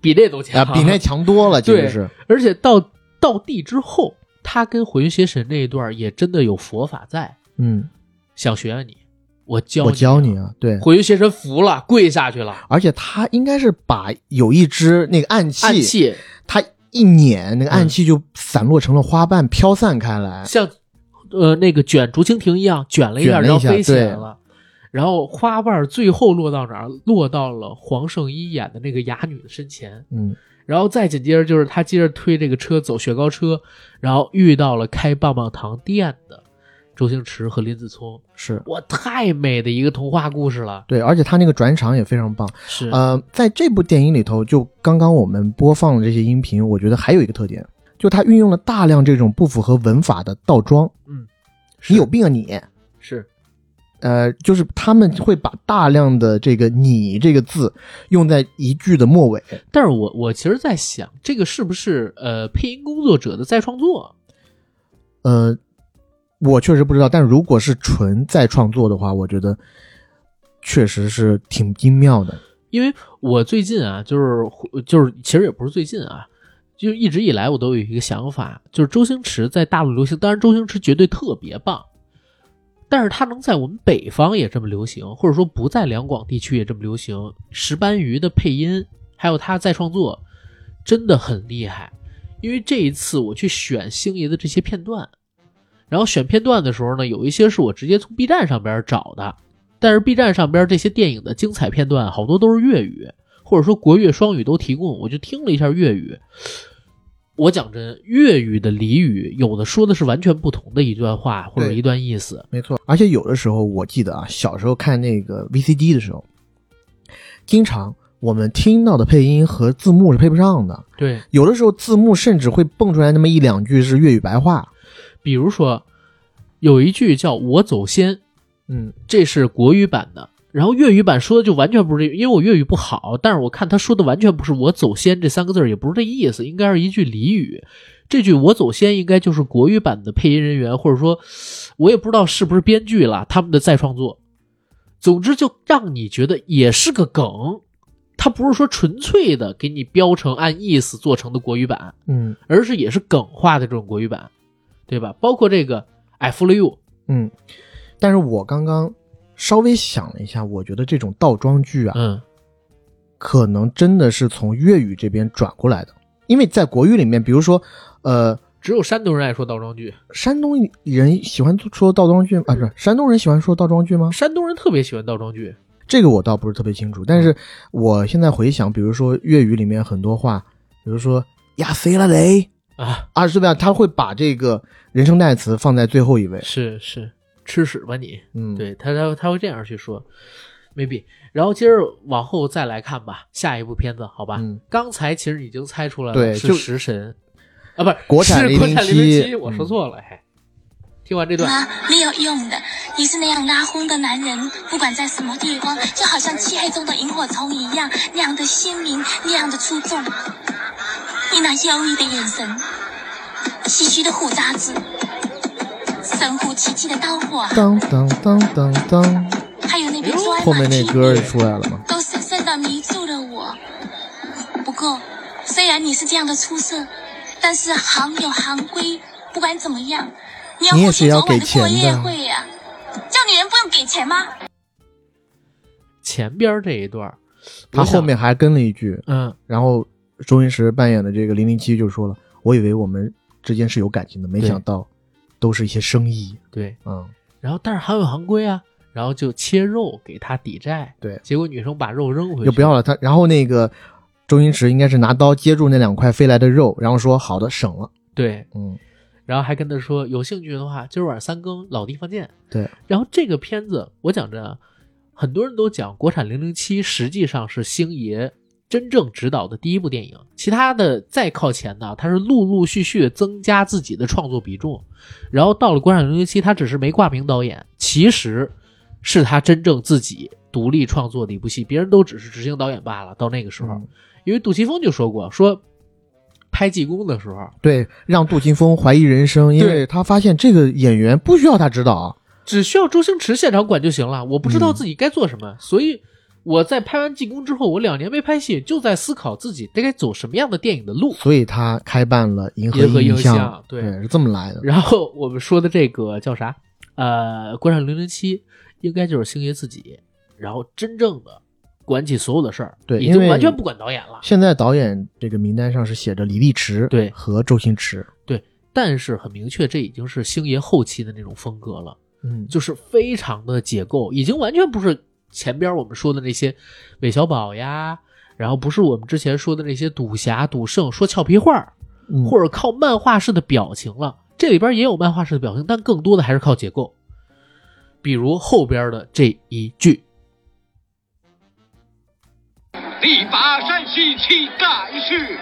比那都强，
啊，比那强多 了，其
对
实是
而且到到地之后，他跟混血神那一段也真的有佛法在，
嗯，
想学学你，我教
我教
你啊
你啊，对。
混元邪神服了，跪下去了，
而且他应该是把有一只那个暗器，
暗器嗯
他一捻，那个暗器就散落成了花瓣，飘散开来。
像呃那个卷竹蜻蜓一样卷了一下，
卷了一
然后
下
飞起
对
来了。然后花瓣最后落到哪儿？落到了黄圣依演的那个哑女的身前。
嗯，
然后再紧接着就是他接着推这个车走雪糕车，然后遇到了开棒棒糖店的周星驰和林子聪。
是
哇，太美的一个童话故事了！
对，而且他那个转场也非常棒。
是
呃，在这部电影里头，就刚刚我们播放的这些音频，我觉得还有一个特点，就他运用了大量这种不符合文法的倒装。
嗯，
你有病啊你！
是
呃，就是他们会把大量的这个“你”这个字用在一句的末尾。
但是我我其实在想，这个是不是呃配音工作者的再创作？
呃，我确实不知道，但如果是纯再创作的话，我觉得确实是挺精妙的。
因为我最近啊，就是就是其实也不是最近啊，就一直以来我都有一个想法，就是周星驰在大陆流行，当然周星驰绝对特别棒，但是他能在我们北方也这么流行，或者说不在两广地区也这么流行，石斑鱼的配音还有他再创作真的很厉害。因为这一次我去选星爷的这些片段，然后选片段的时候呢，有一些是我直接从 B 站上边找的，但是 B 站上边这些电影的精彩片段好多都是粤语，或者说国粤双语都提供。我就听了一下粤语，我讲真，粤语的俚语有的说的是完全不同的一段话或者
对
一段意思。
没错，而且有的时候我记得啊，小时候看那个 VCD 的时候，经常我们听到的配音和字幕是配不上的，
对，
有的时候字幕甚至会蹦出来那么一两句是粤语白话。
比如说有一句叫“我走先”，
嗯，
这是国语版的。然后粤语版说的就完全不是这，因为我粤语不好，但是我看他说的完全不是“我走先”这三个字儿，也不是这意思，应该是一句俚语。这句“我走先”应该就是国语版的配音人员，或者说，我也不知道是不是编剧啦，他们的再创作。总之，就让你觉得也是个梗，它不是说纯粹的给你标成按意思做成的国语版，
嗯
而是也是梗化的这种国语版，对吧？包括这个 “I f o l l you”，
嗯，但是我刚刚稍微想了一下，我觉得这种倒装句啊，
嗯，
可能真的是从粤语这边转过来的，因为在国语里面，比如说，呃，
只有山东人爱说倒装句，
山东人喜欢说倒装句啊，不是山东人喜欢说倒装句吗？
山东人特别喜欢倒装句。
这个我倒不是特别清楚，但是我现在回想，比如说粤语里面很多话，比如说“呀谁了嘞
啊，”
啊，是吧？他会把这个人称代词放在最后一位。
是是，吃屎吧你！
嗯，，
对他他他会这样去说，maybe。然后接着往后再来看吧，下一部片子好吧？
嗯
刚才其实已经猜出来了，
对
是
就
食神啊，不是
国产
是
007
国产零七，
嗯
我说错了，嘿。听完这段，
妈，没啊有用的。你是那样拉轰的男人，不管在什么地方，就好像漆黑中的萤火虫一样，那样的鲜明，那样的出众。你那忧郁的眼神，唏嘘的胡渣子，神乎其技的刀火，
当当当当当，
还有那匹专
后
马
面那
蹄
歌就出来了嘛。
都深深的迷住了我。不过，虽然你是这样的出色，但是行有行规，不管怎么样，你要
你也
付
是
出
要
昨晚
给
的过
钱
夜
的
费呀、叫女人不用给钱吗？
前边儿这一段儿，
他
我想
后面还跟了一句，
嗯，
然后周星驰扮演的这个零零七就说了：“我以为我们之间是有感情的，没
对
想到都是一些生意。
对，”
嗯，
然后但是韩有行规啊，然后就切肉给他抵债，
对
结果女生把肉扔回去，
就不要了他。然后那个周星驰应该是拿刀接住那两块飞来的肉，然后说：“好的，省了。
对”，
嗯，
然后还跟他说有兴趣的话，今儿晚上三更老地方见。
对，
然后这个片子，我讲真啊，很多人都讲国产《零零七》实际上是星爷真正执导的第一部电影，其他的再靠前的，他是陆陆续续增加自己的创作比重，然后到了国产《零零七》，他只是没挂名导演，其实是他真正自己独立创作的一部戏，别人都只是执行导演罢了。到那个时候，
嗯
因为杜琪峰就说过，说拍《济公》的时候。
对，让杜琪峰怀疑人生，因为他发现这个演员不需要他指导。啊
只需要周星驰现场管就行了。我不知
嗯
道自己该做什么，所以我在拍完《济公》之后，我两年没拍戏，就在思考自己该走什么样的电影的路。
所以他开办了银河
银河映像
像，
对
是这么来的。
然后我们说的这个叫啥？呃，《国产零零七》应该就是星爷自己，然后真正的管起所有的事儿，
对
已
因
经
为
完全不管导演了。
现在导演这个名单上是写着李立池
对
和周星驰，
但是很明确，这已经是星爷后期的那种风格了。
嗯，
就是非常的解构，已经完全不是前边我们说的那些韦小宝呀，然后不是我们之前说的那些赌侠、赌圣说俏皮话儿，
嗯
或者靠漫画式的表情了。这里边也有漫画式的表情，但更多的还是靠解构，比如后边的这一句。
力拔山兮气盖世，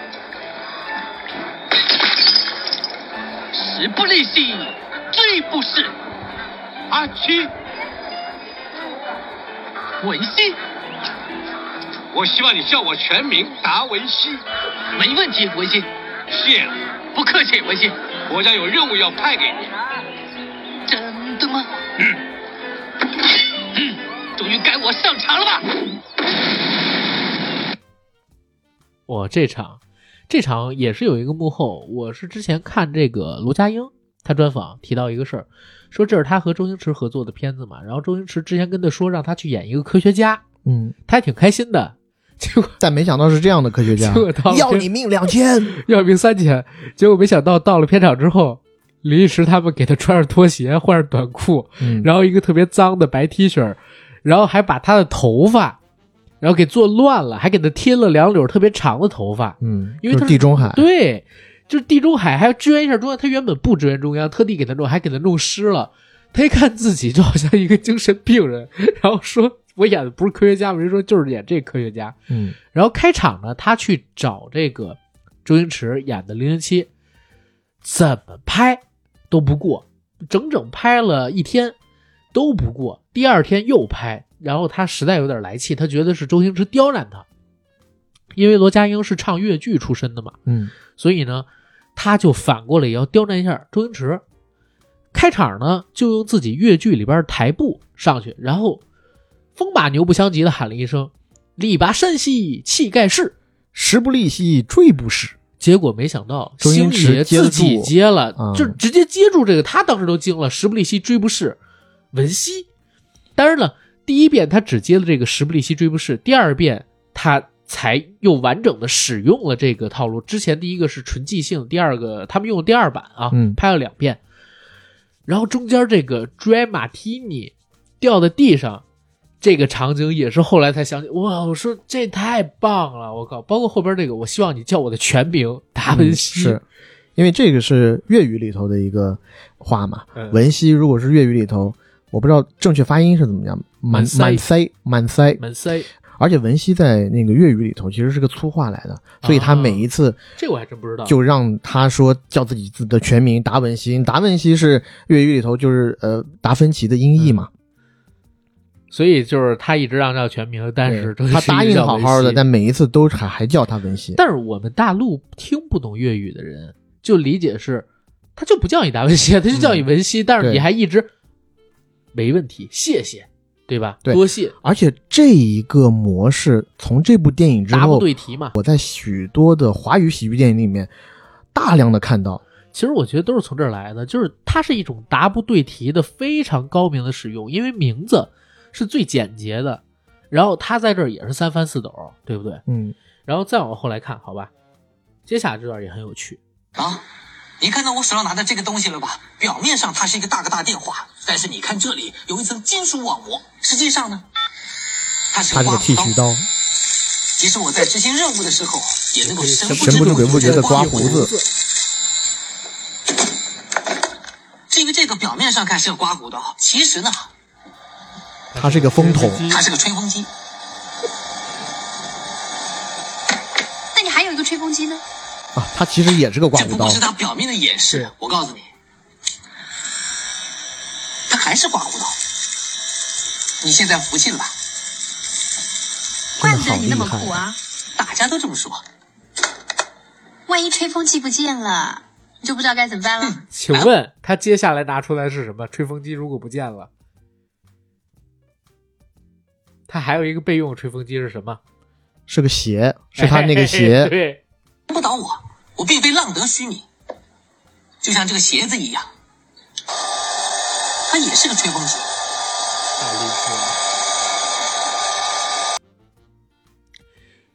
时不利兮，骓不逝。阿七，文熙，我希望你叫我全名达文西。没问题，文熙。谢了，不客气，文熙。国家有任务要派给你。真的吗？嗯。嗯，终于该我上场了吧？
我这场，这场也是有一个幕后，我是之前看这个罗家英他专访提到一个事儿，说这是他和周星驰合作的片子嘛，然后周星驰之前跟他说让他去演一个科学家，
嗯，
他还挺开心的，结果
但没想到是这样的科学家
结果到，了
要你命两千，
要命三千，结果没想到到了片场之后，李立池他们给他穿上拖鞋，换上短裤，
嗯
然后一个特别脏的白 T 恤，然后还把他的头发，然后给做乱了，还给他贴了两绺特别长的头发，
嗯，
因为
就
他
是地
是
中海，
对，就是地中海还要支援一下中央，他原本不支援中央，特地给他弄，还给他弄湿了。他一看自己就好像一个精神病人，然后说：“我演的不是科学家，我人说就是演这科学家。
嗯，”
然后开场呢，他去找这个周星驰演的《零零七》，怎么拍都不过，整整拍了一天都不过。第二天又拍，然后他实在有点来气，他觉得是周星驰刁难他，因为罗家英是唱越剧出身的嘛，
嗯，
所以呢，他就反过来也要刁难一下周星驰。开场呢，就用自己越剧里边的台步上去，然后风马牛不相及的喊了一声“力拔山兮气盖世
时不利兮骓不逝，”，
结果没想到
周星
星
驰
爷
接得
自己
住
接了，
嗯
就直接接住这个，他当时都惊了，“时不利兮骓不逝”，文熙。当然了，第一遍他只接了这个“时不利兮骓不逝”，第二遍他才又完整的使用了这个套路。之前第一个是纯即兴，第二个他们用的第二版啊，
嗯
拍了两遍。然后中间这个 dry martini 掉在地上，这个场景也是后来才想起，哇，我说这太棒了，我靠！包括后边那个，我希望你叫我的全名达文西，
嗯是因为这个是粤语里头的一个话嘛，
嗯
文熙如果是粤语里头，我不知道正确发音是怎么样，满
满
满塞满塞，
门塞，
而且文熙在那个粤语里头其实是个粗话来的，所以他
啊
每一次
这我还真不知道。
就让他说叫自己自己的全名达文西，达文西是粤语里头就是呃达芬奇的音译嘛，
所以就是他一直让叫全名，但是
对他答应好好的，
但
但每一次都还还叫他文西。
但是我们大陆听不懂粤语的人，就理解是，他就不叫你达文西，他就叫你文西，但是你
嗯对
还一直没问题，谢谢，对吧？
对
多谢，
而且这一个模式从这部电影之
答不
后，
对题嘛。
我在许多的华语喜剧电影里面大量的看到，
其实我觉得都是从这儿来的，就是它是一种答不对题的非常高明的使用，因为名字是最简洁的，然后它在这儿也是三翻四抖，对不对？
嗯，
然后再往后来看，好吧，接下来这段也很有趣，
啊，你看到我手上拿的这个东西了吧？表面上它是一个大哥大电话，但是你看这里有一层金属网膜，实际上呢，它是
他
个
这个
刮胡
剃
刀
须。刀，
即使我在执行任务的时候，也能够神
神不知鬼不觉
地
的刮
胡
胡子，
是因为这个表面上看是个刮胡刀，其实呢，
他是个风筒，
它是个吹风机。
那你还有一个吹风机呢？
啊，他其实也是个刮
这
胡
不
刀
过，是它表面的掩饰
是。
我告诉你，它还是刮胡刀。你现在服气了吧？
真的
怪不得
好
你
厉
那么
害
苦
啊！
啊！
大家都这么说。
万一吹风机不见了，你就不知道该怎么办了。
请问他接下来拿出来是什么？吹风机如果不见了，他还有一个备用吹风机是什么？
是个鞋，是 他那个鞋，
对，
不倒我，我并非浪得虚名，就像这个鞋子一样，它也是个吹风机。
太厉害了。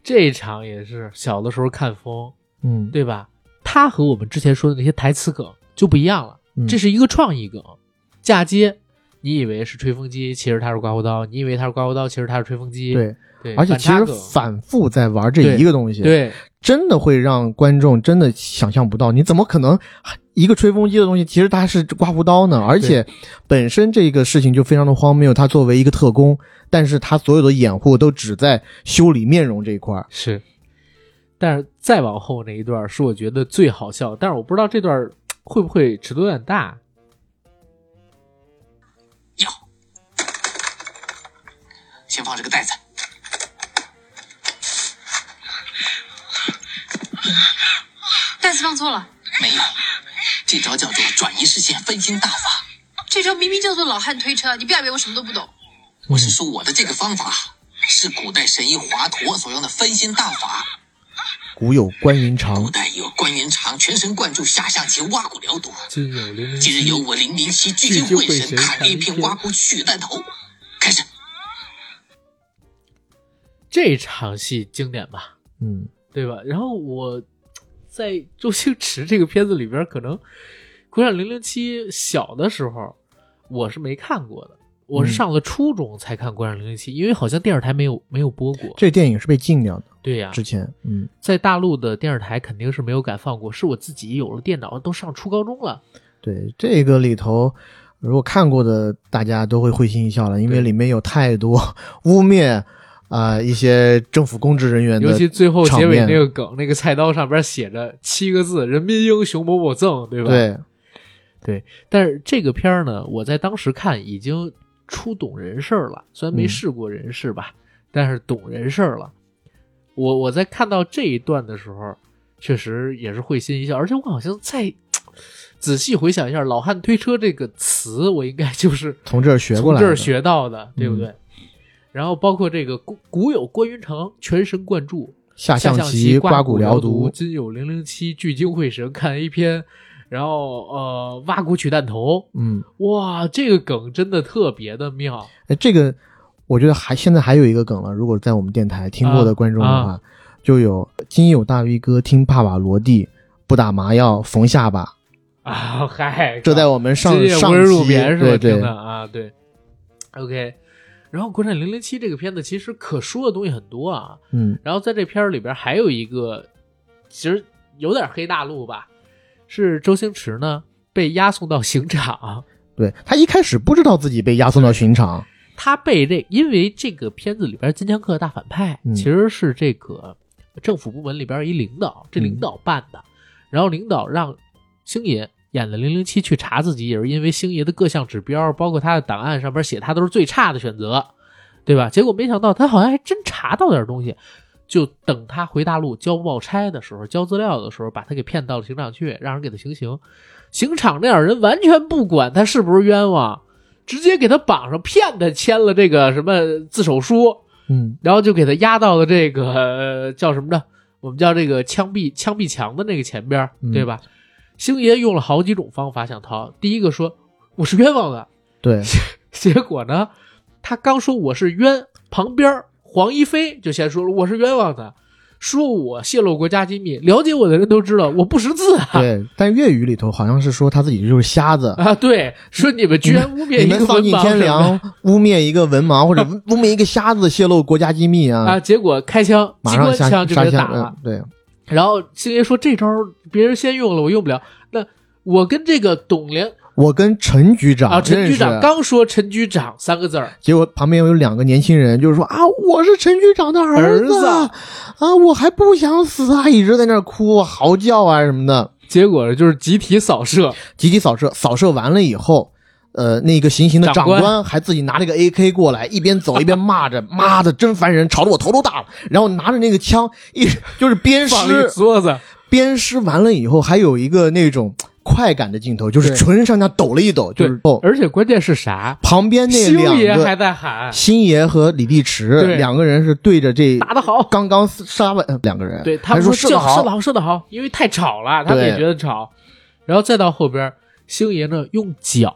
这场也是小的时候看风，
嗯，
对吧？他和我们之前说的那些台词梗就不一样了，
嗯
这是一个创意梗。嫁接，你以为是吹风机，其实它是刮胡刀；你以为它是刮胡刀，其实它是吹风机。
对，
对，
而且其
反
实
差梗
反复在玩这一个东西，，
对
真的会让观众真的想象不到，你怎么可能一个吹风机的东西，其实它是刮胡刀呢？而且本身这个事情就非常的荒谬，他作为一个特工，但是他所有的掩护都只在修理面容这一块儿，
是。但是再往后那一段是我觉得最好笑，但是我不知道这段会不会尺度有点大。
要，先放这个袋子。
袋子放错了，
没有，这招叫做转移视线分心大法。
这招明明叫做老汉推车，你不要以为我什么都不懂。
我是说我的这个方法是古代神医华佗所用的分心大法。
古有关云长
古，代有关云长全神贯注下象棋挖骨疗毒，
今有零零
今日
七
由，我零零七聚精会神砍一片刮骨取弹头。开始，
这场戏经典吧？
嗯，
对吧？然后我在周星驰这个片子里边，可能《国产零零七》小的时候我是没看过的，我是
嗯
上了初中才看《国产零零七》，因为好像电视台没有没有播过。
这电影是被禁掉的，
对呀、
之前，嗯，
在大陆的电视台肯定是没有敢放过，是我自己有了电脑，都上初高中了。
对，这个里头。如果看过的，大家都会会心一笑了，因为
对
里面有太多 污蔑啊、一些政府公职人员的，
尤其最后结尾
场面
那个梗，那个菜刀上边写着七个字“人民英雄某某赠”，对吧？
对，
对，但是这个片儿呢，我在当时看已经初懂人事儿了，虽然没
嗯
试过人事吧，但是懂人事儿了。我我在看到这一段的时候，确实也是会心一笑，而且我好像在仔细回想一下“老汉推车”这个词，我应该就是
从这儿学过
从
来
这
的，
儿学到的，对不对？
嗯
然后包括这个古古有关云长全神贯注，
下
下
象
象
棋、刮
刮
骨疗
疗
毒，
今有零零七聚精会神看 A 片，然后呃挖骨取弹头，
嗯，
哇，这个梗真的特别的妙，
哎，这个我觉得还现在还有一个梗了，如果在我们电台听过的观众的话，
啊
就有今有大 V 哥听爸爸罗蒂不打麻药缝下巴，
啊，嗨，
这在我们上
这也
上
无人入
期
眠是吧？
对对
听的啊，对，OK。然后《国产零零七》这个片子其实可说的东西很多啊，
嗯，
然后在这片儿里边还有一个，其实有点黑大陆吧，是周星驰呢被押送到刑场，
对他一开始不知道自己被押送到刑场，
他被这因为这个片子里边金枪客大反派、
嗯
其实是这个政府部门里边一领导，这
嗯
领导办的，然后领导让星爷。演的零零七去查自己，也是因为星爷的各项指标，包括他的档案上边写他都是最差的选择，对吧？结果没想到他好像还真查到点东西，就等他回大陆交报差的时候，交资料的时候，把他给骗到了刑场去，让人给他行刑。刑场那点人完全不管他是不是冤枉，直接给他绑上，骗他签了这个什么自首书，
嗯，
然后就给他押到了这个、呃叫什么呢？我们叫这个枪毙枪毙墙的那个前边儿，
嗯
对吧？星爷用了好几种方法想逃，第一个说我是冤枉的，
对，
结果呢，他刚说我是冤，旁边儿黄一飞就先说了我是冤枉的，说我泄露国家机密，了解我的人都知道我不识字啊。
对，但粤语里头好像是说他自己就是瞎子，
啊，对，说你们居然污蔑
你
一个
们丧
文
尽
盲
天
什么
良，污蔑一个文盲或者污蔑一个瞎子泄露国家机密
的
啊！
啊！结果开枪，
马
机
上
关
下
枪就
杀
被
下
打了。
嗯对，
然后星爷说这招别人先用了，我用不了。那我跟这个董连
我跟陈局长
啊，陈
认
局
识
长刚说陈局长三个字儿，
结果旁边有两个年轻人，就是说啊，我是陈局长的儿
儿子
啊，我还不想死啊，一直在那儿哭啊嚎叫啊什么的，
结果就是集体扫射，
集体扫射，扫射完了以后。呃，那个行刑的
长
长
官
官还自己拿了个 AK 过来，一边走一边骂 着：“妈的，真烦人，吵得我头都大了。”然后拿着那个枪，一就是鞭
放了一
尸，
桌子，
鞭尸完了以后，还有一个那种快感的镜头，就是
对
唇上下抖了一抖，就
对
是哦，
而且关键是啥？
旁边那
星
两
爷
个
还在喊
星爷和李立池
对
两个人是对着这
打得好，
刚刚杀完呃两个人，
对
还
他们
说
射
射得
好射
好
得，好射得好，因为太吵了，他们也
对
觉得吵。然后再到后边，星爷呢用脚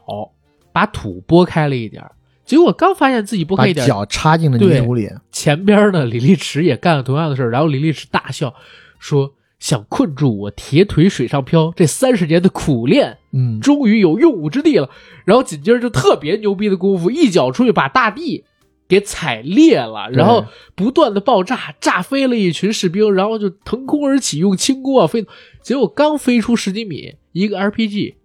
把土拨开了一点儿，结果刚发现自己拨
把
开一点儿，
脚插进了泥土里，
前边呢，李立池也干了同样的事儿，然后李立池大笑说：“想困住我铁腿水上漂，这三十年的苦练，
嗯，
终于有用武之地了。”然后紧接着就特别牛逼的功夫，一脚出去把大地给踩裂了，
对
然后不断的爆炸，炸飞了一群士兵，然后就腾空而起，用轻功啊飞，结果刚飞出十几米，一个 RPG，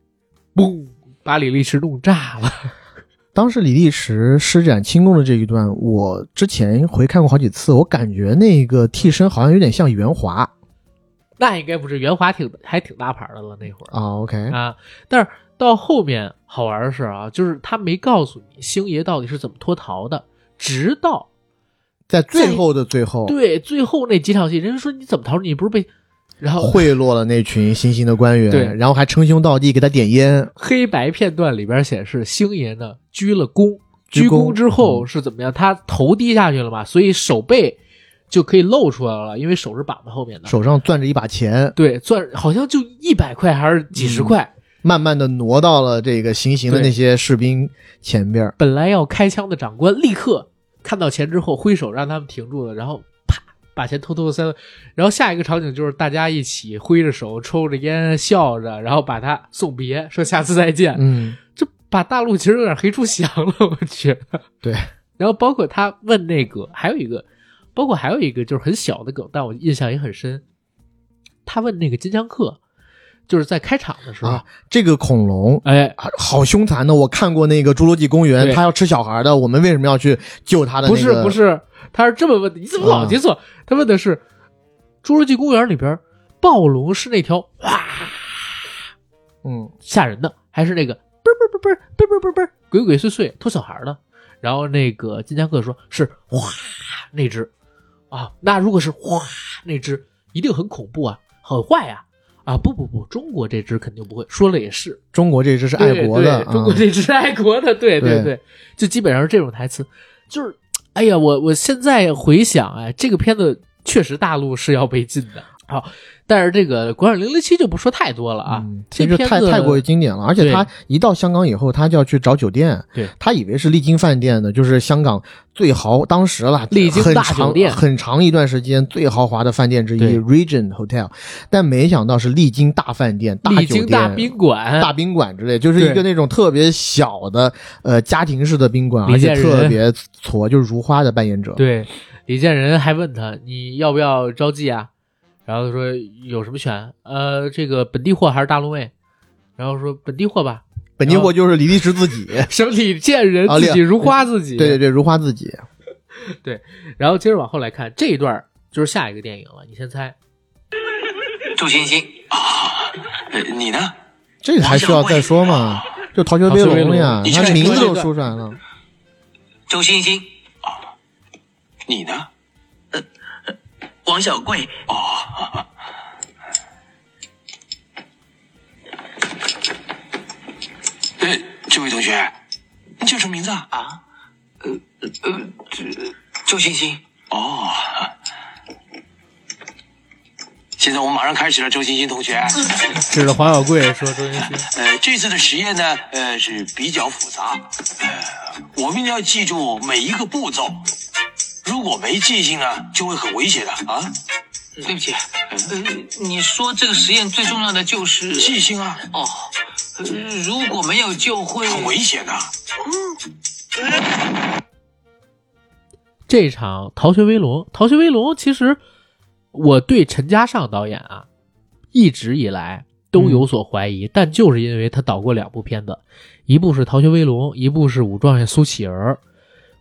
嘣，把李立池弄炸了。
当时李立池施展轻功的这一段，我之前回看过好几次，我感觉那个替身好像有点像袁华
那应该不是，袁华挺还挺大牌的了那会儿。
啊，OK，
啊。但是到后面好玩的是啊，就是他没告诉你星爷到底是怎么脱逃的，直到
在最后的最后，
对最后那几场戏，人家说你怎么逃？你不是被然后
贿赂了那群新兴的官员，
对
然后还称兄道弟给他点烟，
黑白片段里边显示星爷呢鞠了躬，
鞠
鞠
躬嗯
躬之后是怎么样？他头低下去了嘛，所以手背就可以露出来了，因为手是绑在后面的。
手上攥着一把钱，
对，攥好像就一百块还是几十块，
嗯慢慢的挪到了这个行刑的那些士兵前边儿。
本来要开枪的长官立刻看到钱之后挥手让他们停住了，然后啪把钱偷偷的塞了。然后下一个场景就是大家一起挥着手、抽着烟、笑着，然后把他送别，说下次再见。
嗯，
这把大陆其实有点黑出翔了，我觉得。
对。
然后包括他问那个，还有一个，包括还有一个就是很小的梗，但我印象也很深。他问那个金枪客，就是在开场的时候，
啊，这个恐龙
嗯哎，
啊，好凶残的！我看过那个《侏罗纪公园
对》，
它要吃小孩的，我们为什么要去救它的、那
不
个？啊
是不，是，他是这么问的，你怎么老记错？他问的是《侏罗纪公园》里边暴龙是那条哇
嗯，
吓人的，还是那个嘣嘣嘣嘣嘣嘣嘣嘣鬼鬼祟祟偷小孩的？然后那个金枪客说是哗那只啊，那如果是哗那只，一定很恐怖啊，很坏呀、啊！啊，不不不，中国这只肯定不会。说了也是，
中国这只是爱国的
对，对中国
啊
这只是爱国的，对
对
对对，就基本上是这种台词，就是，哎呀，我我现在回想，哎，这个片子确实大陆是要被禁的，好，但是这个《国产零零七》就不说太多了啊，
嗯
这
其实
片
太
子
太过于经典了，而且
对
他一到香港以后，他就要去找酒店，
对
他以为是丽晶饭店呢，就是香港最豪，当时啦，
丽晶
很
大
长
酒店
很长一段时间最豪华的饭店之一
对
Regent Hotel，但没想到是丽晶大饭店、大
丽
酒
晶
店、
大宾馆，
大宾馆之类，就是一个
对
那种特别小的呃家庭式的宾馆，而
李
且
建仁
特别矬，就是如花的扮演者。
对，李建仁还问他你要不要招妓啊？然后他说有什么选？呃，这个本地货还是大陆妹？然后说本地货吧，
本地货就是李立池自己，
什么李建仁
啊
自
另
己如花自己，
对对对，如花自己。
然后接着往后来看，这一段儿就是下一个电影了，你先猜。
祝欣欣
啊
呃你呢？
这个还需要再说吗？就《逃学威龙》了呀
逃学威龙，
你去
他
看
名字都说出来了。
周欣欣，啊
你呢？
呃王小贵，
哦
呃，这位同学，你叫什么名字啊？啊，呃呃，这
哦周欣欣，
哦，
现在我们马上开始了，周星星同学。
嗯
指着黄小贵说：“周星星，
呃，这次的实验呢，呃，是比较复杂，呃，我们要记住每一个步骤，
嗯
如果没记性啊，就会很危险的啊。对不起，呃，
你说这个实验最重要的就是
记性啊。
哦，呃如果没有就会
很危险的、
嗯
这场《逃学威龙》，《逃学威龙》其实我对陈嘉上导演啊，一直以来
嗯
都有所怀疑，但就是因为他导过两部片子，一部是《逃学威龙》，一部是《武状元苏乞儿》，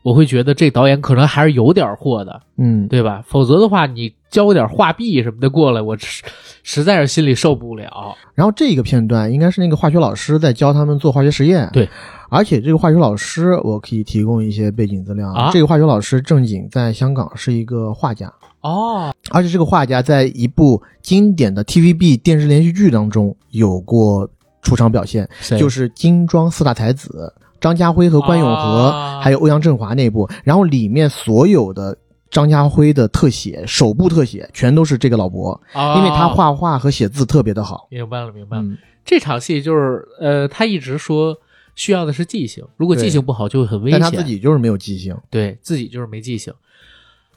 我会觉得这导演可能还是有点货的，
嗯，
对吧？否则的话，你交点画壁什么的过来，我实实在是心里受不了。
然后这个片段应该是那个化学老师在教他们做化学实验。
对，
而且这个化学老师，我可以提供一些背景资料
啊
这个化学老师正经在香港是一个画家，
哦，
而且这个画家在一部经典的 TVB 电视连续剧当中有过出场表现，
谁
就是《金装四大才子》，张家辉和关咏荷、
啊
还有欧阳震华那一部，然后里面所有的。张家辉的特写，首部特写全都是这个老伯，
啊
因为他画画和写字特别的好。
明白了，明白了。
嗯
这场戏就是，呃，他一直说需要的是记性，如果
对
记性不好就会很危
但
险。
他自己就是没有记性。
对自己就是没记性。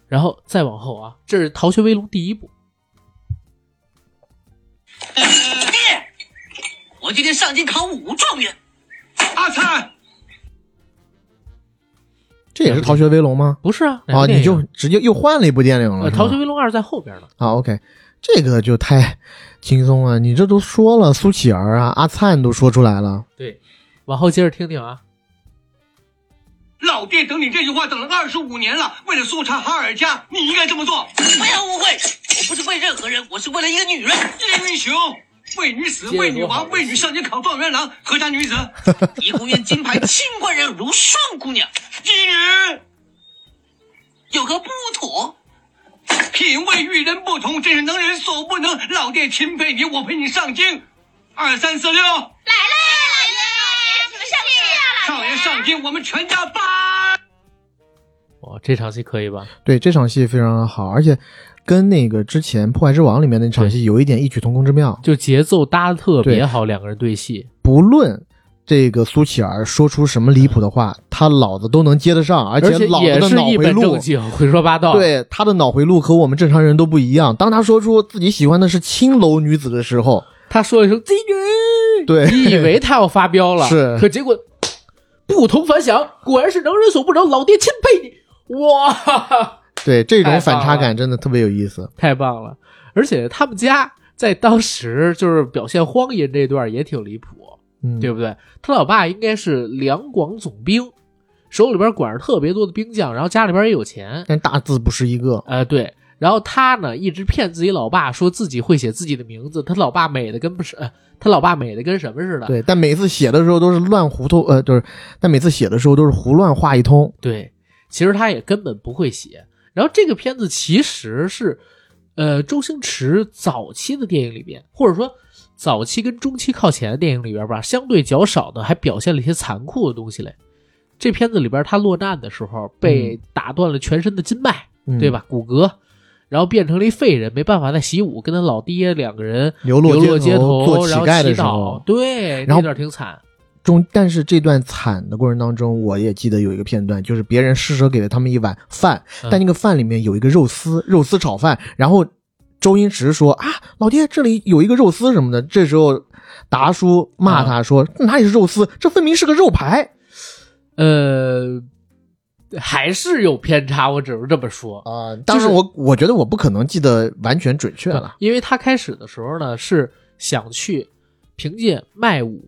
然后再往后啊，这是《逃学威龙》第一部，
呃
我今天上京考武状元。阿灿，
这也是《逃学威龙》吗？
不是啊，哪
啊，
部电
你
影
就直接又换了一部电影
呃
了。是
《逃学
吗
威龙二》在后边呢。
啊，OK，这个就太轻松了。你这都说了苏乞儿啊，阿灿都说出来了。
对，往后接着听听啊。
老爹等你这句话等了二十五年了，为了搜查哈尔家，你应该这么做。
不要误会，我不是为任何人，我是为了一个女人。
叶云雄，为女死，为女亡，为女上京考状元郎，何家女子，
怡红院金牌清官人如霜姑娘，
一人
有何不妥？
品味与人不同，真是能人所不能。老爹钦佩你，我陪你上京。二三四六，
啊
少爷上京，我们全家八。
哇，这场戏可以吧？
对，这场戏非常好，而且跟那个之前《破坏之王》里面那场戏有一点异曲同工之妙。
就节奏搭的特别
对
好，两个人对戏。
不论这个苏乞儿说出什么离谱的话，他老子都能接得上，而
而且
老
也
子的
是
脑
一
回
本
路
正。经，胡说八道。，
对他的脑回路和我们正常人都不一样。当他说出自己喜欢的是青楼女子的时候，
他说一声“这个”，
对
你以为他要发飙了，
是
可结果不同凡响，果然是能人所不能，老爹钦佩你，哇，
对这
太
种反
棒
差
了
感真的特别有意思。
太棒了！而且他们家在当时就是表现荒淫这段也挺离谱，
嗯，
对不对？他老爸应该是两广总兵，手里边管着特别多的兵将，然后家里边也有钱，
但大字不识一个。
呃，对。然后他呢，一直骗自己老爸说自己会写自己的名字，他老爸美的跟不是，呃他老爸美的跟什么似的。
对，但每次写的时候都是乱胡涂，呃，就是，但每次写的时候都是胡乱画一通。
对，其实他也根本不会写。然后这个片子其实是，呃，周星驰早期的电影里边，或者说早期跟中期靠前的电影里边吧，相对较少的还表现了一些残酷的东西嘞。这片子里边，他落难的时候被打断了全身的筋脉，
嗯
对吧？骨骼，然后变成了一废人，没办法再习武，跟他老爹两个人
流落
落
街
街
头做乞
然后
丐的
祈
时候
祷，对，
然后
那段挺惨。
中，但是这段惨的过程当中，我也记得有一个片段，就是别人施舍给了他们一碗饭，但那个饭里面有一个肉丝，肉丝炒饭，然后周星驰说啊，老爹这里有一个肉丝什么的，这时候达叔骂他说、哪里是肉丝，这分明是个肉排
呃，还是有偏差，我只能这么说。
啊、当时我我觉得我不可能记得完全准确了，
因为他开始的时候呢是想去凭借卖武，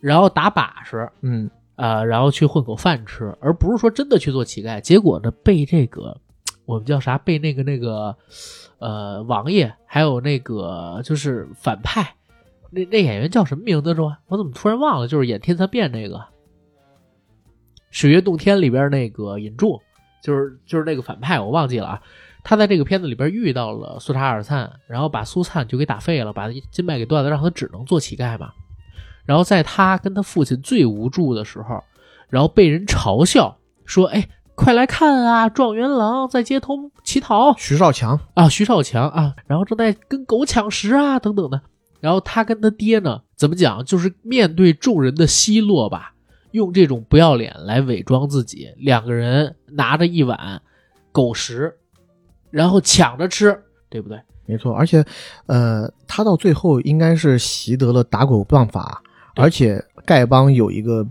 然后打把式，
嗯，
呃，然后去混口饭吃，而不是说真的去做乞丐。结果呢，被这个我们叫啥？被那个那个呃王爷，还有那个就是反派，那那演员叫什么名字是吧？我怎么突然忘了？就是演《天蚕变》那个《水月洞天》里边那个尹柱，就是就是那个反派，我忘记了啊。他在这个片子里边遇到了苏察尔灿，然后把苏灿就给打废了，把筋脉给断了，让他只能做乞丐嘛。然后在他跟他父亲最无助的时候，然后被人嘲笑说：“哎，快来看啊！状元郎在街头乞讨，
徐少强
啊，徐少强啊，然后正在跟狗抢食啊，等等的。然后他跟他爹呢，怎么讲，就是面对众人的奚落吧，用这种不要脸来伪装自己。两个人拿着一碗狗食，然后抢着吃，对不对？
没错，而且，呃，他到最后应该是习得了打狗棒法，而且丐帮有一个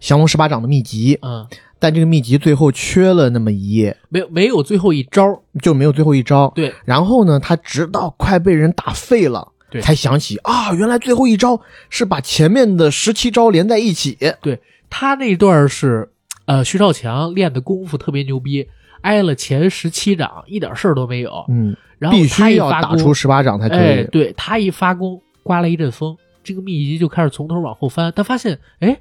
降龙十八掌的秘籍，
嗯，
但这个秘籍最后缺了那么一页，
没有没有最后一招，
就没有最后一招。
对，
然后呢，他直到快被人打废了，
对
才想起啊，原来最后一招是把前面的十七招连在一起。
对他那段是，呃，徐少强练的功夫特别牛逼，挨了前十七掌一点事儿都没有。
嗯，
然后
必
他
须
一
要
发
打
功
出十八掌才可以。
哎，对他一发功，刮来一阵风，这个秘籍就开始从头往后翻。他发现，哎，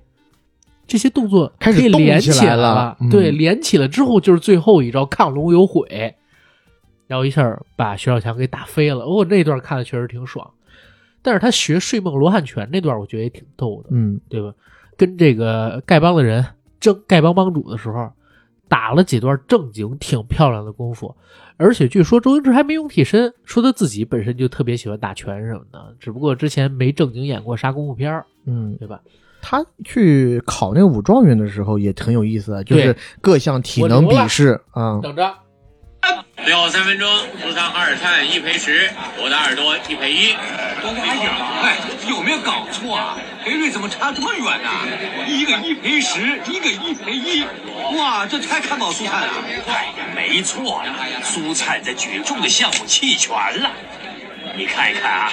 这些动作
开始
可以
动
连
起来
来
了嗯
对，连起来之后就是最后一招亢龙有悔，然后一下把徐少强给打飞了。哦，那段看的确实挺爽，但是他学睡梦罗汉拳那段，我觉得也挺逗的，
嗯，
对吧？跟这个丐帮的人争丐帮帮主的时候，打了几段正经挺漂亮的功夫，而且据说周星驰还没用替身，说他自己本身就特别喜欢打拳什么的，只不过之前没正经演过啥功夫片儿，
嗯，
对吧？
他去考那个武状元的时候也挺有意思啊的，就
对
是各项体
我
能
留
比
了
试啊。
等着，
六三分钟，不上阿尔善一赔十，我的耳朵一赔一。
多花眼儿，哎，有没有搞错啊？赔率怎么差这么远呢、一个一赔十，一个一赔一，哇，这太看不好蔬菜了。
哎呀，没错了，苏灿在举重的项目弃权了。你看一看啊，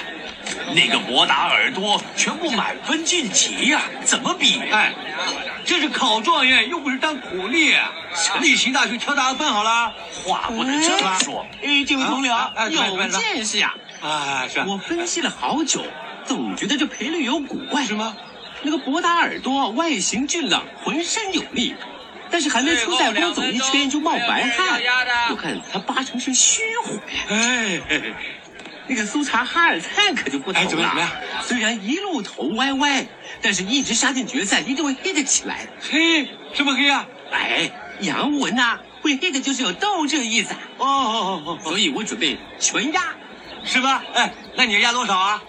那个博达耳朵全部满分晋级呀、怎么比？
哎，这是考状元，又不是当苦力、啊。省里行大学挑大家分好了，话
不能这么说。
哎，这位同僚，
啊哎
有
慢点慢点
见识呀、
啊，是
我分析了好久，总觉得这赔率有古怪，是吗？那个博达耳朵外形俊朗，浑身有力，但是还没出赛坡走一圈就冒白汗，我看他八成是虚火。哎，那个苏察哈尔灿可就不同了，
哎怎么样怎么样
虽然一路头歪歪，但是一直杀进决赛，一定会黑得起来。嘿，这么黑啊？哎，杨文呐、会黑的就是有斗志的意思啊。哦哦哦哦，所以我准备全压。是吧？哎，那你压多少啊？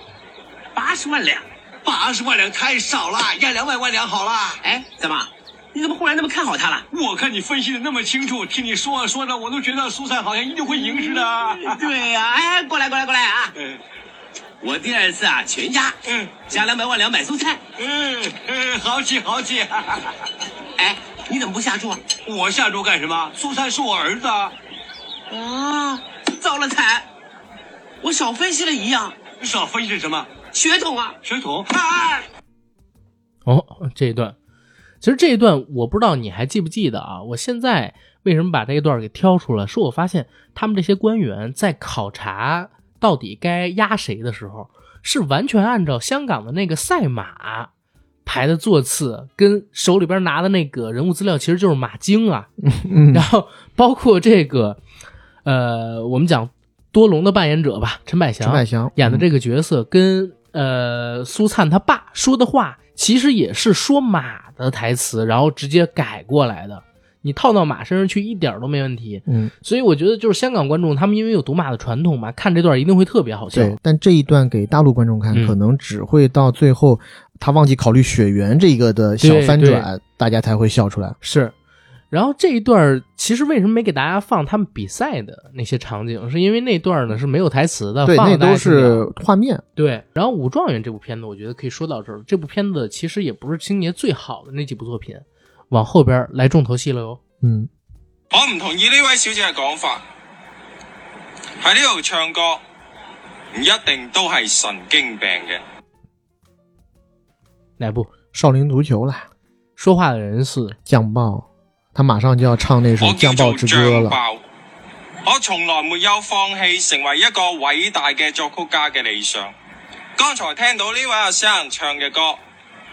八十万两，八十万两太少了，压两百万两好了。哎，怎么？你怎么忽然那么看好他了？
我看你分析的那么清楚，听你说着啊说着，我都觉得苏珊好像一定会赢似的啊。
嗯对呀、哎，过来过来过来啊！我第二次啊全压，嗯，加两百万两买蔬菜。嗯嗯，好起好起。 哎，你怎么不下注啊？
我下周干什么？苏珊是我儿子啊。
啊，糟了惨！我少分析了一样。
少分析什么？
血统啊！
血统。
哎，
哦，这一段，其实这一段我不知道你还记不记得啊？我现在为什么把这一段给挑出来？是我发现他们这些官员在考察到底该压谁的时候，是完全按照香港的那个赛马排的座次，跟手里边拿的那个人物资料其实就是马经啊。
嗯
然后包括这个，呃，我们讲多龙的扮演者吧，陈百祥，
陈百祥嗯
演的这个角色跟呃苏灿他爸说的话，其实也是说马的台词，然后直接改过来的。你套到马身上去一点儿都没问题，
嗯，
所以我觉得就是香港观众他们因为有赌马的传统嘛，看这段一定会特别好笑。嗯
对，但这一段给大陆观众看，可能只会到最后他忘记考虑血缘这个的小
对
翻
对
转，大家才会笑出来。
是，然后这一段儿其实为什么没给大家放他们比赛的那些场景，是因为那段儿呢是没有台词的，
对，
放
那
了大
都
家听不了
是画面。
对，然后《武状元》这部片子，我觉得可以说到这儿。这部片子其实也不是星爷最好的那几部作品，往后边儿来重头戏了哟。
嗯，
我唔同意呢位小姐嘅講法。喺呢度唱歌，唔一定都係神經病嘅。
哪部？
少林足球啦，
说话的人是
酱爆，他马上就要唱那首
我
《酱
叫
爆
做
之歌》
醬
了。
爆，我從來沒有放棄成為一個偉大嘅作曲家嘅理想。剛才聽到呢位阿生唱嘅歌，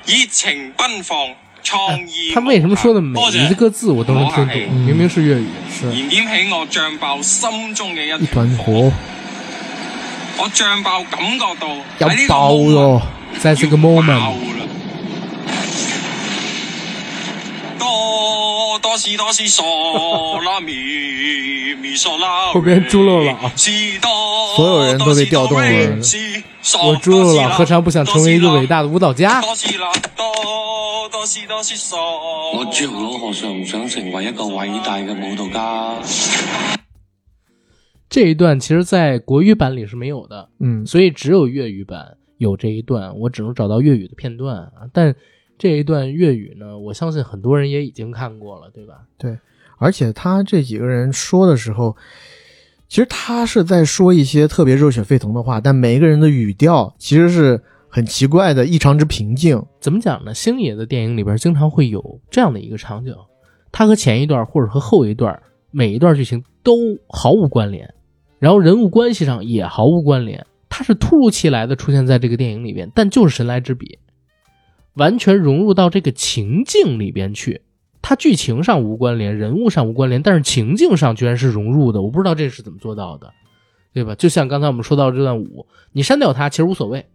熱情奔放，
嗯
創意
哎他为什么说的每一个字我都能听
多谢
懂？明明是粤语，是
燃點起我醬爆心中嘅一
一团火
我醬爆感覺到
要
喺呢
爆
度
喽！
在哎这个
爆
moment，
哦啦。多哆哆西哆西嗦拉咪咪嗦拉，
后边猪肉佬，
所有人都被调动了。
我猪肉佬何尝不想成为一个伟大的舞蹈家？
我朱红佬何尝唔想成为一个伟大嘅舞蹈家？
这一段其实，在国语版里是没有的，
嗯
所以只有粤语版有这一段，我只能找到粤语的片段啊。但这一段粤语呢，我相信很多人也已经看过了，对吧？
对，而且他这几个人说的时候，其实他是在说一些特别热血沸腾的话，但每一个人的语调其实是很奇怪的，异常之平静。
怎么讲呢？星爷的电影里边经常会有这样的一个场景，它和前一段或者和后一段每一段剧情都毫无关联，然后人物关系上也毫无关联，它是突如其来的出现在这个电影里边，但就是神来之笔，完全融入到这个情境里边去。它剧情上无关联，人物上无关联，但是情境上居然是融入的，我不知道这是怎么做到的，对吧？就像刚才我们说到这段舞，你删掉它其实无所谓，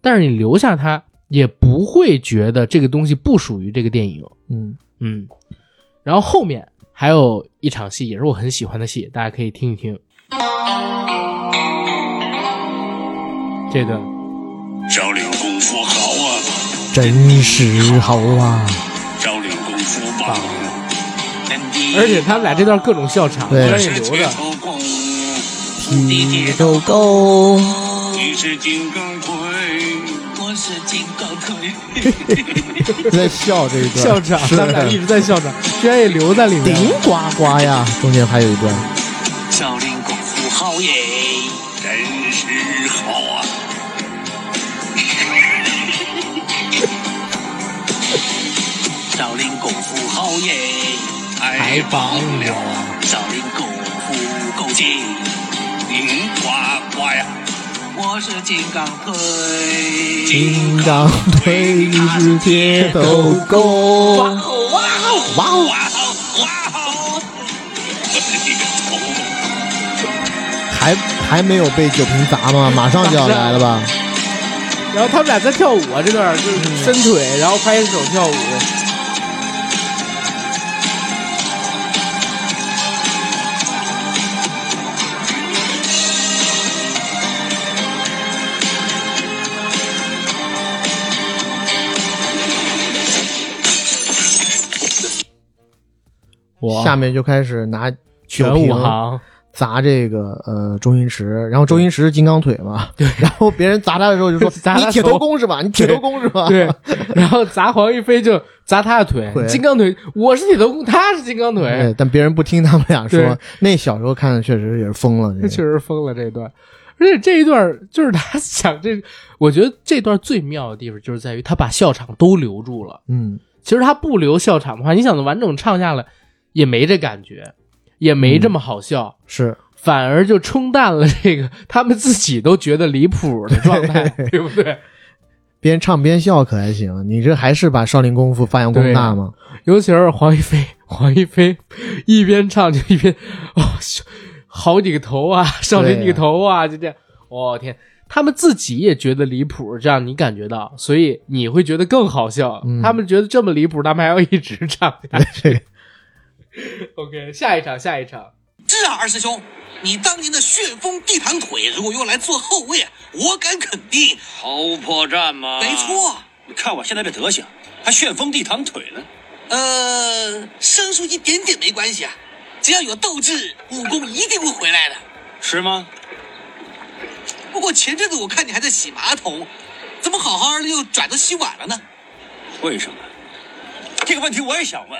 但是你留下它也不会觉得这个东西不属于这个电影，
嗯
嗯。然后后面还有一场戏也是我很喜欢的戏，大家可以听一听这段。
赵柳功夫好啊，
真是好啊！
赵柳功夫棒，
而且他们俩这段各种笑场，
对
居然也留着。
剃头狗，
你是金刚腿，我是金刚 腿。
在笑这一段，
笑场，
是
他们俩一直在笑场，居然也留在里面。
顶呱呱呀！中间还有一段，
少林功夫好耶，真是好啊！少林功夫好耶，
哎
太棒了啊！少林功夫够劲，嗯，呱呱呀！我是金刚腿，
金刚腿是铁头狗，哇
哦哇哦
哇哦！还还没有被酒瓶砸 吗？马上就要来了吧？
然后他们俩在跳舞啊，这段就是伸腿，然后拍手跳舞。哇
下面就开始拿酒
全
瓶
武行
砸这个呃周星驰，然后周星驰是金刚腿嘛，对，然后别人砸他的时候就说
砸他
你铁
头
头功是吧？你铁头功是吧？
对，然后砸黄一飞就砸他的腿，
对
金刚腿，我是铁头功，他是金刚
对
腿，，
但别人不听他们俩说
对，
那小时候看的确实也是疯了，这
这
个
确实疯了这一段。而且这一段就是他想这，我觉得这段最妙的地方就是在于他把笑场都留住了。
嗯，
其实他不留笑场的话，你想完整唱下来也没这感觉，也没这么好笑，
是
反而就冲淡了这个他们自己都觉得离谱的状态，对不对？
边唱边笑可还行，你这还是把少林功夫发扬光大吗？
尤其是黄一飞， 黄一飞一边唱就一边哦，笑好几个头啊，少林几个头啊，就这样。我、天，他们自己也觉得离谱，这样你感觉到，所以你会觉得更好笑。
嗯
他们觉得这么离谱，他们还要一直唱下
去。
OK，下一场，下一场。
是啊，二师兄，你当年的旋风地盘腿，如果用来做后卫，我敢肯定
毫无破绽吗？
没错。
你看我现在这德行，还旋风地堂腿呢。
呃，生疏一点点没关系啊，只要有斗志，武功一定会回来的。
是吗？
不过前阵子我看你还在洗马桶，怎么好好的又转到洗碗了呢？
为什么？这个问题我也想问，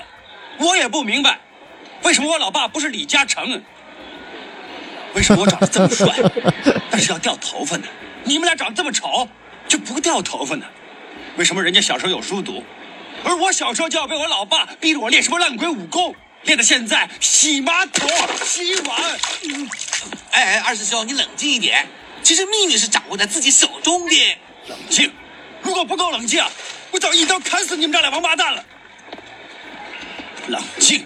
我也不明白，为什么我老爸不是李嘉诚啊？为什么我长得这么帅， 但是要掉头发呢？你们俩长得这么丑，就不掉头发呢？为什么人家小时候有书读，而我小时候就要被我老爸逼着我练什么烂鬼武功，练到现在洗马桶、洗碗。嗯
哎哎，二师兄，你冷静一点，其实秘密是掌握在自己手中的。
冷静，如果不够冷静，啊我早一刀砍死你们这俩王八蛋了。冷静。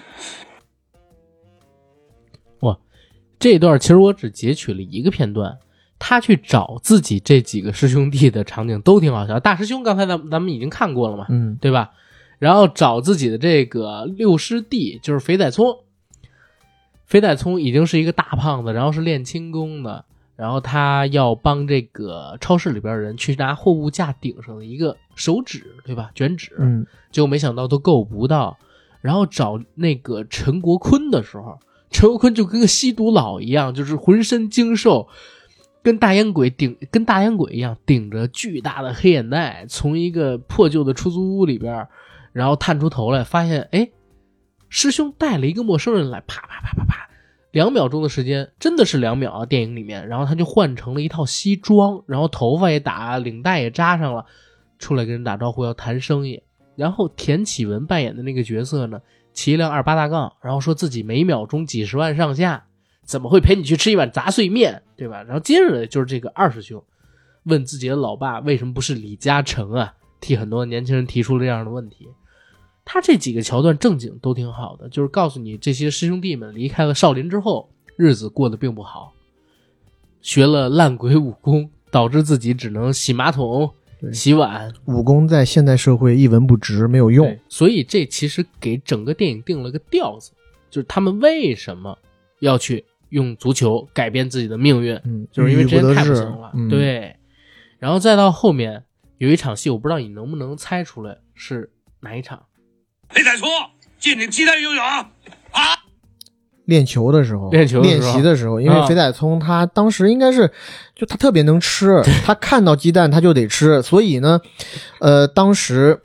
这段其实我只截取了一个片段，他去找自己这几个师兄弟的场景都挺好笑。大师兄刚才咱们咱们已经看过了嘛，
嗯
对吧？然后找自己的这个六师弟，就是肥仔聪。肥仔聪已经是一个大胖子，然后是练轻功的，然后他要帮这个超市里边的人去拿货物架顶上的一个手指，对吧？卷纸，
嗯，
结果没想到都够不到，然后找那个陈国坤的时候，陈国坤就跟个吸毒佬一样，就是浑身精瘦，跟大烟鬼顶跟大烟鬼一样，顶着巨大的黑眼袋，从一个破旧的出租屋里边儿，然后探出头来，发现哎，师兄带了一个陌生人来，啪啪啪啪啪，两秒钟的时间，真的是两秒啊！电影里面，然后他就换成了一套西装，然后头发也打，领带也扎上了，出来跟人打招呼要谈生意。然后田启文扮演的那个角色呢，骑一辆二八大杠，然后说自己每秒钟几十万上下，怎么会陪你去吃一碗杂碎面，对吧？然后接着就是这个二师兄，问自己的老爸为什么不是李嘉诚啊，替很多年轻人提出了这样的问题。他这几个桥段正经都挺好的，就是告诉你这些师兄弟们离开了少林之后，日子过得并不好，学了烂鬼武功，导致自己只能洗马桶、洗碗，
武功在现代社会一文不值，没有用。
所以这其实给整个电影定了个调子，就是他们为什么要去用足球改变自己的命运，嗯就是因为这些太不行了，
郁郁不得志嗯
对。然后再到后面有一场戏，我不知道你能不能猜出来是哪一场。
肥仔聪，借你鸡蛋用用啊！
练球的时候，
练球的时候
习的时候，因为
啊
肥仔聪他当时应该是，就他特别能吃，他看到鸡蛋他就得吃，所以呢，呃，当时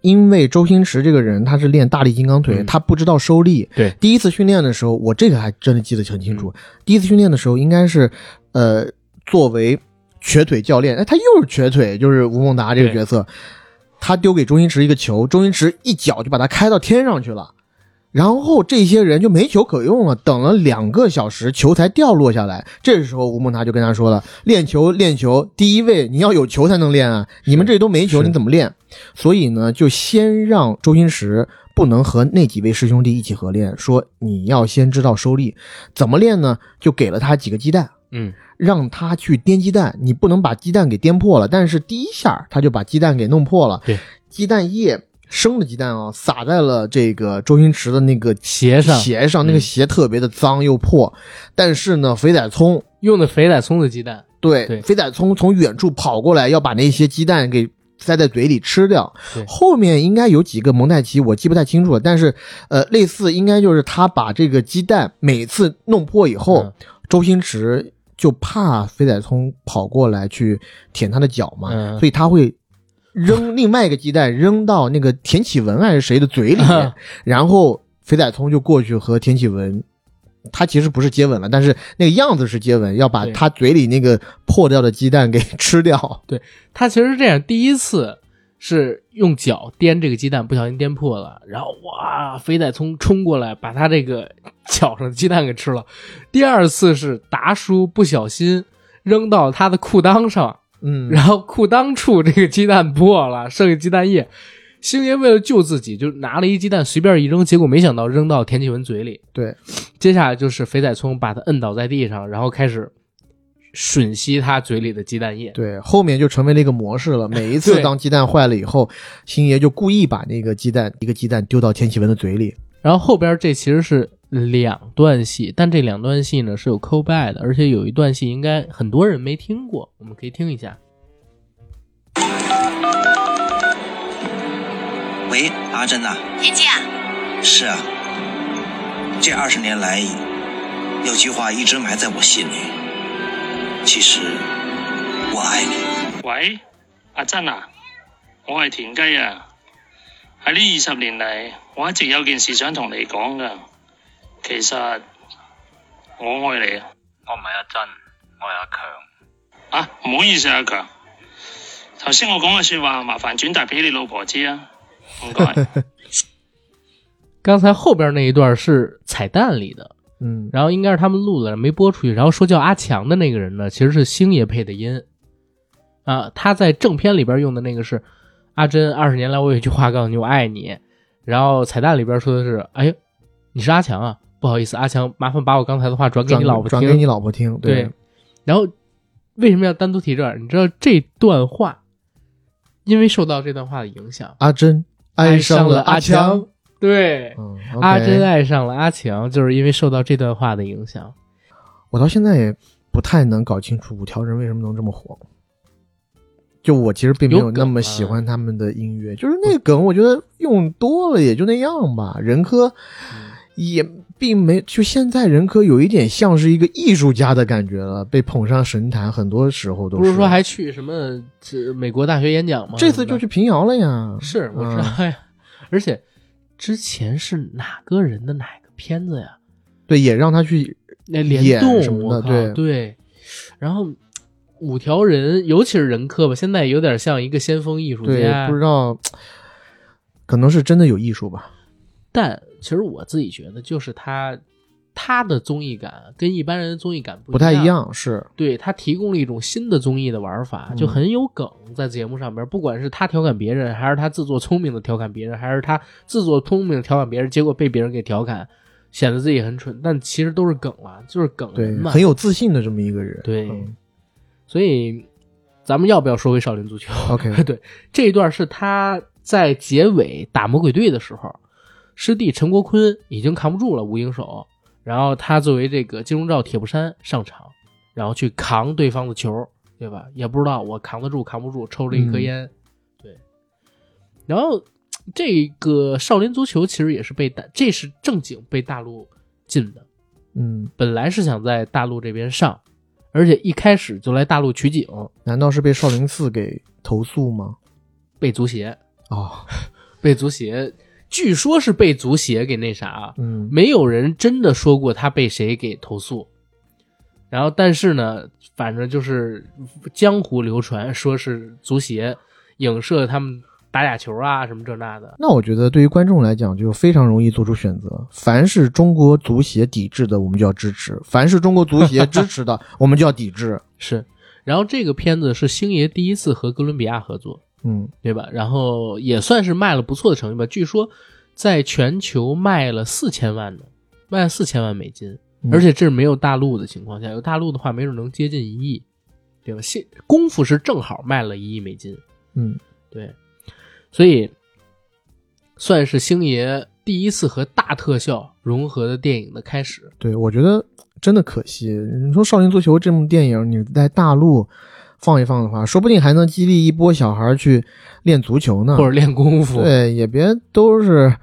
因为周星驰这个人他是练大力金刚腿，他不知道收力。
嗯对，嗯
第一次训练的时候，我这个还真的记得很清楚。第一次训练的时候应该是，呃，作为瘸腿教练，哎，他又是瘸腿，就是吴孟达这个角色，他丢给周星驰一个球，周星驰一脚就把他开到天上去了。然后这些人就没球可用了，等了两个小时，球才掉落下来。这时候吴孟达就跟他说了：“练球，练球，第一位你要有球才能练啊！你们这都没球，你怎么练？”所以呢，就先让周星驰不能和那几位师兄弟一起合练，说你要先知道收力，怎么练呢？就给了他几个鸡蛋，
嗯，
让他去颠鸡蛋，你不能把鸡蛋给颠破了，但是第一下他就把鸡蛋给弄破了。
对，
鸡蛋液生的鸡蛋啊、撒在了这个周星驰的那个
鞋上嗯
鞋上那个鞋特别的脏又破，但是呢，肥仔聪
用的肥仔聪的鸡蛋，
对，肥仔聪从远处跑过来，要把那些鸡蛋给塞在嘴里吃掉
对。
后面应该有几个蒙太奇，我记不太清楚了，但是呃，类似应该就是他把这个鸡蛋每次弄破以后，周星驰就怕肥仔聪跑过来去舔他的脚嘛，
嗯
所以他会。扔另外一个鸡蛋扔到那个田启文还是谁的嘴里面，然后肥仔聪就过去和田启文他其实不是接吻了，但是那个样子是接吻，要把他嘴里那个破掉的鸡蛋给 吃掉。
对他其实是这样，第一次是用脚颠这个鸡蛋，不小心颠破了，然后哇，肥仔聪冲过来把他这个 脚上的鸡蛋给吃了。第二次是达叔不小心扔到他的裤裆上，
嗯
然后裤裆处这个鸡蛋破了，剩下鸡蛋液。星爷为了救自己，就拿了一鸡蛋随便一扔，结果没想到扔到田启文嘴里。
对，
接下来就是肥仔聪把他摁倒在地上，然后开始吮吸他嘴里的鸡蛋液。
对，后面就成为了一个模式 了。每一次
对
当鸡蛋坏了以后，星爷就故意把那个鸡蛋一个鸡蛋丢到田启文的嘴里。
然后后边这其实是两段戏，但这两段戏呢是有 callback 的，而且有一段戏应该很多人没听过，我们可以听一下。
喂，阿珍呐、
田姐啊，
是啊，这二十年来，有句话一直埋在我心里。其实，我爱你。
喂，阿珍啊，我系田鸡啊。喺呢二十年嚟，我一直有件事想同你讲噶。其实我爱你啊。我唔系阿珍，我系阿强。啊，唔好意思啊，阿强。头先我讲嘅说话，麻烦转达俾你老婆知啊。唔该。
刚才后边那一段是彩蛋里的，
嗯，
然后应该是他们录了没播出去，然后说叫阿强的那个人呢，其实是星爷配的音啊，他在正片里边用的那个是阿珍，二十年来我有一句话告诉你，我爱你。然后彩蛋里边说的是，哎呦，你是阿强啊，不好意思，阿强，麻烦把我刚才的话转给你
转
老婆听，
转给你老婆听对
对，然后为什么要单独提这儿？你知道这段话，因为受到这段话的影响，
阿珍爱
上
上
了
了
阿
阿
强
强。嗯
对，
OK
阿珍爱上了阿强，就是因为受到这段话的影响。
我到现在也不太能搞清楚五条人为什么能这么火。就我其实并没有那么喜欢他们的音乐，就是那个梗，我觉得用多了也就那样吧。人科
嗯
也并没，就现在人科有一点像是一个艺术家的感觉了，被捧上神坛，很多时候都
不是说还去什么这美国大学演讲吗？
这次就去平遥了呀。嗯
是我知道呀， 而且之前是哪个人的哪个片子呀？
对，也让他去
那
演
联动
什么
我
的，
靠
对
对。然后五条人，尤其是人科吧，现在有点像一个先锋艺术
对，
家。
不知道，可能是真的有艺术吧。
但其实我自己觉得，就是他他的综艺感跟一般人的综艺感
不太一样，是
对他提供了一种新的综艺的玩法，
嗯
就很有梗，在节目上边，不管是他调侃别人，还是他自作聪明的调侃别人，还是他自作聪明地调侃别人，结果被别人给调侃，显得自己很蠢，但其实都是梗了，就是梗人
对，
嘛，
很有自信的这么一个人。嗯
对，所以咱们要不要说回少林足球
OK
对，这一段是他在结尾打魔鬼队的时候，师弟陈国坤已经扛不住了无影手，然后他作为这个金钟罩铁布衫上场，然后去扛对方的球，对吧？也不知道我扛得住扛不住，抽了一颗
嗯
烟，对，然后。这个少林足球其实也是被大，这是正经被大陆禁的，
嗯，
本来是想在大陆这边上，而且一开始就来大陆取景，
难道是被少林寺给投诉吗？
被足协
哦，
被足协，据说是被足协给那啥，啊
嗯
没有人真的说过他被谁给投诉。然后，但是呢，反正就是江湖流传说是足协影射他们打假球啊什么这那的，
那我觉得对于观众来讲，就非常容易做出选择。凡是中国足协抵制的，我们就要支持；凡是中国足协支持 的，我们就要抵制。
是。然后这个片子是星爷第一次和哥伦比亚合作，
嗯，
对吧？然后也算是卖了不错的成绩吧，据说在全球卖了四千万呢，卖了四千万美金，
嗯
而且这是没有大陆的情况下，有大陆的话，没准能接近一亿，对吧？现功夫是正好卖了一亿美金，
嗯，
对，所以算是星爷第一次和大特效融合的电影的开始。
对，我觉得真的可惜。你说《少林足球》这部电影，你在大陆放一放的话，说不定还能激励一波小孩去练足球呢，
或者练功夫
对，也别都是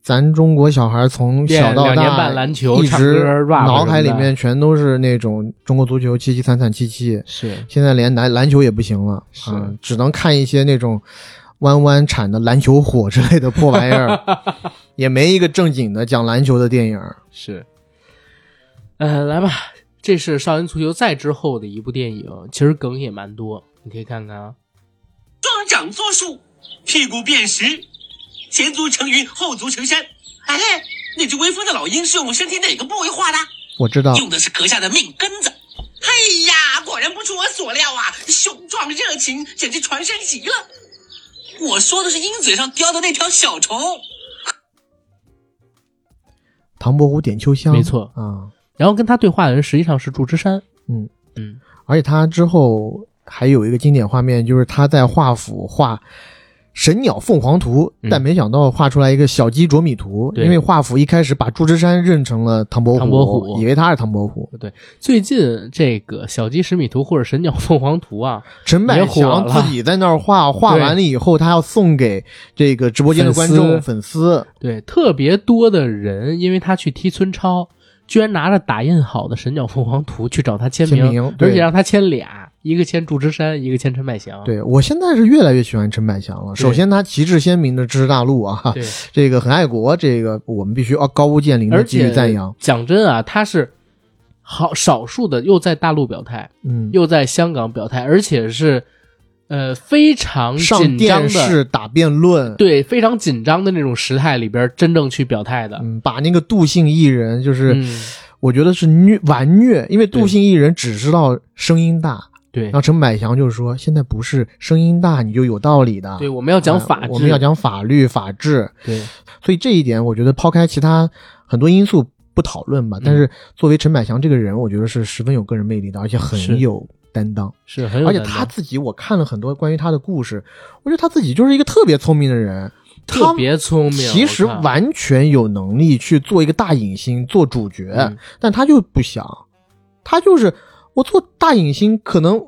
咱中国小孩从小到
练两年
大
半篮球
一
唱歌
直
rap
脑海
什么
里
的
面全都是那种中国足球凄凄惨惨戚戚。
是
现在连篮篮球也不行了，是、只能看一些那种弯弯产的篮球火之类的破玩意 儿，也没一个正经的讲篮球的电影。
是，呃，来吧，这是《少林足球》再之后的一部电影，其实梗也蛮多，你可以看看啊。
双掌作数，屁股变石，前足成云，后足成山。哎，那只威风的老鹰是用我身体哪个部位画的？
我知道，
用的是阁下的命根子。嘿呀，果然不出我所料啊！雄壮热情简直传神极了。我说的是鹰嘴上叼的那条小虫。
唐伯虎点秋香，
没错
啊。
然后跟他对话的人实际上是祝枝山，
嗯
嗯，
而且他之后还有一个经典画面，就是他在画府画《神鸟凤凰图》，但没想到画出来一个小鸡啄米图，
嗯对
因为画府一开始把祝枝山认成了唐伯虎，
唐伯虎
以为他是唐伯虎。
对，最近这个《小鸡十米图》或者《神鸟凤凰图》啊，
陈百
也火
祥
了
自己在那儿画，画完了以后，他要送给这个直播间的观众
粉
粉丝。
对，特别多的人，因为他去踢村超，居然拿着打印好的《神鸟凤凰图》去找他签名，
签名对
而且让他签俩，一个签祝枝山，一个签陈百祥。
对我现在是越来越喜欢陈百祥了。
啊对
首先，他旗帜鲜明的支持大陆啊
对，
这个很爱国，这个我们必须要高屋建瓴的
而
给予
且
赞扬。
讲真啊，他是好少数的又在大陆表态，
嗯
又在香港表态，而且是呃非常
上
紧张
电视
的，
打辩论，
对，非常紧张的那种时态里边真正去表态的。
嗯，把那个杜姓艺人，就是、
嗯
我觉得是虐玩虐，因为杜姓艺人只知道声音大。
对
然后陈百祥就说：“现在不是声音大你就有道理的，
对我们要讲
啊
法
我们
治
要讲法律、法治。
对，
所以这一点，我觉得抛开其他很多因素不讨论吧，
嗯
但是作为陈百祥这个人，我觉得是十分有个人魅力的，而且
是
很有担当，
是很有
而且
担
他
当
自己，我看了很多关于他的故事，我觉得他自己就是一个特别聪明的人。
特别聪明
其实
我看
完全有能力去做一个大影星，做主角，
嗯
但他就不想，他就是我做大影星，可能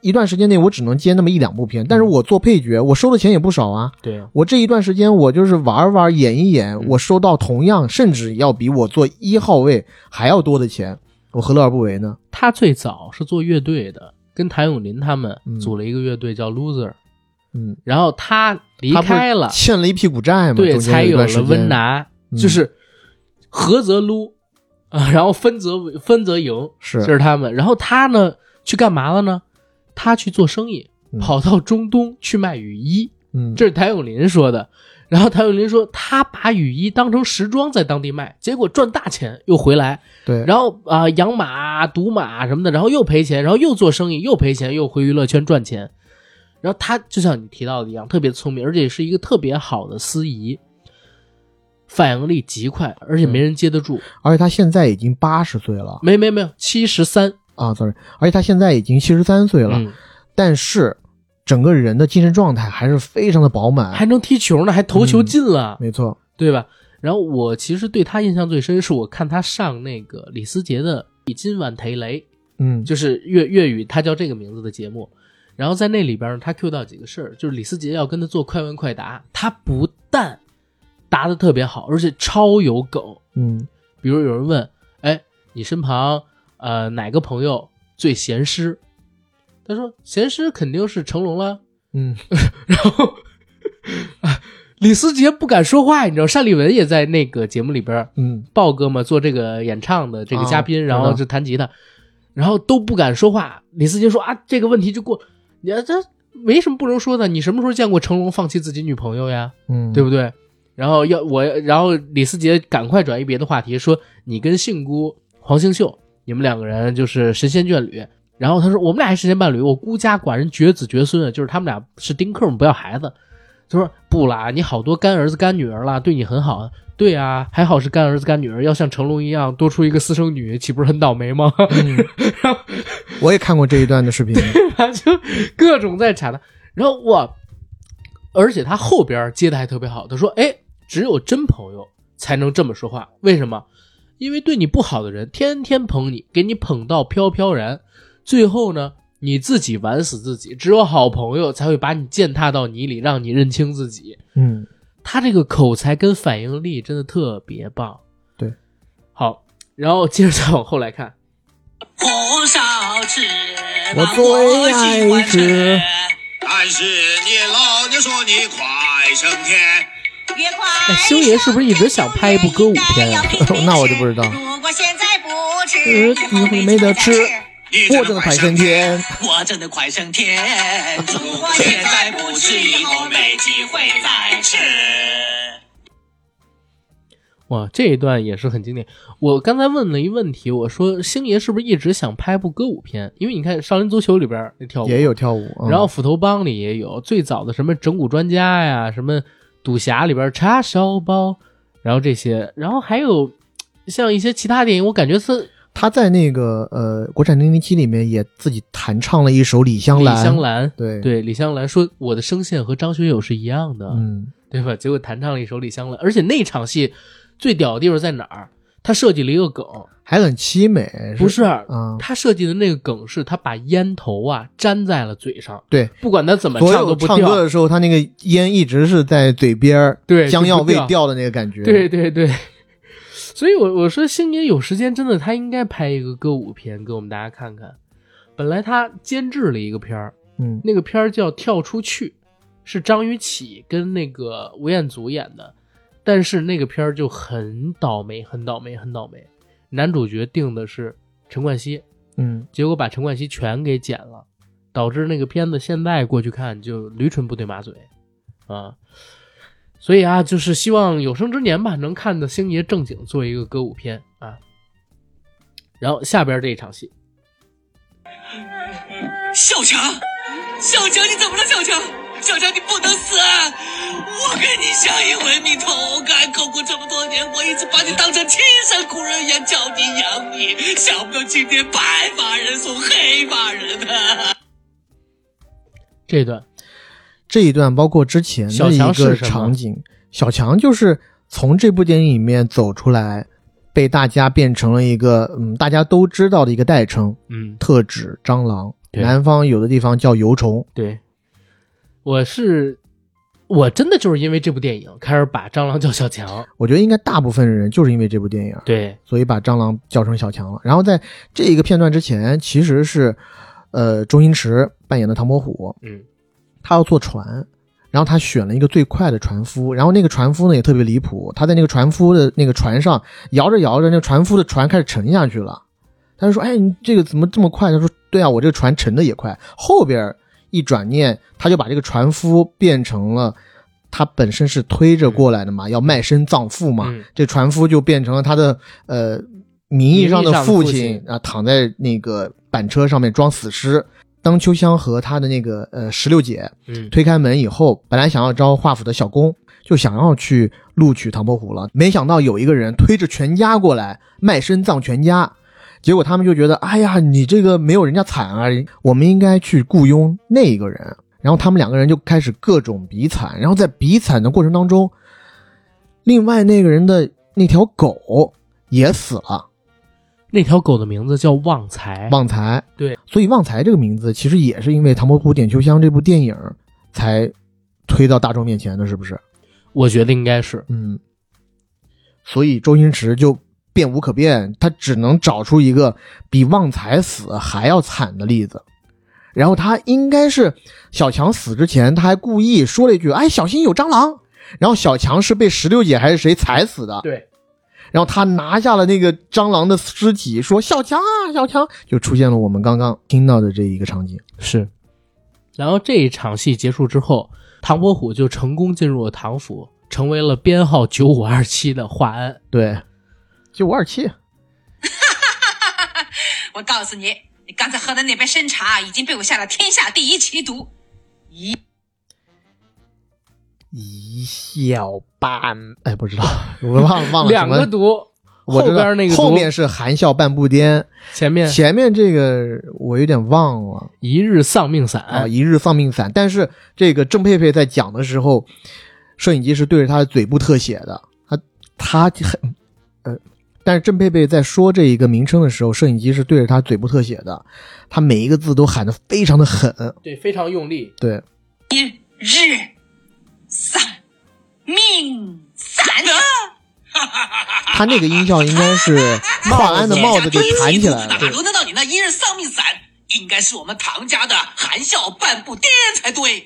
一段时间内我只能接那么一两部片，
嗯
但是我做配角，我收的钱也不少啊。
对
我这一段时间我就是玩玩演一
嗯
演，我收到同样甚至要比我做一号位还要多的钱，我何乐而不为呢？
他最早是做乐队的，跟谭咏麟他们组了一个乐队叫 Loser，
嗯，
然后他离开
他
了
不，是欠了一屁股债嘛，
对，
中间
才
有一
有
段时
了
间
温拿，
嗯
就是合则撸啊，然后分则分则赢，
是
这是他们。然后他呢去干嘛了呢？他去做生意，跑到中东去卖雨衣，
嗯
这是谭咏麟说的。然后谭咏麟说，他把雨衣当成时装在当地卖，结果赚大钱又回来，
对
然后啊、养马、赌马什么的，然后又赔钱，然后又做生意，又赔钱，又回娱乐圈赚钱。然后他就像你提到的一样，特别聪明，而且是一个特别好的司仪，反应力极快，而且
嗯
没人接得住。
而且他现在已经八十岁了，
没没没有，七十三嗯
啊，sorry，而且他现在已经七十三岁了，但是整个人的精神状态还是非常的饱满，还
能踢球呢，还投球进了，
没错，
对吧？然后我其实对他印象最深，是我看他上那个李思捷的《今晚陪雷》，
嗯，
就是粤粤语他叫这个名字的节目。然后在那里边呢，他 Q 到几个事儿，就是李思捷要跟他做快问快答，他不但答的特别好，而且超有梗。
嗯，
比如有人问，哎，你身旁呃哪个朋友最闲诗？他说闲诗肯定是成龙了。
嗯，
李思捷不敢说话，你知道，单立文也在那个节目里边儿，
嗯，
豹哥嘛做这个演唱的这个嘉宾，
啊
然
知
后
道
就弹吉他，然后都不敢说话。李思捷说啊，这个问题就过，你啊这没什么不能说的。你什么时候见过成龙放弃自己女朋友呀？
嗯
对不对？然后要我，然后李思捷赶快转移别的话题，说你跟杏姑黄杏秀，你们两个人就是神仙眷侣。然后他说我们俩还神仙伴侣，我孤家寡人绝子绝孙啊，就是他们俩是丁克，我们不要孩子。他说不啦，你好多干儿子干女儿啦，对你很好啊。对啊，还好是干儿子干女儿，要像成龙一样多出一个私生女，岂不是很倒霉吗？
我也看过这一段的视频，
各种在查他，然后我，而且他后边接的还特别好，他说：“哎，只有真朋友才能这么说话，为什么？因为对你不好的人天天捧你，给你捧到飘飘然，最后呢，你自己玩死自己。只有好朋友才会把你践踏到泥里，让你认清自己。
嗯，
他这个口才跟反应力真的特别棒。
对，
好，然后接着再往后来看，
火烧翅
我
膀，
最
喜
爱
欢
吃
吃。但是你老娘说你快升天，
越快
那星哎爷是不是一直想拍一部歌舞片啊？
那我就不知道。
如果现在不吃，
呃，你会没得吃，我真的快升天。
我真的快升天。如果现在不吃，以后没机会再吃。
哇，这一段也是很经典。我刚才问了一问题，我说星爷是不是一直想拍部歌舞片？因为你看《少林足球》里边那跳舞
也有跳舞，嗯
然后《斧头帮》里也有，最早的什么整蛊专家呀，什么赌侠里边叉烧包，然后这些，然后还有像一些其他电影，我感觉是
他在那个呃国产零零七里面也自己弹唱了一首李香兰，
李香兰，
对
对，李香兰说我的声线和张学友是一样的，
嗯，
对吧？结果弹唱了一首李香兰，而且那场戏最屌的地方在哪儿？他设计了一个梗，
还很凄美，
不是，
嗯，
他设计的那个梗是他把烟头啊粘在了嘴上，
对，
不管他怎么
所
唱都
有
不
唱
掉。
歌的时候，他那个烟一直是在嘴边儿
对
将要
就不
未
掉
掉的那个感觉，
对对对， 所以我我说星爷有时间真的他应该拍一个歌舞片给我们大家看看。本来他监制了一个片儿，
嗯，
那个片儿叫《跳出去》，是张雨绮跟那个吴彦祖演的，但是那个片儿就很倒霉，很倒霉，很倒霉。男主角定的是陈冠希，
嗯，
结果把陈冠希全给剪了，导致那个片子现在过去看就驴唇不对马嘴啊。所以啊，就是希望有生之年吧，能看到星爷正经做一个歌舞片啊。然后下边这一场戏，
小强，小强，你怎么了？小强，小强，你不能死啊！我跟你相依为命，同甘共苦这么多年，我一直把你当成亲生骨肉一样教你养你，想不到今天白发人送黑发人啊！
这段
这一段包括之前的
小
一
强
个
是什么
场景，小强就是从这部电影里面走出来，被大家变成了一个嗯大家都知道的一个代称，
嗯
特指蟑螂，
对
南方有的地方叫油虫，
对，我是我真的就是因为这部电影开始把蟑螂叫小强，
我觉得应该大部分人就是因为这部电影，
对，
所以把蟑螂叫成小强了。然后在这一个片段之前，其实是，呃，周星驰扮演的唐伯虎，
嗯，
他要坐船，然后他选了一个最快的船夫，然后那个船夫呢也特别离谱，他在那个船夫的那个船上摇着摇着，那个船夫的船开始沉下去了。他就说：“哎，你这个怎么这么快？”他说：“对啊，我这个船沉的也快。”后边一转念，他就把这个船夫变成了他本身是推着过来的嘛，要卖身葬父嘛。
嗯
这船夫就变成了他的呃名义上的父
名义上的父亲
啊，躺在那个板车上面装死尸。当秋香和他的那个呃石榴姐
嗯
推开门以后，本来想要招华府的小工，就想要去录取唐伯虎了。没想到有一个人推着全家过来，卖身葬全家。结果他们就觉得，哎呀，你这个没有人家惨啊，我们应该去雇佣那一个人。然后他们两个人就开始各种比惨，然后在比惨的过程当中，另外那个人的那条狗也死了。
那条狗的名字叫旺财，
旺财，
哎对，
所以旺财这个名字其实也是因为《唐伯虎点秋香》这部电影才推到大众面前的，是不是？
我觉得应该是，
嗯，所以周星驰就变无可变，他只能找出一个比旺财死还要惨的例子。然后他应该是小强死之前，他还故意说了一句：“哎，小心有蟑螂。”然后小强是被石榴姐还是谁踩死的？
对。
然后他拿下了那个蟑螂的尸体，说：“小强啊，小强！”就出现了我们刚刚听到的这一个场景。
是。然后这一场戏结束之后，唐伯虎就成功进入了唐府，成为了编号九五二七的华安。
对，九五二七，
我告诉你，你刚才喝的那杯参茶已经被我下了天下第一奇毒。咦，
一小半，哎，不知道，我忘了忘了
两个
什么
毒，
我知
后
道
边那个毒
后面是含笑半步癫，
前面
前面这个我有点忘了，
一日丧命散
啊，一日丧命散。但是这个郑佩佩在讲的时候，摄影机是对着她的嘴部特写的，她她很呃，但是郑佩佩在说这一个名称的时候，摄影机是对着她嘴部特写的，她每一个字都喊得非常的狠，
对，非常用力。
对，
一日丧命散。
她那个音效应该是华安的帽子给弹起来了
哪。轮得到你那一日丧命散？应该是我们唐家的含笑半步癫才对。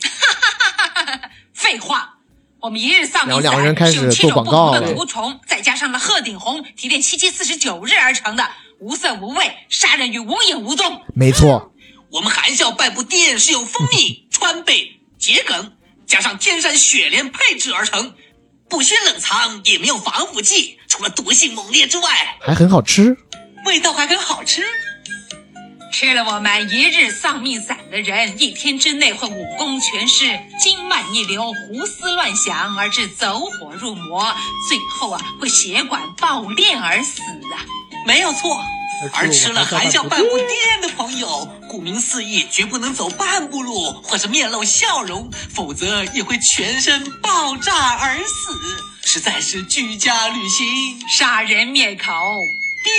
废话，我们一日丧
然后
命
两个人
散
开始
是由七
做广
种不同
告
的
了
毒虫，再加上了鹤顶红提炼七七四十九日而成的，无色无味，杀人于无影无踪。
没错，
我们含笑半步癫是由蜂蜜、 川贝、桔梗加上天山雪莲配制而成，不需冷藏，也没有防腐剂，除了毒性猛烈之外，
还很好吃，
味道还很好吃。
吃了我们一日丧命散的人，一天之内会武功全失、经脉逆流、胡思乱想，而致走火入魔，最后啊会血管爆裂而死啊！
没有错，而吃了含笑半步
而吃了
癫的朋友，顾名思义，绝不能走半步路或是面露笑容，否则也会全身爆炸而死，实在是居家旅行
杀人灭口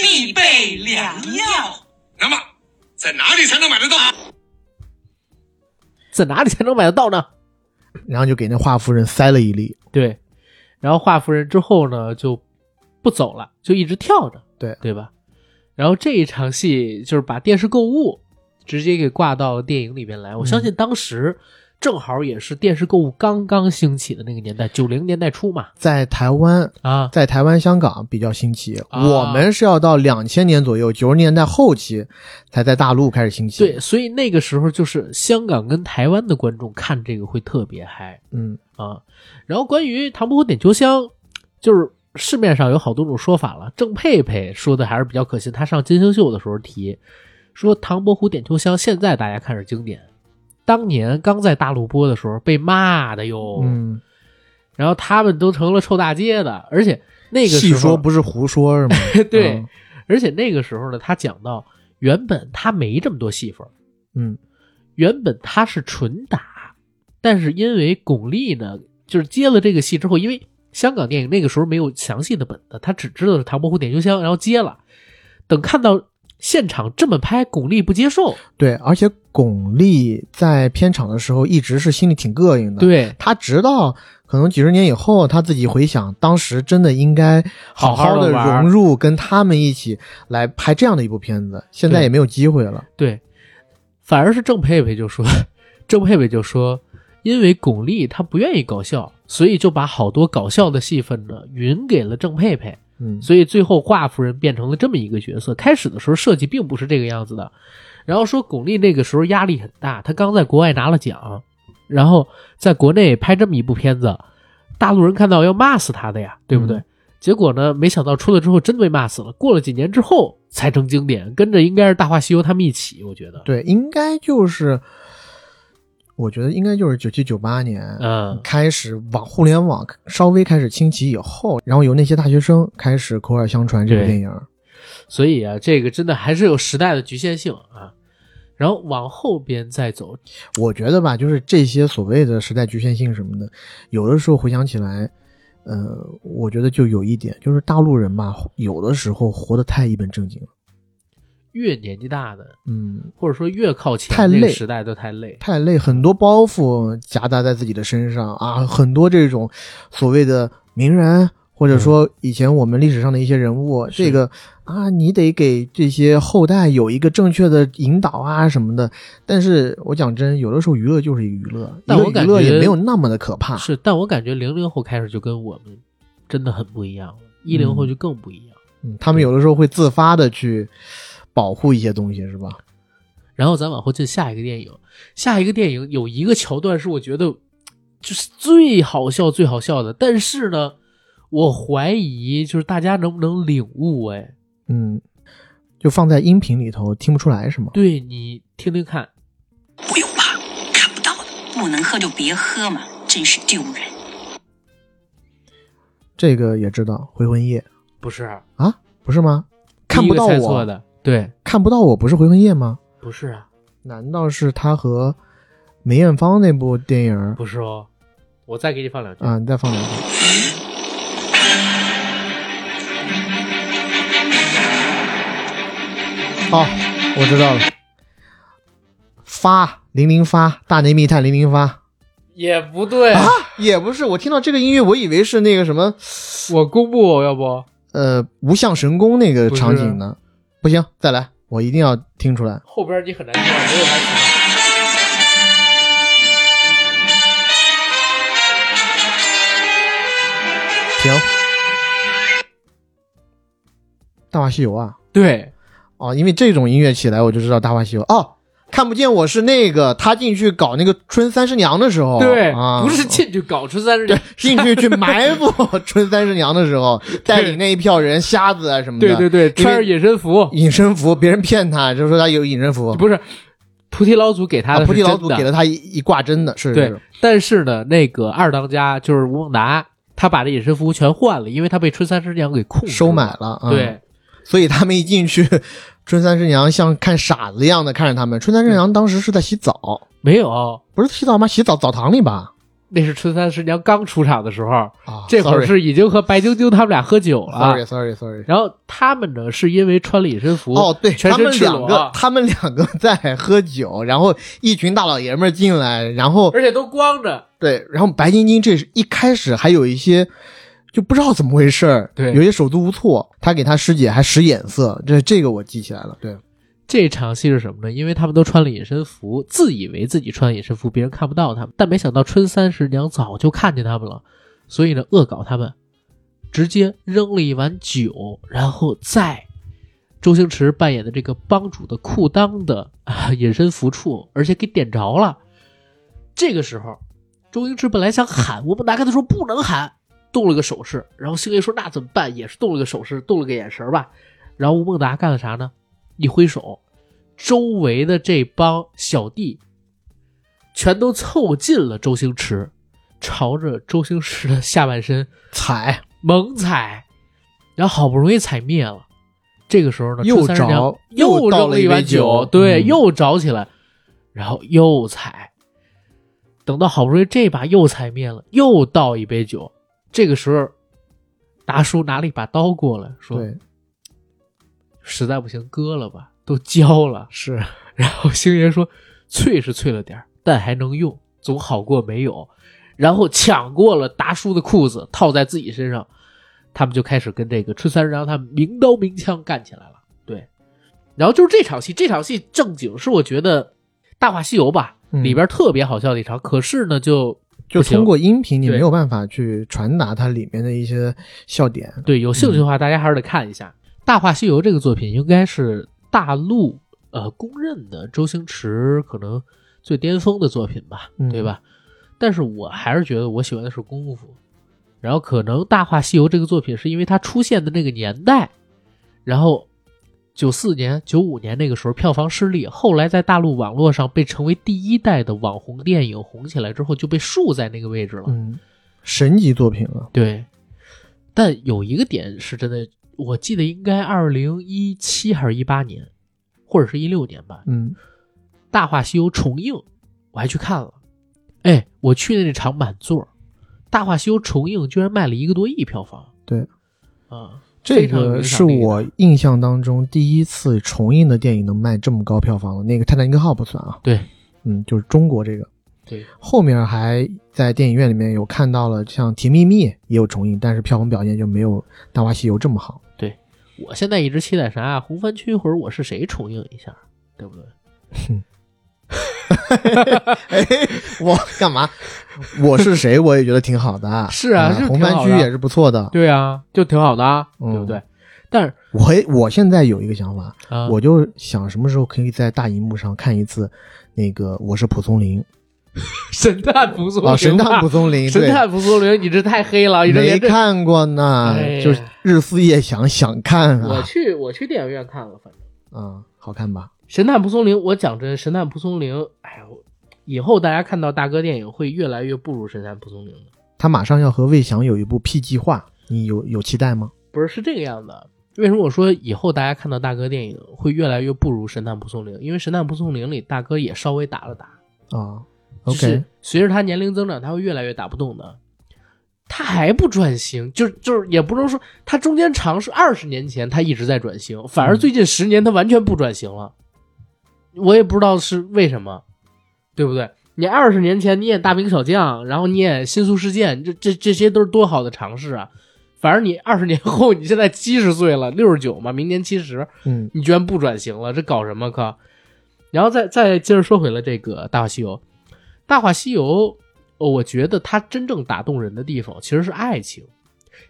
必备良药。
那么，在哪里才能买得到？
在哪里才能买得到呢？
然后就给那华夫人塞了一粒。
对，然后华夫人之后呢就不走了，就一直跳着，
对
对吧？然后这一场戏就是把电视购物直接给挂到电影里面来。我相信当时正好也是电视购物刚刚兴起的那个年代，九零年代初嘛。
在台湾
啊，
在台湾、香港比较兴起，我们是要到两千年左右，九十年代后期才在大陆开始兴起。
对，所以那个时候就是香港跟台湾的观众看这个会特别嗨。
嗯
啊。然后关于唐伯虎点秋香，就是市面上有好多种说法了。郑佩佩说的还是比较可信，她上金星秀的时候提说唐伯虎点秋香现在大家看是经典，当年刚在大陆播的时候被骂的哟。
嗯，
然后他们都成了臭大街的，而且那个
戏
时
说
候
不是胡说是吗？ 嗯
对，而且那个时候呢，他讲到原本他没这么多戏份儿，
嗯，
原本他是纯打，但是因为巩俐呢，就是接了这个戏之后，因为香港电影那个时候没有详细的本子，他只知道是《唐伯虎点秋香》，然后接了。等看到现场这么拍，巩俐不接受，
对，而且巩俐在片场的时候一直是心里挺膈应的。
对，
她直到可能几十年以后，她自己回想，当时真的应该好
好好
的
地玩
融入，跟他们一起来拍这样的一部片子。现在
对
也没有机会了。
对，反而是郑佩佩就说， 郑佩佩就说，因为巩俐她不愿意搞笑，所以就把好多搞笑的戏份呢匀给了郑佩佩。
嗯
所以最后华夫人变成了这么一个角色。开始的时候设计并不是这个样子的，然后说巩俐那个时候压力很大，她刚在国外拿了奖，然后在国内拍这么一部片子，大陆人看到要骂死她的呀，对不对？
嗯
结果呢，没想到出了之后真被骂死了。过了几年之后才成经典，跟着应该是《大话西游》他们一起，我觉得。
对，应该就是，我觉得应该就是九七九八年，
嗯，
开始网互联网稍微开始兴起以后，然后由那些大学生开始口耳相传这部
对
电影。
所以啊，这个真的还是有时代的局限性啊。然后往后边再走，
我觉得吧，就是这些所谓的时代局限性什么的，有的时候回想起来，呃，我觉得就有一点，就是大陆人吧，有的时候活得太一本正经了，
越年纪大的，
嗯，
或者说越靠前，
太累
这个时代都太累。
太累，很多包袱夹杂在自己的身上啊，很多这种所谓的名人，或者说以前我们历史上的一些人物，这个啊，你得给这些后代有一个正确的引导啊什么的。但是我讲真，有的时候娱乐就是一个娱乐，
但我
娱乐
感
娱乐
觉
也没有那么的可怕。
是，但我感觉零零后开始就跟我们真的很不一样了，一零后就更不一样。
嗯，他们有的时候会自发的去保护一些东西，是吧？
然后咱往后进下一个电影，下一个电影有一个桥段是我觉得就是最好笑、最好笑的，但是呢，我怀疑就是大家能不能领悟？哎，
嗯，就放在音频里头听不出来是吗？
对你听听看，
不能喝就别喝嘛，真是丢人。
这个也知道，回魂夜
不是
啊，不是吗？看不到
第一个猜错
我
的，对，
看不到我不是回魂夜吗？
不是啊，
难道是他和梅艳芳那部电影？
不是哦，我再给你放两句，
啊，你再放两句。好，我知道了。发零零发，大内密探零零发。
也不对
啊，也不是。我听到这个音乐，我以为是那个什么，
我公布我哦要不
呃，无相神功那个
不是
场景呢？不行，再来，我一定要听出来。
后边你很难听，没有台词。
停。大话西游啊？
对，
哦，因为这种音乐起来，我就知道大话西游。哦，看不见我是那个他进去搞那个春三十娘的时候，
对，
啊，
不是进去搞出三十 年，
进去去埋伏春三十娘的时候，带领那一票人瞎子啊什么的，
对对对，
因为
穿着隐身服，
隐身服，别人骗他，就说他有隐身服，
不是 菩提老祖给他
啊
的是
菩提老
真
祖
的
给了他一一挂针的，是
对
是，
但是呢，那个二当家就是吴孟达，他把这隐身服全换了，因为他被春三师娘给控制
收买了，啊
对，
所以他们一进去，春三师娘像看傻子一样的看着他们。春三师娘当时是在洗澡，
嗯没有，
不是洗澡吗？洗澡澡堂里吧？
那是春三师娘刚出场的时候，这会儿
啊 sorry
是已经和白晶晶他们俩喝酒了
Sorry，Sorry，Sorry。
然后他们呢是因为穿了隐啊身服，
哦，对，
全
他
身
们
赤
两
裸，
个，
啊
他们两个在喝酒，然后一群大老爷们儿进来，然后
而且都光着，
对，然后白晶晶这是一开始还有一些就不知道怎么回事儿，
对
有些手足无措，他给他师姐还使眼色，这这个我记起来了，对，
这场戏是什么呢？因为他们都穿了隐身服，自以为自己穿了隐身服，别人看不到他们。但没想到春三十娘早就看见他们了，所以呢，恶搞他们，直接扔了一碗酒，然后在周星驰扮演的这个帮主的裤裆的、啊、隐身服处，而且给点着了。这个时候，周星驰本来想喊，我们达跟他说不能喊，动了个手势。然后星爷说那怎么办？也是动了个手势，动了个眼神吧。然后吴孟达干了啥呢？一挥手，周围的这帮小弟全都凑近了周星驰，朝着周星驰的下半身
踩，
猛踩，然后好不容易踩灭了。这个时候呢，
又
春三十娘
着
又
又倒
扔
了
一
一杯嗯
碗
酒
对，
嗯
又着起来，然后又踩。等到好不容易这把又踩灭了，又倒一杯酒，这个时候，达叔拿了一把刀过来说：“实在不行割了吧，都焦了。”是。然后星爷说：“脆是脆了点儿但还能用，总好过没有。”然后抢过了达叔的裤子，套在自己身上，他们就开始跟这个春三郎他们明刀明枪干起来了。对，然后就是这场戏，这场戏正经是我觉得《大话西游》吧，
嗯
里边特别好笑的一场，可是呢就
就
不行
通过音频你
对
没有办法去传达它里面的一些笑点。
对，有兴趣的话，大家还是得看一下《大话西游》这个作品，应该是大陆呃公认的周星驰可能最巅峰的作品吧，
嗯
对吧？但是我还是觉得我喜欢的是功夫，然后可能《大话西游》这个作品是因为它出现的那个年代，然后九四年、九五年那个时候票房失利，后来在大陆网络上被成为第一代的网红电影红起来之后，就被竖在那个位置了。
嗯，神级作品了。
对，但有一个点是真的，我记得应该二零一七还是一八年，或者是一六年吧，
嗯，
《大话西游》重映，我还去看了。哎，我去的那场满座，《大话西游》重映居然卖了一个多亿票房
对，
啊！
这
非常有
个
影
是
响力
我印象当中第一次重映的电影能卖这么高票房的。那个《泰坦尼克号》不算啊。
对，
嗯，就是中国这个。
对，
后面还在电影院里面有看到了，像《甜蜜蜜》也有重映，但是票房表现就没有《大话西游》这么好。
对我现在一直期待啥、红番区或者我是谁重映一下，对不对？
哎，我干嘛？我是谁？我也觉得挺好的啊。
是啊
啊
就是
红
挺好的
番区也是不错的。
对啊，就挺好的啊，
嗯
对不对？但是
我也我现在有一个想法，
啊
我就想什么时候可以在大荧幕上看一次那个《我是蒲松龄
神探蒲松
啊
龄，
神探蒲松 龄
神
对
探蒲松龄，你这太黑了，》，你这
没
啊连这
看啊过呢，
哎呀
就是日思夜想想看
我
啊，
去，我去电影院看了，反正《
啊，好看吧？
神探蒲松龄》，我讲真，《神探蒲松龄》，哎呦，以后大家看到大哥电影会越来越不如《神探蒲松龄》的，
他马上要和魏翔有一部 P 计划，你有有期待吗？
不是是这个样子。为什么我说以后大家看到大哥电影会越来越不如《神探蒲松龄》？因为《神探蒲松龄》里大哥也稍微打了打，
啊
就
，OK，
是随着他年龄增长，他会越来越打不动的。他还不转型，就就是也不能说他中间尝试二十年前他一直在转型，反而最近十年他完全不转型了。我也不知道是为什么，对不对？你二十年前你演《大兵小将》，然后你演《新宿事件》，这这这些都是多好的尝试啊！反正你二十年后，你现在七十岁了，六十九嘛，明年七十，
嗯，
你居然不转型了，这搞什么靠？然后再再接着说回了这个《大话西游》，《大话西游》呃我觉得它真正打动人的地方其实是爱情。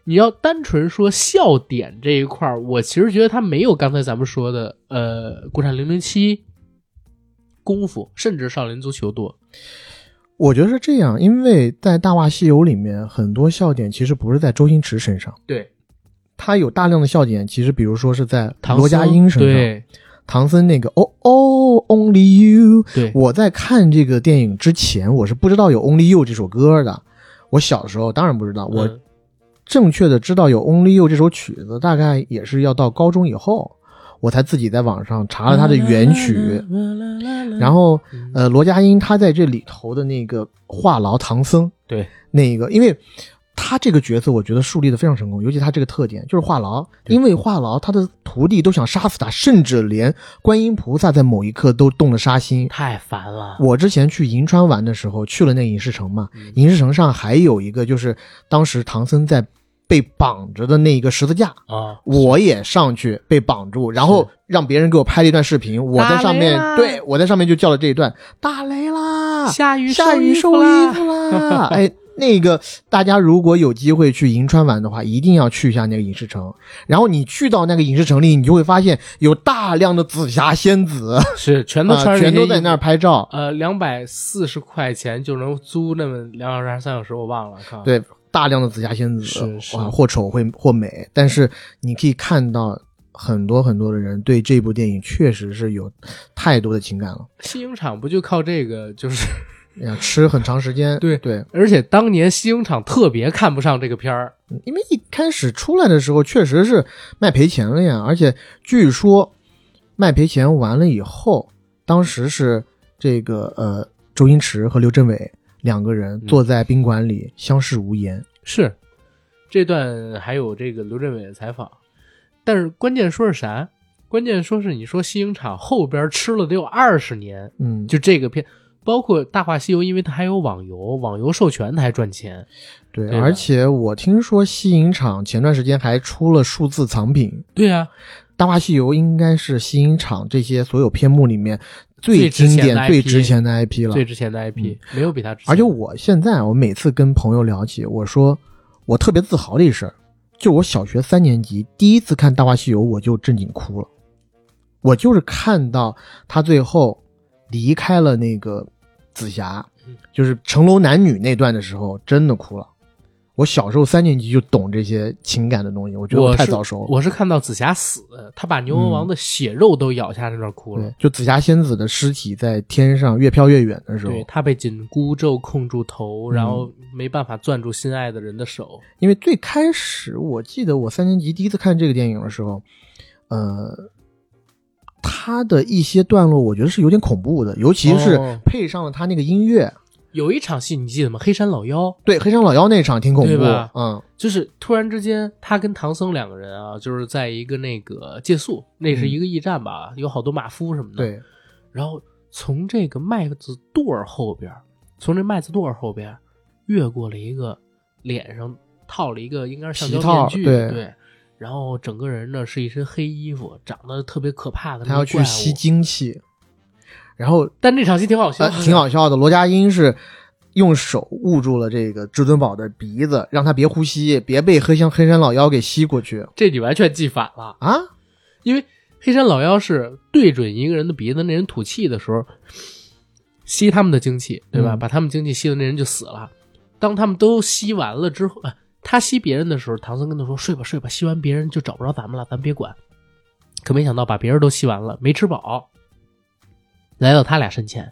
你要单纯说笑点这一块儿，我其实觉得它没有刚才咱们说的呃《国产零零七》、功夫，甚至《少林足球》多。
我觉得是这样，因为在《大话西游》里面，很多笑点其实不是在周星驰身上，
对，
他有大量的笑点，其实比如说是在
唐
罗家
僧
英身上，
对
唐僧那个哦哦 Only You，
对
我在看这个电影之前，我是不知道有 Only You 这首歌的。我小的时候当然不知道，
嗯
我正确的知道有 Only You 这首曲子，大概也是要到高中以后，我才自己在网上查了它的原曲。
嗯
然后，呃，罗家英他在这里头的那个话痨唐僧，
对，
那个，因为他这个角色，我觉得树立的非常成功，尤其他这个特点就是话痨，因为话痨他的徒弟都想杀死他，甚至连观音菩萨在某一刻都动了杀心。
太烦了。
我之前去银川玩的时候，去了那影视城嘛，
嗯
影视城上还有一个就是当时唐僧在被绑着的那个十字架。
啊，
我也上去被绑住，然后让别人给我拍了一段视频，我在上面
打雷啦
对我在上面就叫了这一段，打雷啦，
下雨
下雨收
收衣
衣服啦， 哎，那个大家如果有机会去银川玩的话，一定要去一下那个影视城。然后你去到那个影视城里，你就会发现有大量的紫霞仙子，
是全都
啊
穿着
全
这
都
些衣
在
服
那儿拍照。
呃，两百四十块钱就能租那么两小时还是三小时，我忘了。靠，
对，大量的紫霞仙子，
是是
哇或丑会或美，但是你可以看到很多很多的人对这部电影确实是有太多的情感了，
西影厂不就靠这个就是。
要吃很长时间。
对
对，
而且当年西影厂特别看不上这个片儿，
嗯因为一开始出来的时候确实是卖赔钱了呀，而且据说卖赔钱完了以后，当时是这个呃周星驰和刘镇伟两个人坐在宾馆里相视无言。
是，这段还有这个刘镇伟的采访，但是关键说是啥？关键说是你说西影厂后边吃了得有二十年，
嗯
就这个片，包括《大话西游》，因为它还有网游，网游授权它还赚钱，
对，
对吧
而且我听说西影厂前段时间还出了数字藏品。
对啊呀、
大话西游》应该是西影厂这些所有篇目里面最
值
经
钱的
典、最值钱的
IP
IP 了。嗯
最值钱的 IP，、没有比它值钱。
而且我现在，我每次跟朋友聊起，我说我特别自豪的一事儿，就我小学三年级第一次看《大话西游》，我就正经哭了。我就是看到他最后离开了那个紫霞，
嗯
就是成龙男女那段的时候，真的哭了。我小时候三年级就懂这些情感的东西，我觉得
我
太
是
早熟了。嗯
我是看到紫霞死，他把牛魔王的血肉都咬下那段哭了。
对，就紫霞仙子的尸体在天上越飘越远的时候，
对他被紧箍咒控住头，
嗯
然后没办法攥住心爱的人的手。
因为最开始我记得我三年级第一次看这个电影的时候，呃，它的一些段落我觉得是有点恐怖的，尤其是、
哦
配上了他那个音乐，
有一场戏你记得吗？黑山老妖，
对黑山老妖那场挺恐
对
怖
吧，？
嗯，
就是突然之间，他跟唐僧两个人啊，就是在一个那个借宿，那是一个驿站吧，有好多马夫什么
嗯
的。
对，
然后从这个麦子垛儿后边儿，从这麦子垛儿后边儿越过了一个脸上套了一个应该是橡
皮
胶
套
面具，
对
然后整个人呢是一身黑衣服，长得特别可怕的那
他
个
要
怪
去
物
吸精气，然后
但这场戏挺好笑
呃
的
挺好笑的。罗家英是用手捂住了这个至尊宝的鼻子，让他别呼吸，别被黑香黑山老妖给吸过去。
这你完全记反了
啊！
因为黑山老妖是对准一个人的鼻子，那人吐气的时候吸他们的精气，对吧？
嗯
把他们精气吸了，那人就死了。当他们都吸完了之后，啊他吸别人的时候，唐僧跟他说：“睡吧，睡吧，吸完别人就找不着咱们了，咱别管。”可没想到把别人都吸完了，没吃饱，来到他俩身前。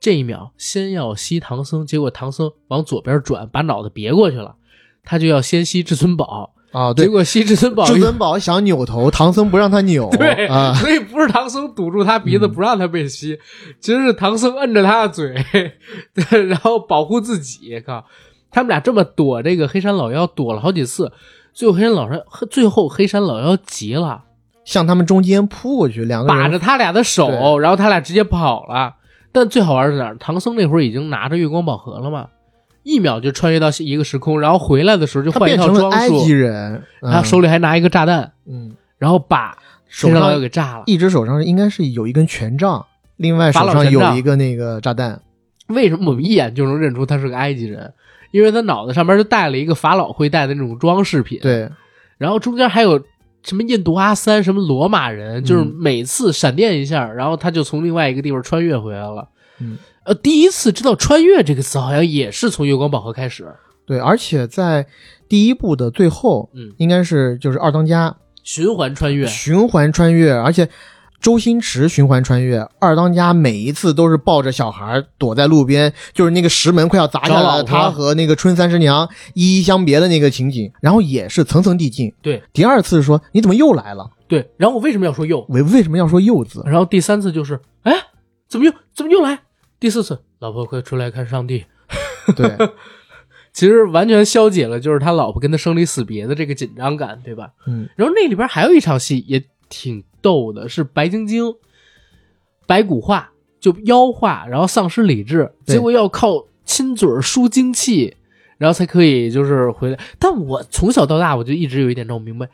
这一秒先要吸唐僧，结果唐僧往左边转，把脑袋别过去了，他就要先吸至尊宝
啊对
结果吸至尊宝，
至尊宝想扭头，唐僧不让他扭，
对，
啊，
所以不是唐僧堵住他鼻子不让他被吸，其实是唐僧摁着他的嘴， 对然后保护自己。靠，他们俩这么躲这个黑山老妖，躲了好几次，最后黑山老妖最后黑山老妖急了，
向他们中间扑过去，两个人
把着他俩的手，
对
然后他俩直接跑了。但最好玩是哪儿？唐僧那会儿已经拿着月光宝盒了嘛，一秒就穿越到一个时空，然后回来的时候就
他
换一
变
套
成了
装
埃
束，
及人，
然后手里还拿一个炸弹，
嗯，
然后把
手
黑山老妖
上
给炸了。
一只手上应该是有一根权杖，另外手
法老
上
权
有
杖
一个那个炸弹。
为什么我们一眼就能认出他是个埃及人？因为他脑袋上面就戴了一个法老会戴的那种装饰品，
对，
然后中间还有什么印度阿三、什么罗马人，就是
嗯
每次闪电一下，然后他就从另外一个地方穿越回来了。
嗯，
呃，第一次知道“穿越”这个词，好像也是从月光宝盒开始。
对，而且在第一部的最后，
嗯，
应该是就是二当家
循环穿越，
循环穿越，而且周星驰循环穿越，二当家每一次都是抱着小孩儿躲在路边，就是那个石门快要砸下
找老
来了，
婆
他和那个春三十娘依依相别的那个情景，然后也是层层递进。
对
第二次说你怎么又来了？
对，然后我为什么要说又？
为为什么要说又字？
然后第三次就是，哎，怎么又怎么又来？第四次，老婆快出来看上帝。
对，
其实完全消解了，就是他老婆跟他生离死别的这个紧张感，对吧？
嗯，
然后那里边还有一场戏也挺逗的，是白晶晶白骨化，就妖化，然后丧失理智，
对
结果要靠亲嘴儿输精气，然后才可以就是回来。但我从小到大我就一直有一点弄不明白，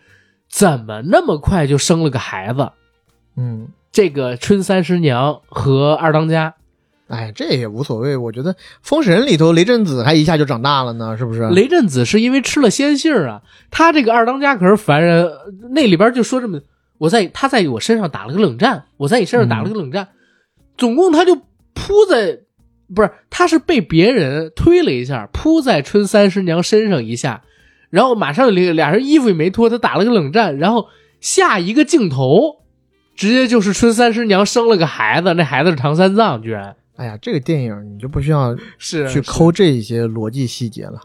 怎么那么快就生了个孩子？
嗯，
这个春三十娘和二当家，
哎，这也无所谓。我觉得《封神》里头雷震子还一下就长大了呢，是不是？
雷震子是因为吃了仙杏儿啊，他这个二当家可是凡人，呃那里边就说这么，我在他在我身上打了个冷战，我在你身上打了个冷战，
嗯
总共他就扑在，不是，他是被别人推了一下，扑在春三十娘身上一下，然后马上俩俩人衣服也没脱，他打了个冷战，然后下一个镜头，直接就是春三十娘生了个孩子，那孩子是唐三藏，居然。
哎呀，这个电影你就不需要
是啊
去抠这些逻辑细节了。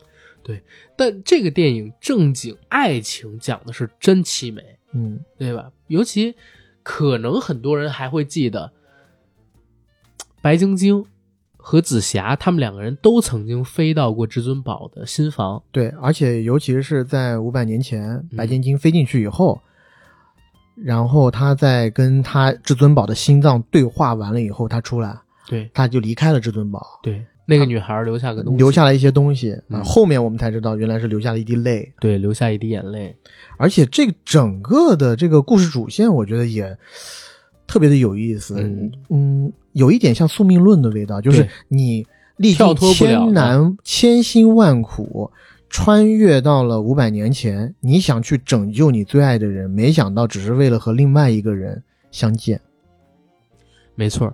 但这个电影正经爱情讲的是真凄美，
嗯，
对吧？尤其可能很多人还会记得白晶晶和紫霞他们两个人都曾经飞到过至尊宝的新房，
对，而且尤其是在五百年前，
嗯
白晶晶飞进去以后，然后他在跟他至尊宝的心脏对话完了以后，他出来，
对，
他就离开了至尊宝，
对，那个女孩留下个东西，
留下了一些东西。
嗯
啊后面我们才知道，原来是留下了一滴泪，
对，留下一滴眼泪。
而且这个整个的这个故事主线，我觉得也特别的有意思。嗯有一点像宿命论的味道，就是
对
你历经
跳脱不了
千难千辛万苦。穿越到了五百年前，你想去拯救你最爱的人，没想到只是为了和另外一个人相见。
没错儿，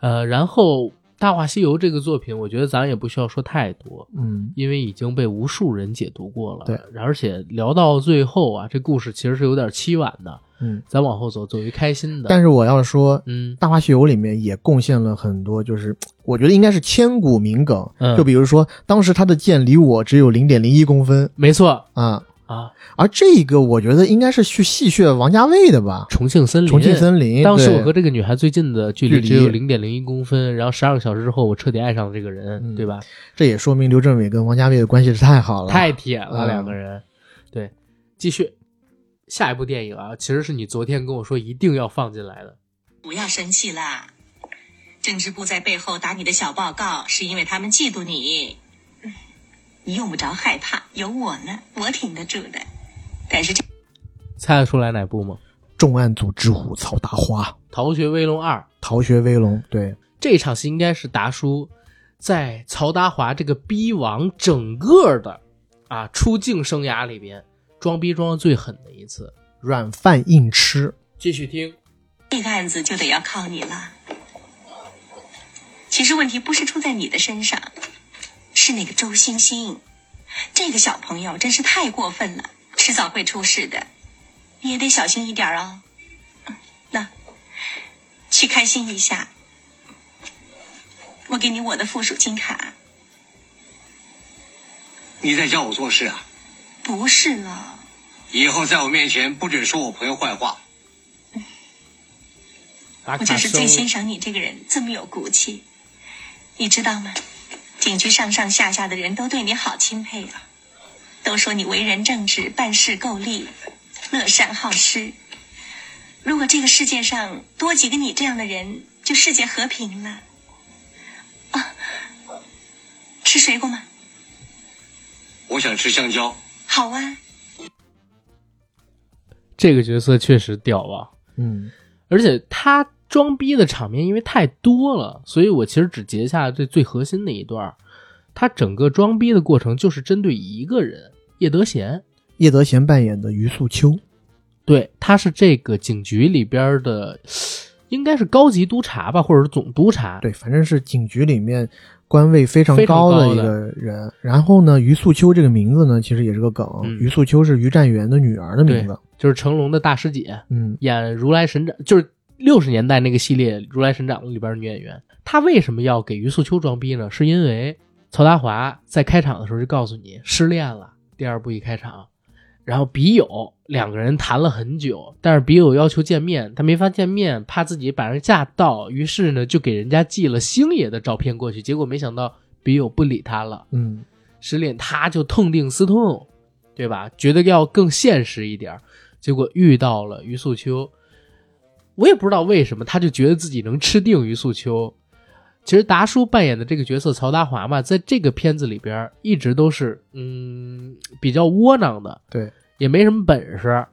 呃，然后《大话西游》这个作品，我觉得咱也不需要说太多，
嗯，
因为已经被无数人解读过了。
对，
而且聊到最后啊，这故事其实是有点凄婉的。
嗯，
咱往后走，走一开心的。
但是我要说，
嗯，
《大话西游》里面也贡献了很多，就是我觉得应该是千古名梗。
嗯
就比如说，当时他的剑离我只有零点零一公分，
没错
啊
啊。
而这个我觉得应该是去戏谑王家卫的吧，
《重庆森林》，
重庆森林。
当时
对
我和这个女孩最近的距
距
离
离
只有零点零一公分，然后十二个小时之后，我彻底爱上了这个人，对吧？
这也说明刘镇伟跟王家卫的关系是太好了，
太铁了，
嗯嗯
两个人。对，继续下一部电影啊，其实是你昨天跟我说一定要放进来的。
不要生气啦。政治部在背后打你的小报告，是因为他们嫉妒你。你用不着害怕，有我呢，我挺得住的。但是这
猜得出来哪部吗？
重案组之虎曹大花，《
《逃学威龙二》
逃学威龙》对，
这场戏应该是达叔在曹达华这个逼王整个的啊出镜生涯里边装逼装的最狠的一次。
软饭硬吃。
继续听，
这个案子就得要靠你了。其实问题不是出在你的身上，是那个周星星，这个小朋友真是太过分了，迟早会出事的，你也得小心一点儿哦。那，去开心一下，我给你我的附属金卡，
你在教我做事啊？
不是了，
以后在我面前不准说我朋友坏话。
打
我就是最欣赏你这个人，这么有骨气，你知道吗？警局上上下下的人都对你好钦佩啊，都说你为人正直，办事够力，乐善好施。如果这个世界上多几个你这样的人，就世界和平了。啊，吃水果吗？
我想吃香蕉。
好啊，
这个角色确实屌啊，
嗯，
而且他装逼的场面因为太多了，所以我其实只截下最最核心的一段儿。他整个装逼的过程就是针对一个人，叶德娴。
叶德娴扮演的于素秋，
对，他是这个警局里边的，应该是高级督察吧，或者是总督察。
对，反正是警局里面官位非常
非常
高的
高
一
的
个人。然后呢，于素秋这个名字呢，其实也是个梗。
嗯
于素秋是于占元的女儿的名字。
就是成龙的大师姐，
嗯，
演《如来神掌》，就是六十年代那个系列《如来神掌》里边的女演员。她为什么要给于素秋装逼呢？是因为曹达华在开场的时候就告诉你失恋了，第二部一开场，然后笔友两个人谈了很久，但是笔友要求见面，他没法见面，怕自己把人吓到，于是呢就给人家寄了星爷的照片过去，结果没想到笔友不理他了。
嗯，
失恋，他就痛定思痛，对吧？觉得要更现实一点儿，结果遇到了于素秋。我也不知道为什么，他就觉得自己能吃定于素秋。其实达叔扮演的这个角色曹达华嘛，在这个片子里边儿一直都是嗯比较窝囊的，
对，
也没什么本事，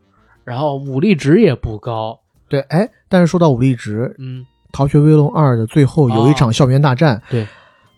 然后武力值也不高。
对，哎，但是说到武力值，
嗯，啊
《逃学威龙二》的最后有一场校园大战，
对，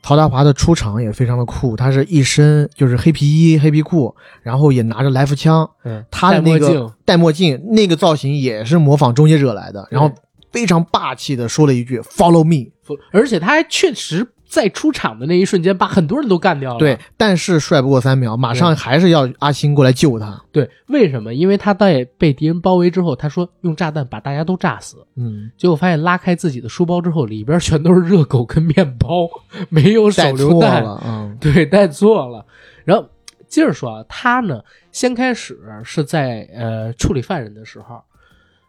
曹达华的出场也非常的酷，他是一身就是黑皮衣、黑皮裤，然后也拿着来福枪，
嗯
他的
戴
那
墨
个
镜
戴墨镜那个造型也是模仿《终结者》来的，然后非常霸气的说了一句 “Follow me”，
而且他还确实在出场的那一瞬间把很多人都干掉了。
对，但是帅不过三秒，马上还是要阿星过来救他，
对，为什么？因为他在被敌人包围之后，他说用炸弹把大家都炸死，
嗯，
结果发现拉开自己的书包之后，里边全都是热狗跟面包，没有手
带
榴
错
弹，
了，嗯，
对，带错了。然后接着说啊，他呢，先开始是在呃处理犯人的时候，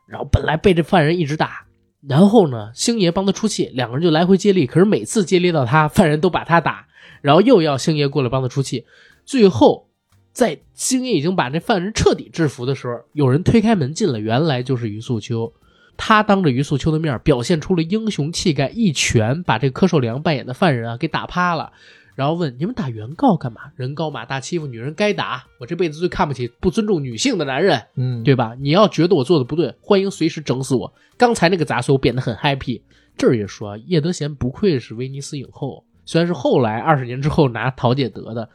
然后本来被这犯人一直打，然后呢，星爷帮他出气，两个人就来回接力。可是每次接力到他，犯人都把他打，然后又要星爷过来帮他出气。最后，在星爷已经把这犯人彻底制服的时候，有人推开门进来，原来就是于素秋。他当着于素秋的面表现出了英雄气概，一拳把这柯受良扮演的犯人啊给打趴了，然后问：“你们打原告干嘛？人高马大，欺负女人该打。我这辈子最看不起不尊重女性的男人。”
嗯
对吧？你要觉得我做的不对，欢迎随时整死我。刚才那个杂碎，我变得很 happy。这儿也说啊，叶德娴不愧是威尼斯影后，虽然是后来二十年之后拿桃姐得的，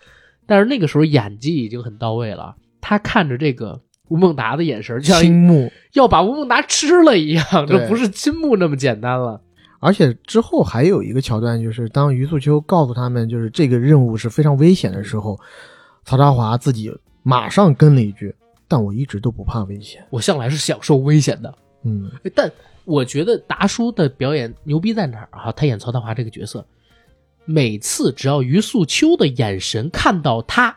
但是那个时候演技已经很到位了。她看着这个吴孟达的眼神，就像一
青木
要把吴孟达吃了一样，
对
这不是金木那么简单了。
而且之后还有一个桥段，就是当于素秋告诉他们，就是这个任务是非常危险的时候，曹达华自己马上跟了一句：“但我一直都不怕危险。
我向来是享受危险的。”
嗯，
哎但我觉得达叔的表演牛逼在哪儿啊？他演曹大华这个角色，每次只要于素秋的眼神看到他，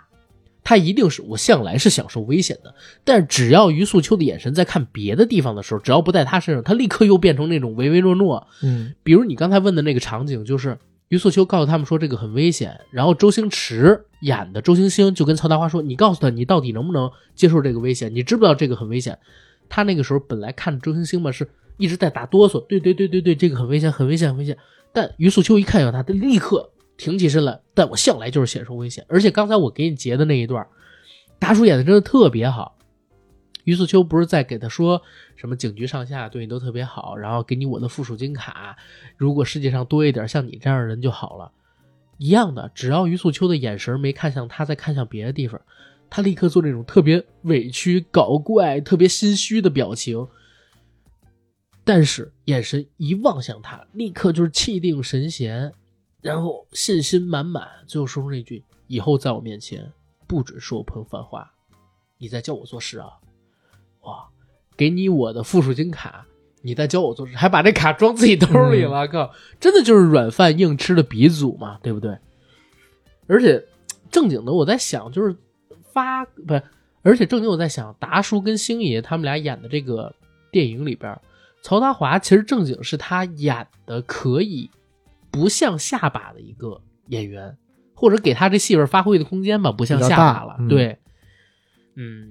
他一定是我向来是享受危险的。但是只要于素秋的眼神在看别的地方的时候，只要不在他身上，他立刻又变成那种唯唯诺诺。
嗯，
比如你刚才问的那个场景，就是于素秋告诉他们说这个很危险，然后周星驰演的周星星就跟曹达华说：“你告诉他，你到底能不能接受这个危险？你知不知道这个很危险？”他那个时候本来看周星星嘛，是一直在打哆嗦，对对对对对，这个很危险，很危险，很危险。但于素秋一看见他，他立刻挺起身来。但我向来就是享受危险，而且刚才我给你截的那一段，达叔演的真的特别好。于素秋不是在给他说什么警局上下对你都特别好，然后给你我的附属金卡，如果世界上多一点像你这样的人就好了。一样的，只要于素秋的眼神没看向他，再看向别的地方，他立刻做那种特别委屈、搞怪、特别心虚的表情。但是眼神一望向他，立刻就是气定神闲，然后信心满满，最后说出那句：“以后在我面前，不准说我朋友犯话，你在教我做事啊！”哇，给你我的附属金卡，你在教我做事，还把这卡装自己兜里了，靠，真的就是软饭硬吃的鼻祖嘛，对不对？而且正经的，我在想，就是发不是，而且正经我在想，达叔跟星爷他们俩演的这个电影里边，曹达华其实正经是他演的可以不像下巴的一个演员，或者给他这戏份发挥的空间吧，不像
比较
下
大
巴了，
嗯
对，嗯。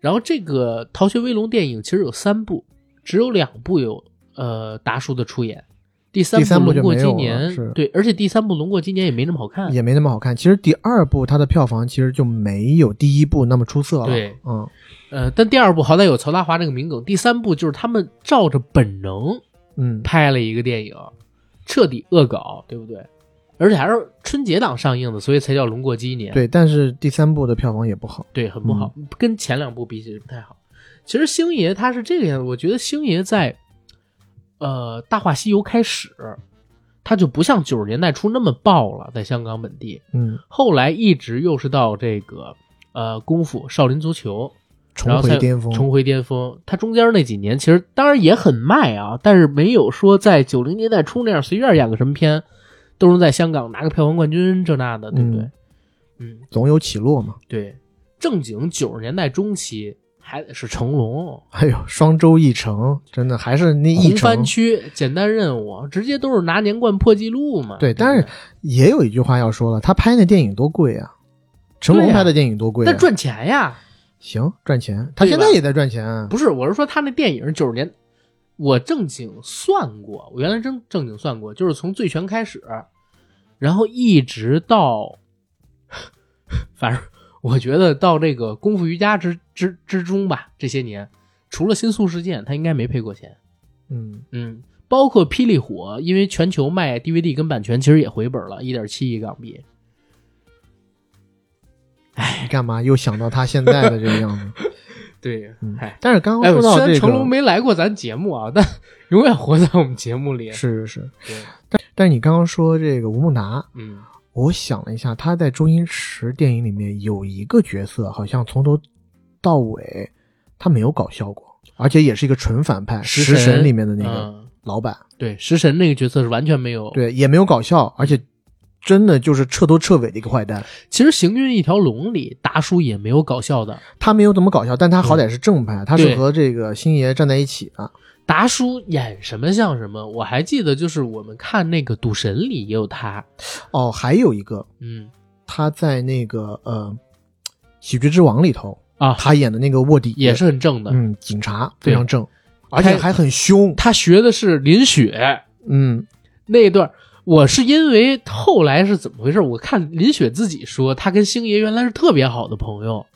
然后这个《逃学威龙》电影其实有三部，只有两部有呃达叔的出演，第三
第三部
部
就
龙过
没
今
有了是
年，对，而且第三部龙过今年也没那么好看，
也没那么好看。其实第二部它的票房其实就没有第一部那么出色了。
对，
嗯，
呃，但第二部好歹有曹达华这个名梗，第三部就是他们照着本能，
嗯，
拍了一个电影，彻底恶搞，对不对？而且还是春节档上映的，所以才叫龙过鸡年，
对。但是第三部的票房也不好，
对，很不好，跟前两部比起来不太好。其实星爷他是这个样子，我觉得星爷在呃《大话西游》开始，他就不像九十年代初那么爆了，在香港本地，
嗯，
后来一直又是到这个呃功夫、少林足球，
重回
然后才
巅峰
重回巅峰。他中间那几年其实当然也很卖啊，但是没有说在九零年代初那样随便演个什么片，都能在香港拿个票房冠军这那的，对不对？
嗯
嗯，
总有起落嘛。
对，正经九十年代中期还得是成龙。
哎呦，双周一成，真的还是那一
红
成。
番区简单任务，直接都是拿年冠破纪录嘛。
对，但是也有一句话要说了，他拍那电影多贵啊，成龙
对呀
拍的电影多贵、啊，
但赚钱呀，
行赚钱，他
对
现
吧
在也在赚钱啊。
不是，我是说他那电影九十年，我正经算过，我原来真正经算过，就是从《醉拳》开始，然后一直到，反正我觉得到这个功夫瑜伽之之之中吧，这些年除了新宿事件，他应该没赔过钱。
嗯
嗯，包括霹雳火，因为全球卖 DVD 跟版权其实也回本了，一点七亿港币。
你干嘛又想到他现在的这个样子？
对，哎，
但是刚刚
哎
说到
虽然
这
成
个
龙没来过咱节目啊，但永远活在我们节目里。
是是
对
是，但但是你刚刚说这个吴孟达，
嗯，
我想了一下，他在周星驰电影里面有一个角色，好像从头到尾他没有搞效果，而且也是一个纯反派，《
食
食神
神》
里面的那个
嗯
老板，
对，食神那个角色是完全没有
对，也没有搞笑，而且真的就是彻头彻尾的一个坏蛋。
其实《行军一条龙》里，达叔也没有搞笑的，嗯
他没有怎么搞笑，但他好歹是正啊派，他是
对
和这个星爷站在一起啊的。
达叔演什么像什么。我还记得，就是我们看那个《赌神》里也有他。
哦，还有一个，
嗯，
他在那个呃《喜剧之王》里头
啊，
他演的那个卧底
也是很正的
嗯，警察非常
对
正，而且
他
还很凶。
他学的是林雪，
嗯，
那段儿我是因为后来是怎么回事？我看林雪自己说，她跟星爷原来是特别好的朋友，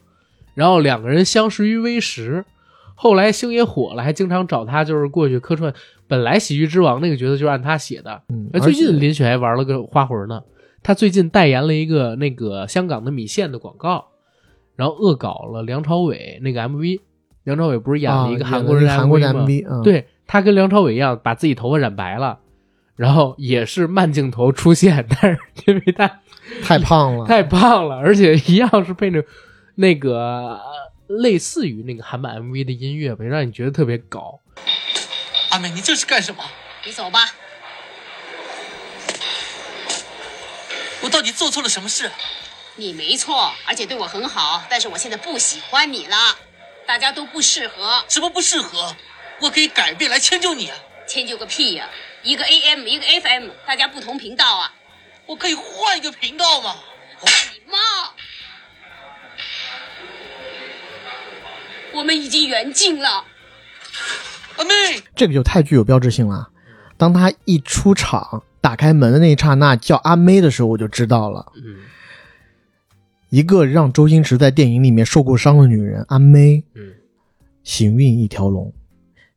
然后两个人相识于微时。后来星爷火了，还经常找他，就是过去客串。本来《喜剧之王》那个角色就是按他写的，
嗯
而最
而且
近林雪还玩了个花活呢。他最近代言了一个那个香港的米线的广告，然后恶搞了梁朝伟那个 MV。梁朝伟不是演
啊
了一个
演
韩
了
国
那
人
个韩国人
MV
MV
吗？
嗯
对他跟梁朝伟一样，把自己头发染白了，然后也是慢镜头 出现，但是因为他
太胖了，
太胖了，而且一样是配着那个呃类似于那个韩版 MV 的音乐吧，让你觉得特别搞。
阿美，你这是干什么？你走吧。我到底做错了什么事？
啊
你没错，而且对我很好，但是我现在不喜欢你了，大家都不适合。
什么不适合？我可以改变来迁就你啊！
迁就个屁呀、一个 AM，一个 FM，大家不同频道啊！哎
我可以换一个频道吗？
你妈！我们已经缘尽了。
阿妹，
这个就太具有标志性了。当他一出场，打开门的那一刹那叫阿妹的时候，我就知道了。
嗯，
一个让周星驰在电影里面受过伤的女人阿妹，
嗯，
行运一条龙。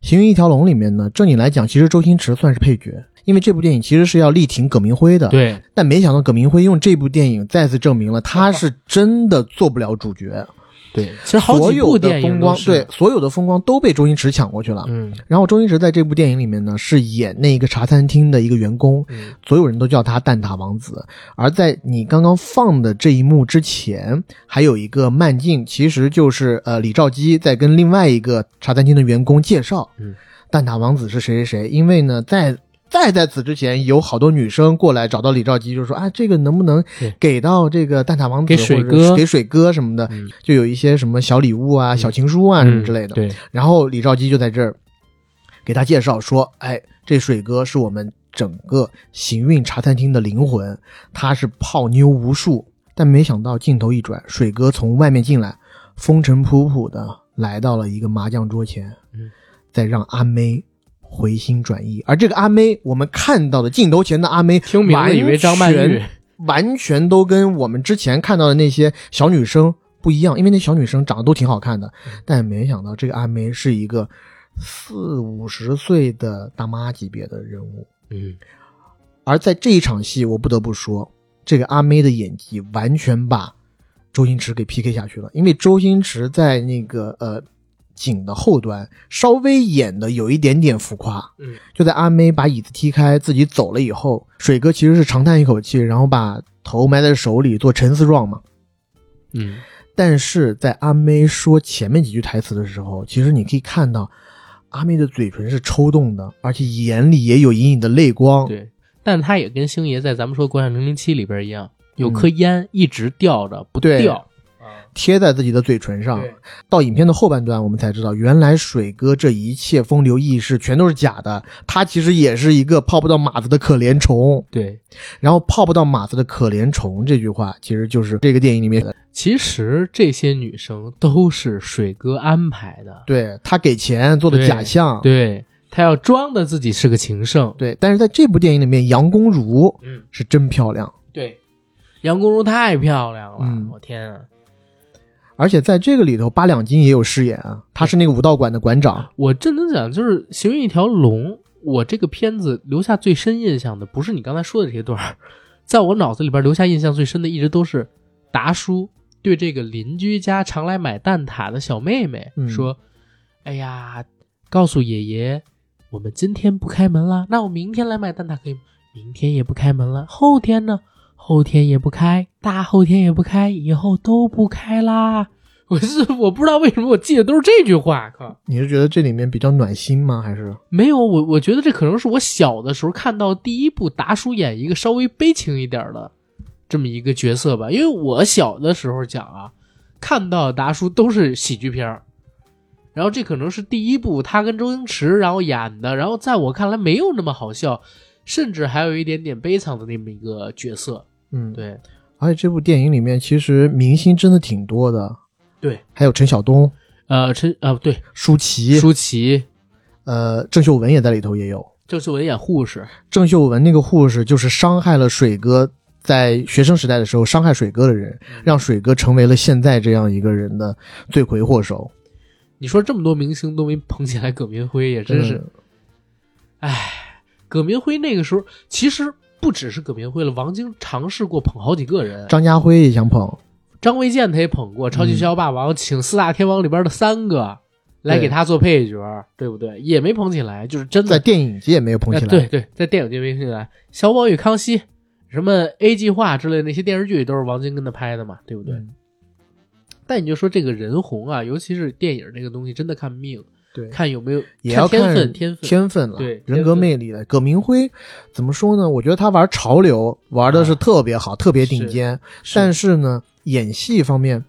行运一条龙里面呢，正经来讲，其实周星驰算是配角，因为这部电影其实是要力挺葛明辉的。
对，
但没想到葛明辉用这部电影再次证明了他是真的做不了主角。
对，其实好几部电影
风光
都，是
对所有的风光都被周星驰抢过去了。
嗯，
然后周星驰在这部电影里面呢，是演那个茶餐厅的一个员工，所有人都叫他蛋挞王子。而在你刚刚放的这一幕之前，还有一个慢镜，其实就是呃李兆基在跟另外一个茶餐厅的员工介绍，
嗯，
蛋挞王子是谁谁谁，因为呢在。再在此之前，有好多女生过来找到李兆基，就说啊，这个能不能
对
给到这个蛋挞王子，
给水
或者是
哥
给水哥什么的，就有一些什么小礼物啊、小情书啊什么之类的。
嗯对，
然后李兆基就在这儿给他介绍说，哎，这水哥是我们整个行运茶餐厅的灵魂，他是泡妞无数。但没想到镜头一转，水哥从外面进来，风尘仆仆的来到了一个麻将桌前，
嗯
再让阿妹回心转意。而这个阿妹，我们看到的镜头前的阿妹，听
明了以为张曼玉
完全都跟我们之前看到的那些小女生不一样，因为那小女生长得都挺好看的，但没想到这个阿梅是一个四五十岁的大妈级别的人物。
嗯，
而在这一场戏，我不得不说，这个阿妹的演技完全把周星驰给 PK 下去了，因为周星驰在那个呃景的后端稍微演的有一点点浮夸。
嗯，
就在阿妹把椅子踢开自己走了以后，水哥其实是长叹一口气，然后把头埋在手里做沉思状嘛。
嗯，
但是在阿妹说前面几句台词的时候，其实你可以看到阿妹的嘴唇是抽动的，而且眼里也有隐隐的泪光。
对，但他也跟星爷在咱们说《国产零零七》里边一样，有颗
嗯
烟一直吊着不
对
掉。
贴在自己的嘴唇上。到影片的后半段，我们才知道，原来水哥这一切风流轶事全都是假的，他其实也是一个泡不到马子的可怜虫。
对，
然后“泡不到马子的可怜虫”这句话，其实就是这个电影里面的。
其实这些女生都是水哥安排的，
对他给钱做的
对
假象，
对他要装的自己是个情圣。
对。但是在这部电影里面，杨恭如
嗯
是真漂亮，
对，杨公主太漂亮了，
嗯
我天啊！
而且在这个里头，八两金也有饰演啊，他是那个武道馆的馆长。
我真的讲，就是《行运一条龙》，我这个片子留下最深印象的，不是你刚才说的这些段儿，在我脑子里边留下印象最深的，一直都是达叔对这个邻居家常来买蛋挞的小妹妹
嗯
说：“哎呀，告诉爷爷，我们今天不开门了，那我明天来买蛋挞可以吗？明天也不开门了，后天呢？后天也不开，大后天也不开，以后都不开啦。”我是我不知道为什么我记得都是这句话，靠！
你是觉得这里面比较暖心吗？还是
没有，我我觉得这可能是我小的时候看到第一部达叔演一个稍微悲情一点的这么一个角色吧。因为我小的时候讲啊，看到达叔都是喜剧片儿，然后这可能是第一部他跟周星驰然后演的，然后在我看来没有那么好笑，甚至还有一点点悲惨的那么一个角色。
嗯，
对。
而且这部电影里面其实明星真的挺多的，
对，
还有陈晓东，
呃，陈呃对，
舒淇，
舒淇，
呃，郑秀文也在里头也有。
郑秀文演护士，
郑秀文那个护士就是伤害了水哥，在学生时代的时候伤害水哥的人，让水哥成为了现在这样一个人的罪魁祸首。
你说这么多明星都没捧起来葛民辉，也真是
嗯，
哎，葛民辉那个时候其实不只是葛民辉了，王晶尝试过捧好几个人，
张嗯家辉也想捧，
张卫健他也捧过，《超级学校霸王》请四大天王里边的三个来给他做配角，对不对？也没捧起来，就是真的
在电影界也没有捧起来。
哎对对，在电影界没捧起来，《小宝与康熙》什么 A 计划之类的那些电视剧都是王晶跟他拍的嘛，对不对？
嗯
但你就说这个人红啊，尤其是电影这个东西，真的看命，
对
看有没有
也要
天
看
分，天分，
天分了，
对，
人格魅力了。葛明辉怎么说呢？我觉得他玩潮流玩的
啊
是特别好，特别顶尖，但是呢，演戏方面。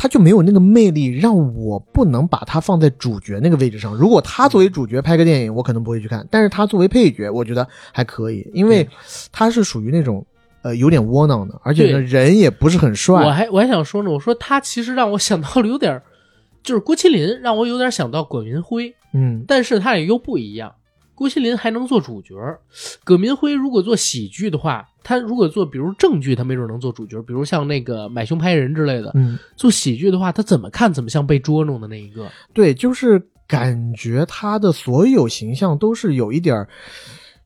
他就没有那个魅力，让我不能把他放在主角那个位置上。如果他作为主角拍个电影，我可能不会去看；但是他作为配角，我觉得还可以，因
嗯
为他是属于那种呃有点窝囊的，而且呢
对
人也不是很帅。
我还我还想说呢，我说他其实让我想到了有点儿，就是郭麒麟让我有点想到葛民辉，
嗯，
但是他俩又不一样。郭麒麟还能做主角，葛民辉如果做喜剧的话，他如果做比如正剧，他没准能做主角，比如像那个《买凶拍人》之类的。
嗯，
做喜剧的话，他怎么看怎么像被捉弄的那一个。
对，就是感觉他的所有形象都是有一点儿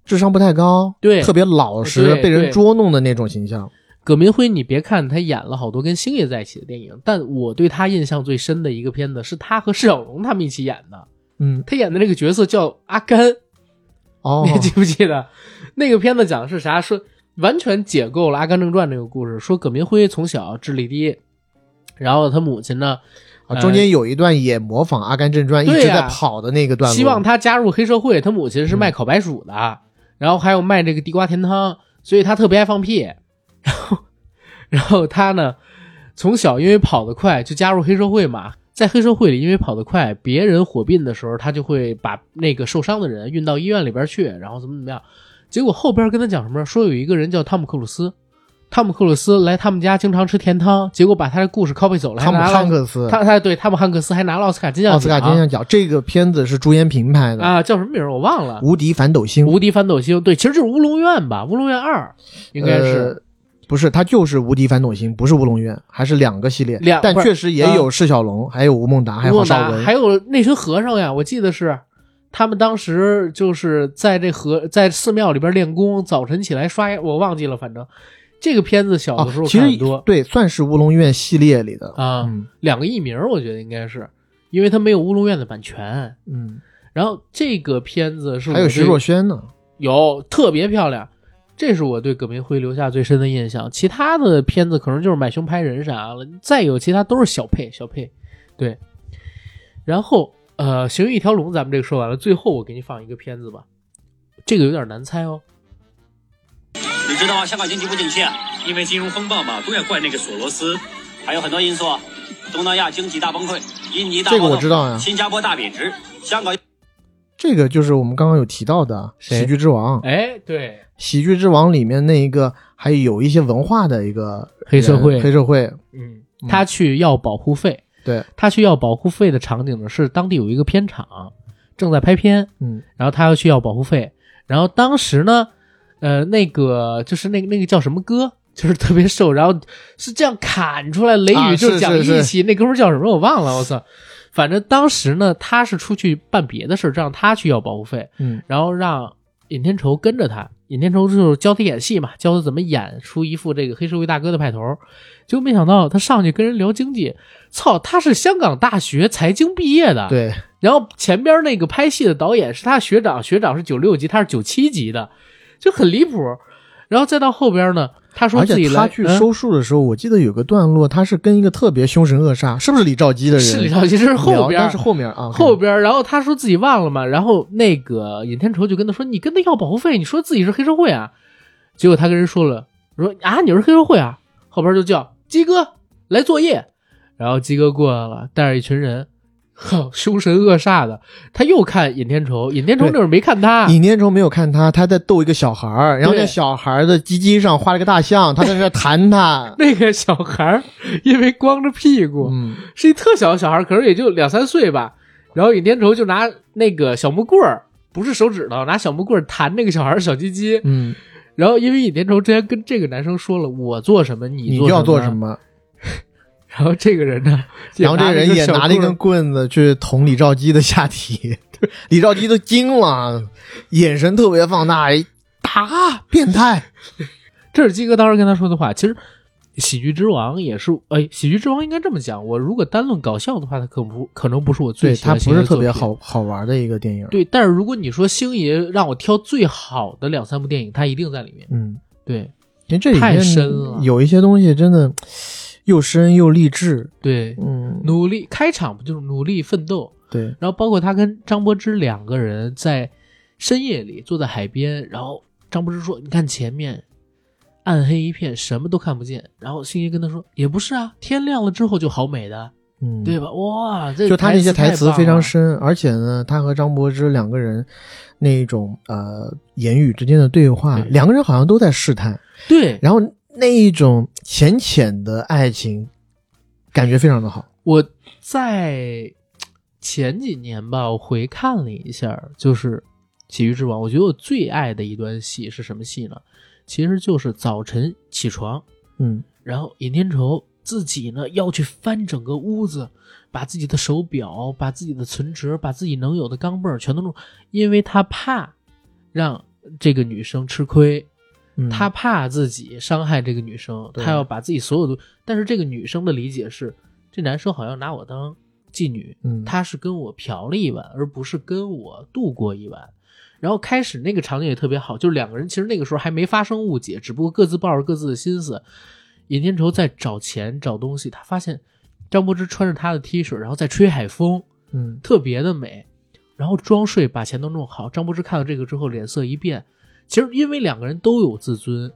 智商不太高，
对
特别老实，
对
被人
对
捉弄的那种形象。
葛民辉，你别看他演了好多跟星爷在一起的电影，但我对他印象最深的一个片子是他和释小龙他们一起演的。
嗯，
他演的那个角色叫阿甘，
哦
你还记不记得？那个片子讲的是啥？说完全解构了《阿甘正传》这个故事，说葛民辉从小智力低，然后他母亲呢，
啊，
呃
中间有一段也模仿《阿甘正传》一
对
直在
呀
跑的那个段落，嗯
希望他加入黑社会。他母亲是卖烤白薯的，然后还有卖这个地瓜甜汤，所以他特别爱放屁。 然后，然后他呢，从小因为跑得快，就加入黑社会嘛。在黑社会里，因为跑得快，别人火并的时候，他就会把那个受伤的人运到医院里边去，然后怎么怎么样。结果后边跟他讲什么，说有一个人叫汤姆克鲁斯，汤姆克鲁斯来他们家经常吃甜汤，结果把他的故事 copy 走了。还
汤姆
拿了
汉克斯
他他对汤姆汉克斯还拿了奥斯卡金像
奥斯卡金像奖。这个片子是朱延平拍的，
啊，叫什么名儿我忘了。
无敌反斗星》。
无敌反斗星，对，其实就是乌龙院吧，乌龙院二应该
呃
是、
不是，他就是《无敌反斗星》，不是《乌龙院》，还是两个系列。
两
但
不是
确实也有
啊
释小龙，还有吴孟嗯达，还有郝
乌龙
邵
达，
文，
还有那群和尚呀，我记得是他们当时就是在这和在寺庙里边练功，早晨起来刷牙，我忘记了，反正这个片子小的时候
啊其
看
实嗯
很多
对，算是《乌龙院》系列里的。
啊，两个译名儿我觉得应该是，因为它没有乌龙院的版权。
嗯，
然后这个片子是我
还有
对
徐若瑄呢。
有特别漂亮，这是我对葛明辉留下最深的印象。其他的片子可能就是买凶拍人啥了，再有其他都是小配小配，对。然后呃，行云一条龙咱们这个说完了，最后我给你放一个片子吧，这个有点难猜哦。
你知道香港经济不景气，啊因为金融风暴嘛，都要怪那个索罗斯，还有很多因素，啊东南亚经济大崩溃，印尼大
这个我
暴动
知道啊呀
新加坡大贬值，香港
这个就是我们刚刚有提到的《喜剧之王》。
哎，对，
喜剧之王》里面那一个还有一些文化的一个
黑社会
人黑社会。
嗯，他去要保护费，
对
他去要保护费的场景呢是当地有一个片场正在拍片，
嗯，
然后他要去要保护费，然后当时呢，呃，那个就是那个那个叫什么哥，就是特别瘦，然后是这样砍出来，雷
啊
雨就是讲
是
义
是
气，那哥们儿叫什么我忘了，我操，反正当时呢他是出去办别的事儿，让他去要保护费，
嗯，
然后让尹天仇跟着他。尹天仇就是教他演戏嘛，教他怎么演出一副这个黑社会大哥的派头。结果没想到他上去跟人聊经济，操，他是香港大学财经毕业的，
对。
然后前边那个拍戏的导演是他学长，学长是九六级，他是九七级的，就很离谱。然后再到后边呢，他说
而
自
且
己来
他去收
嗯
数的时候，我记得有个段落，他是跟一个特别凶神恶煞，是不是李兆基的人？
是李兆基，这是后边
聊
儿，
但是后面啊，
后边儿。然后他说自己忘了嘛，然后那个尹天仇就跟他说：“你跟他要保护费，你说自己是黑社会啊？”结果他跟人说了：“说啊，你是黑社会啊？后边就叫鸡哥来作业。然后鸡哥过来了，带着一群人，哼，凶神恶煞的。他又看尹天仇，尹天仇那会儿没看他，
尹天仇没有看他，他在逗一个小孩儿，然后
啊对。
那小孩儿的鸡鸡上画了个大象，他在那儿弹他
那个小孩儿因为光着屁股，
嗯
是一特小的小孩儿，可能也就两三岁吧。然后尹天仇就拿那个小木棍儿，不是手指头，拿小木棍儿弹那个小孩儿小鸡鸡。
嗯，
然后因为尹天仇之前跟这个男生说了，我做什么你
你
做
就要做
什
什。么？
然后这个人 呢，
然后这个人也拿了一
个小
根棍子去捅李兆基的下体，李兆基都惊了，眼神特别放大，打变态。
这是鸡哥当时跟他说的话。其实《喜剧之王》也是，哎，《喜剧之王》应该这么讲。我如果单论搞笑的话，它可不可能不是我 最
对
喜
他
欢
不是
星爷的
特别
作品
好好玩的一个电影。
对，但是如果你说星爷让我挑最好的两三部电影，他一定在里面。
嗯，
对，
因为这里
太
面
深了
有一些东西真的又深又励志。
对，
嗯，
努力开场不就是努力奋斗？
对，
然后包括他跟张柏芝两个人在深夜里坐在海边，然后张柏芝说：“你看前面暗黑一片，什么都看不见。”然后星爷跟他说：“也不是啊，天亮了之后就好美的，
嗯，
对吧？”哇，这
就他那些台词非常
深。
深，而且呢，他和张柏芝两个人那种呃言语之间的对话，两个人好像都在试探，
对，
然后那一种浅浅的爱情，感觉非常的好。
我在前几年吧，我回看了一下，就是《喜剧之王》，我觉得我最爱的一段戏是什么戏呢？其实就是早晨起床，
嗯，
然后尹天仇自己呢要去翻整个屋子，把自己的手表、把自己的存折、把自己能有的钢镚儿全都弄，因为他怕让这个女生吃亏，
嗯
他怕自己伤害这个女生，
对
他要把自己所有的。但是这个女生的理解是，这男生好像拿我当妓女，
嗯
他是跟我嫖了一晚，而不是跟我度过一晚。然后开始那个场景也特别好，就是两个人其实那个时候还没发生误解，只不过各自抱着各自的心思。尹天仇在找钱找东西，他发现张柏芝穿着他的 T 恤，然后在吹海风，
嗯，
特别的美。然后装睡把钱都弄好，张柏芝看到这个之后脸色一变。其实因为两个人都有自尊，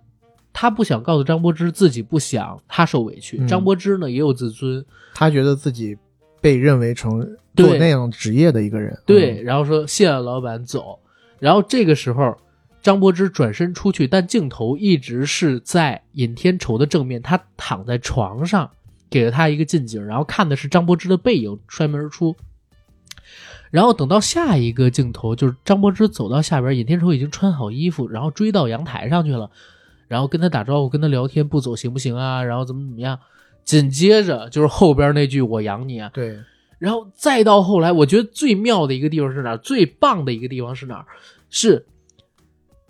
他不想告诉张柏芝自己不想，他受委屈。
嗯
张柏芝呢也有自尊，
他觉得自己被认为成
对
做那样职业的一个人，嗯
对，然后说谢了老板走。然后这个时候，张柏芝转身出去，但镜头一直是在尹天仇的正面，他躺在床上，给了他一个近景，然后看的是张柏芝的背影摔门而出。然后等到下一个镜头，就是张柏芝走到下边，尹天仇已经穿好衣服，然后追到阳台上去了，然后跟他打招呼，跟他聊天，不走行不行啊？然后怎么怎么样？紧接着就是后边那句“我养你啊”，
对，
然后再到后来，我觉得最妙的一个地方是哪儿？最棒的一个地方是哪儿？是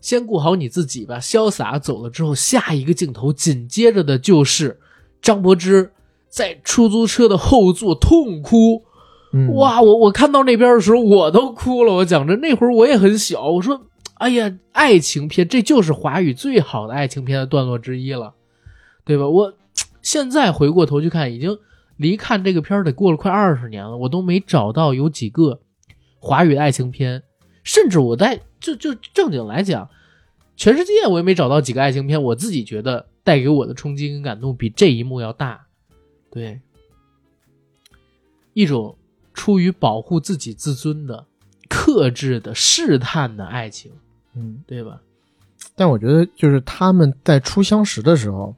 先顾好你自己吧，潇洒走了之后，下一个镜头紧接着的就是张柏芝在出租车的后座痛哭。哇，我我看到那边的时候我都哭了。我讲真，那会儿我也很小，我说，哎呀，爱情片，这就是华语最好的爱情片的段落之一了。对吧？我现在回过头去看，已经离看这个片儿得过了快二十年了，我都没找到有几个华语的爱情片，甚至我在就就正经来讲，全世界我也没找到几个爱情片，我自己觉得带给我的冲击跟感动比这一幕要大。对，一种出于保护自己自尊的、克制的、试探的爱情，
嗯，
对吧？
但我觉得就是他们在初相识的时候，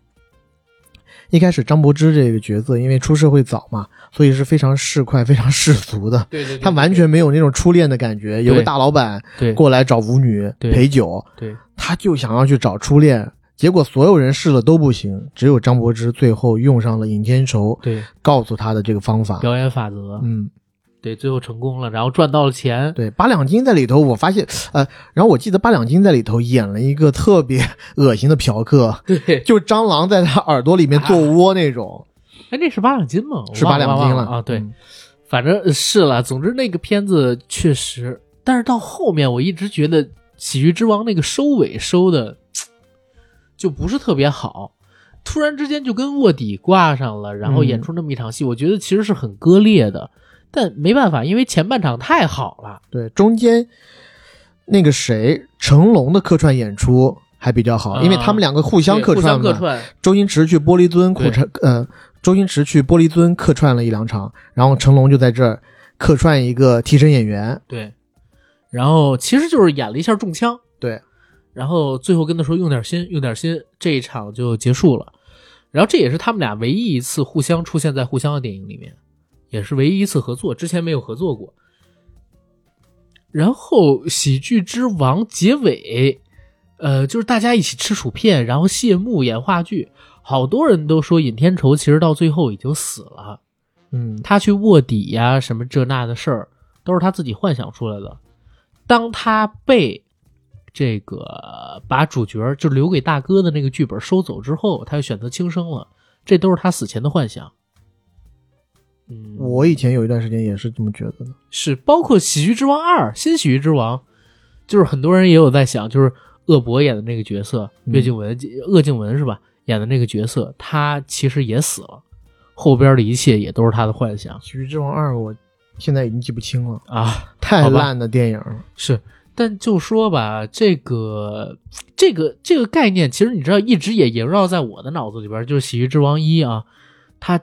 一开始张柏芝这个角色，因为出社会早嘛，所以是非常市侩、非常世俗的。
对对对
他完全没有那种初恋的感觉。有个大老板
对
过来找舞女
对
陪酒，
对
他就想要去找初恋。结果所有人试了都不行，只有张柏芝最后用上了尹天仇
对
告诉他的这个方法。
表演法则，
嗯，
对，最后成功了，然后赚到了钱，
对，八两金在里头，我发现，呃，然后我记得八两金在里头演了一个特别恶心的嫖客，
对，啊
就蟑螂在他耳朵里面做窝那种，
哎，那是八两金吗？我
是
忘
八两金
忘
了
啊。对，反正呃是了。总之那个片子确实，但是到后面我一直觉得《喜剧之王》那个收尾收的就不是特别好，突然之间就跟卧底挂上了，
嗯
然后演出那么一场戏，我觉得其实是很割裂的。但没办法，因为前半场太好了，
对，中间那个谁成龙的客串演出还比较好，
啊
因为他们两个互相客串嘛。
对互相客串
周星驰去玻璃樽客串，呃，周星驰去玻璃樽客串了一两场，然后成龙就在这儿客串一个替身演员。
对，然后其实就是演了一下中枪，
对，
然后最后跟他说用点心，用点心，这一场就结束了。然后这也是他们俩唯一一次互相出现在互相的电影里面，也是唯一一次合作，之前没有合作过。然后《喜剧之王》结尾，呃，就是大家一起吃薯片，然后谢幕演话剧。好多人都说尹天仇其实到最后已经死了，
嗯，
他去卧底呀、什么这那的事儿，都是他自己幻想出来的。当他被这个把主角就留给大哥的那个剧本收走之后，他就选择轻生了，这都是他死前的幻想。嗯
我以前有一段时间也是这么觉得的。
是包括《喜剧之王二》新《喜剧之王》，就是很多人也有在想，就是恶博演的那个角色，
嗯
岳静雯，鄂静雯是吧？演的那个角色，他其实也死了，后边的一切也都是他的幻想
喜剧之王二》我现在已经记不清了，
啊！
太
好吧
烂的电影了。
是，但就说吧，这个这个这个概念，其实你知道，一直也萦绕在我的脑子里边，就是《喜剧之王一》啊，他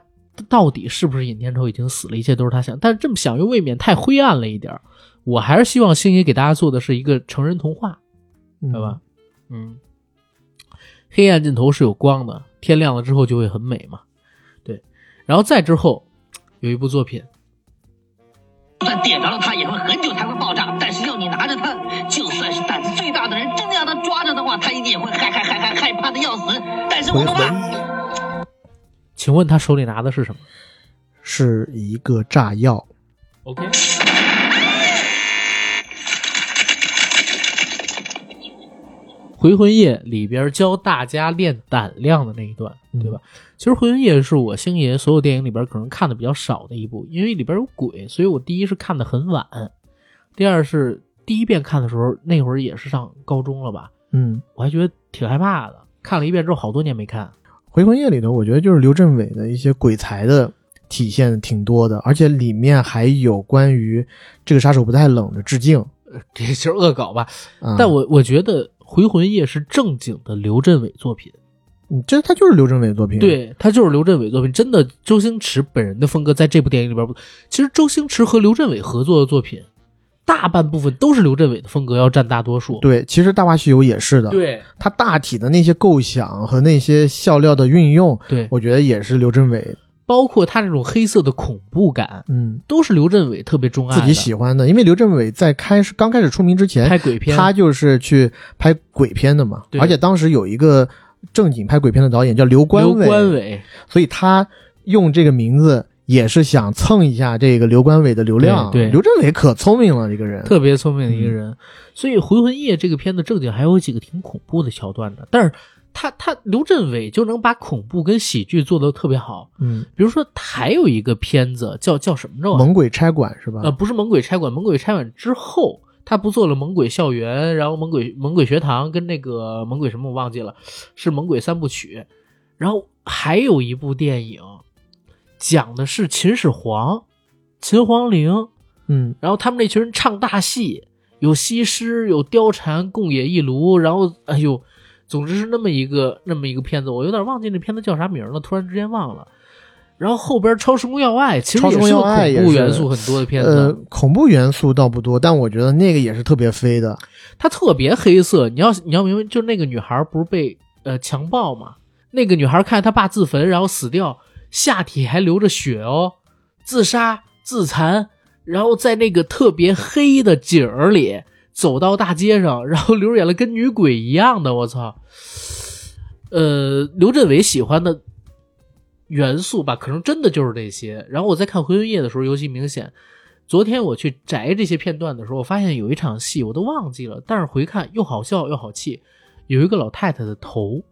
到底是不是尹天仇已经死了？一切都是他想，但是这么想又未免太灰暗了一点儿。我还是希望星爷给大家做的是一个成人童话，
嗯
对吧？嗯，黑暗尽头是有光的，天亮了之后就会很美嘛。对，然后再之后有一部作品，
但点着了它也会很久才会爆炸，但是要你拿着它，就算是胆子最大的人真的让他抓着的话，他一定也会害害害害害怕的要死。但是我
回
的
魂
妈！
请问他手里拿的是什么？
是一个炸药，
OK，《回魂夜》里边教大家练胆量的那一段，对吧？其实《回魂夜》是我星爷所有电影里边可能看的比较少的一部，因为里边有鬼，所以我第一是看的很晚，第二是第一遍看的时候，那会儿也是上高中了吧，
嗯，
我还觉得挺害怕的。看了一遍之后，好多年没看。
《回魂夜》里头，我觉得就是刘镇伟的一些鬼才的体现挺多的，而且里面还有关于这个杀手不太冷的致敬。
呃这就是恶搞吧。
啊
但我我觉得《回魂夜》是正经的刘镇伟作品，
嗯，这他就是刘镇伟的作品。，
对他就是刘镇伟作品。真的，周星驰本人的风格在这部电影里边不，其实周星驰和刘镇伟合作的作品，大半部分都是刘镇伟的风格要占大多数。
对，其实《大话西游》也是的。
对，
它大体的那些构想和那些笑料的运用，
对
我觉得也是刘镇伟，
包括他那种黑色的恐怖感，
嗯，
都是刘镇伟特别钟爱
自
的。
己喜欢的。因为刘镇伟在开始刚开始出名之前，
拍鬼片
他就是去拍鬼片的嘛。
对
而且当时有一个正经拍鬼片的导演叫刘关
刘
伟，
关伟，
所以他用这个名字也是想蹭一下这个刘关伟的流量。
对对
刘镇伟可聪明了，这个人
特别聪明的
嗯
一个人。所以《回魂夜》这个片子正经还有几个挺恐怖的桥段的，但是他他刘镇伟就能把恐怖跟喜剧做得特别好。
嗯，
比如说他还有一个片子叫叫什么着、啊？
猛鬼差馆是吧？
呃，不是《猛鬼差馆》，《猛鬼差馆》之后，他不做了《猛鬼校园》，然后《猛鬼猛鬼学堂》跟那个《猛鬼什么》我忘记了，是《猛鬼三部曲》，然后还有一部电影，讲的是秦始皇、秦皇陵，
嗯，
然后他们那群人唱大戏，有西施，有貂蝉、共冶一炉，然后哎呦，总之是那么一个那么一个片子，我有点忘记那片子叫啥名了，突然之间忘了。然后后边《超时空要爱》其实
超
也
时空
是
要爱
个
也
恐怖
是
元素很多的片子，啊
呃，恐怖元素倒不多，但我觉得那个也是特别飞的。
它特别黑色。你要你要明白，就那个女孩不是被呃强暴嘛？那个女孩看她爸自焚，然后死掉，下体还流着血哦，自杀自残，然后在那个特别黑的景儿里走到大街上，然后流眼泪跟女鬼一样的，我操！呃，刘镇伟喜欢的元素吧，可能真的就是这些。然后我在看《回魂夜》的时候尤其明显。昨天我去摘这些片段的时候，我发现有一场戏我都忘记了，但是回看又好笑又好气。有一个老太太的头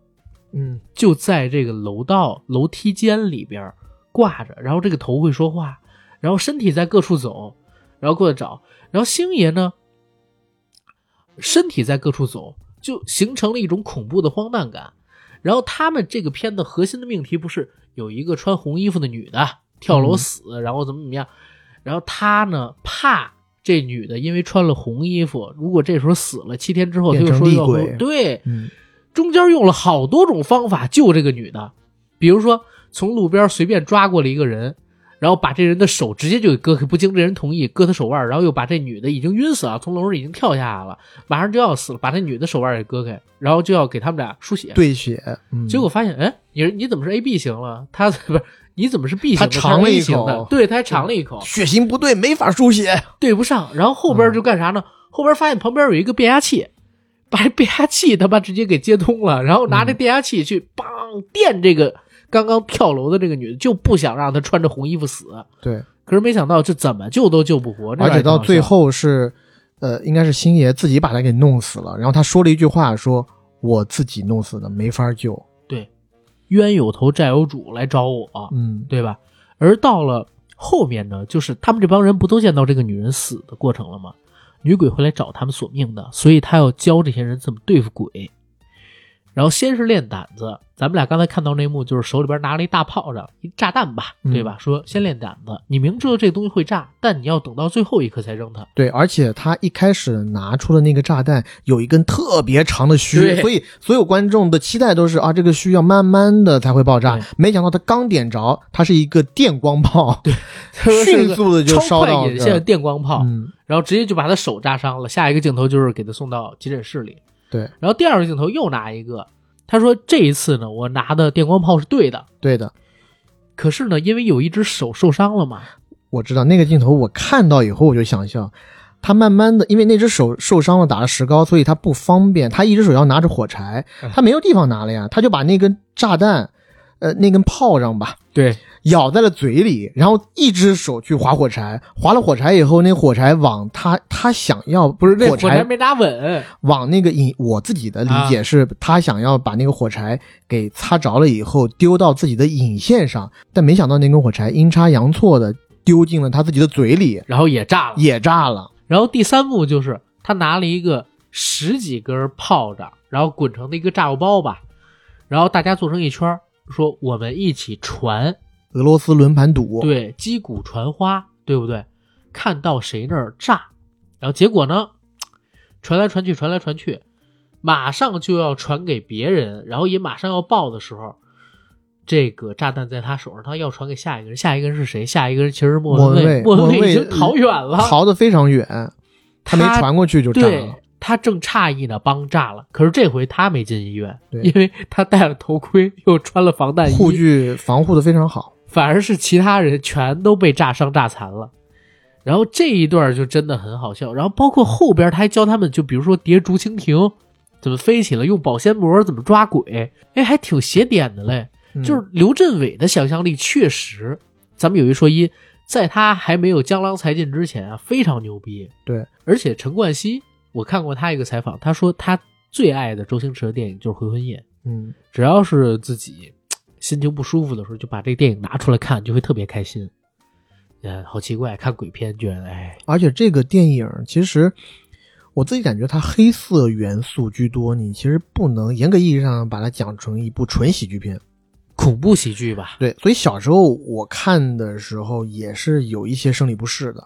嗯，
就在这个楼道楼梯间里边挂着，然后这个头会说话，然后身体在各处走，然后过来找，然后星爷呢，身体在各处走，就形成了一种恐怖的荒诞感。然后他们这个片的核心的命题不是有一个穿红衣服的女的跳楼
嗯
死，然后怎么怎么样，然后他呢怕这女的因为穿了红衣服，如果这时候死了，七天之后他
变
又
成
说
厉
要
鬼
对，
嗯
中间用了好多种方法救这个女的，比如说从路边随便抓过了一个人，然后把这人的手直接就给割开，不经这人同意割他手腕，然后又把这女的已经晕死了，从楼上已经跳下来了，马上就要死了，把这女的手腕给割开，然后就要给他们俩输血
对血，嗯，
结果发现，哎，你你怎么是 A B 型了？他 不是你怎么是 B 型的？
他尝了一口嗯
他是 A 型的对，他还尝了一口，
血型不对，没法输血，嗯
对不上。然后后边就干啥呢？后边发现旁边有一个变压器，把这变压器他妈直接给接通了，然后
嗯
拿这变压器去梆电这个刚刚跳楼的这个女的，就不想让她穿着红衣服死。
对，
可是没想到这怎么救都救不活，
而且到最后是，呃，应该是星爷自己把他给弄死了，然后他说了一句话，说我自己弄死的，没法救。
对冤有头债有主来找我，
嗯，
对吧？而到了后面呢，就是他们这帮人不都见到这个女人死的过程了吗？女鬼会来找他们索命的，所以他要教这些人怎么对付鬼。然后先是练胆子，咱们俩刚才看到那幕，就是手里边拿了一大炮仗，一炸弹吧，
嗯
对吧？说先练胆子，你明知道这个东西会炸，但你要等到最后一刻才扔它。
对，而且他一开始拿出的那个炸弹有一根特别长的须，
对
所以所有观众的期待都是啊，这个须要慢慢的才会爆炸。没想到他刚点着，它是一个电光炮， 对，迅速的就烧
超
到
快引线的
这。
电光炮，
嗯
然后直接就把他手炸伤了。下一个镜头就是给他送到急诊室里。
对，
然后第二个镜头又拿一个，他说这一次呢，我拿的电光炮是对的，
对的，
可是呢，因为有一只手受伤了嘛，
我知道那个镜头，我看到以后我就想笑。他慢慢的，因为那只手受伤了，打了石膏，所以他不方便。他一只手要拿着火柴，
哎
他没有地方拿了呀，他就把那根炸弹，呃，那根炮仗吧，
对，
咬在了嘴里，然后一只手去划火柴，划了火柴以后，那火柴往他他想要不是
那
火
火
柴
柴没拿稳，
往那个引我自己的理解
啊
是，他想要把那个火柴给擦着了以后丢到自己的引线上，但没想到那根火柴阴差阳错的丢进了他自己的嘴里，
然后也炸了，
也炸了。
然后第三幕就是他拿了一个十几根炮仗，然后滚成的一个炸药包吧，然后大家做成一圈儿，说我们一起传，
俄罗斯轮盘赌，
对，击鼓传花，对不对？看到谁那儿炸，然后结果呢，传来传去，传来传去，马上就要传给别人，然后也马上要爆的时候，这个炸弹在他手上，他要传给下一个人，下一个人是谁？下一个人其实是莫
莫
文
文蔚，
莫
莫
文
文蔚
蔚
呃
已经逃远了，
逃得非常远，他没传过去就炸
对
了。
他正诧异呢，帮炸了。可是这回他没进医院，
对
因为他戴了头盔，又穿了防弹衣，
护具防护的非常好。
反而是其他人全都被炸伤、炸残了。然后这一段就真的很好笑。然后包括后边他还教他们，就比如说叠竹蜻蜓怎么飞起来，用保鲜膜怎么抓鬼，哎，还挺邪点的嘞。就是刘镇伟的想象力确实，咱们有一说一，在他还没有江郎才尽之前啊，非常牛逼。
对，
而且陈冠希，我看过他一个采访，他说他最爱的周星驰的电影就是《回魂夜》，
嗯，
只要是自己心情不舒服的时候，就把这个电影拿出来看，就会特别开心。嗯，好奇怪，看鬼片居然哎，
而且这个电影其实我自己感觉它黑色元素居多，你其实不能严格意义上把它讲成一部纯喜剧片。
恐怖喜剧吧？
对，所以小时候我看的时候也是有一些生理不适的，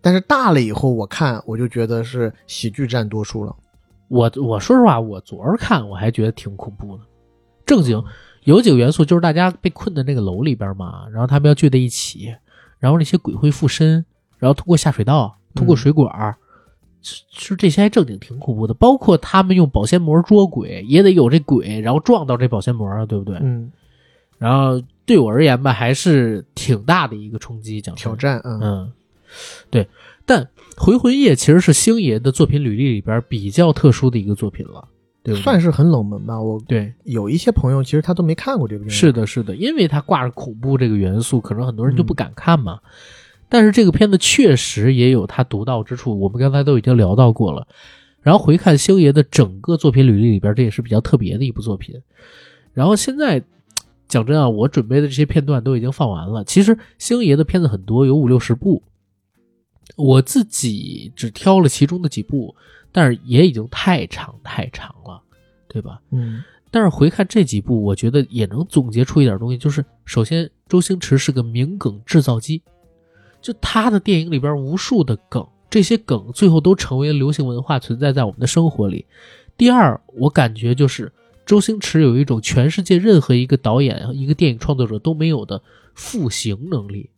但是大了以后我看我就觉得是喜剧占多数了。
我我说实话，我昨儿看我还觉得挺恐怖的。正经有几个元素，就是大家被困在那个楼里边嘛，然后他们要聚在一起，然后那些鬼会附身，然后通过下水道，通过水管儿，是是这些还正经挺恐怖的。包括他们用保鲜膜捉鬼，也得有这鬼，然后撞到这保鲜膜啊，对不对？
嗯。
然后对我而言吧，还是挺大的一个冲击，讲挑
战，
嗯对。但《回魂夜》其实是星爷的作品履历里边比较特殊的一个作品了，对不对？
算是很冷门吧。我
对
有一些朋友其实他都没看过这部电影。
是的，是的，因为它挂着恐怖这个元素，可能很多人就不敢看嘛。
嗯
但是这个片子确实也有它独到之处，我们刚才都已经聊到过了。然后回看星爷的整个作品履历里边，这也是比较特别的一部作品。然后现在讲真啊，我准备的这些片段都已经放完了。其实星爷的片子很多，有五六十部，我自己只挑了其中的几部，但是也已经太长太长了，对吧？
嗯，
但是回看这几部，我觉得也能总结出一点东西，就是首先周星驰是个名梗制造机，就他的电影里边无数的梗，这些梗最后都成为流行文化，存在在我们的生活里。第二，我感觉就是周星驰有一种全世界任何一个导演、一个电影创作者都没有的复形能力。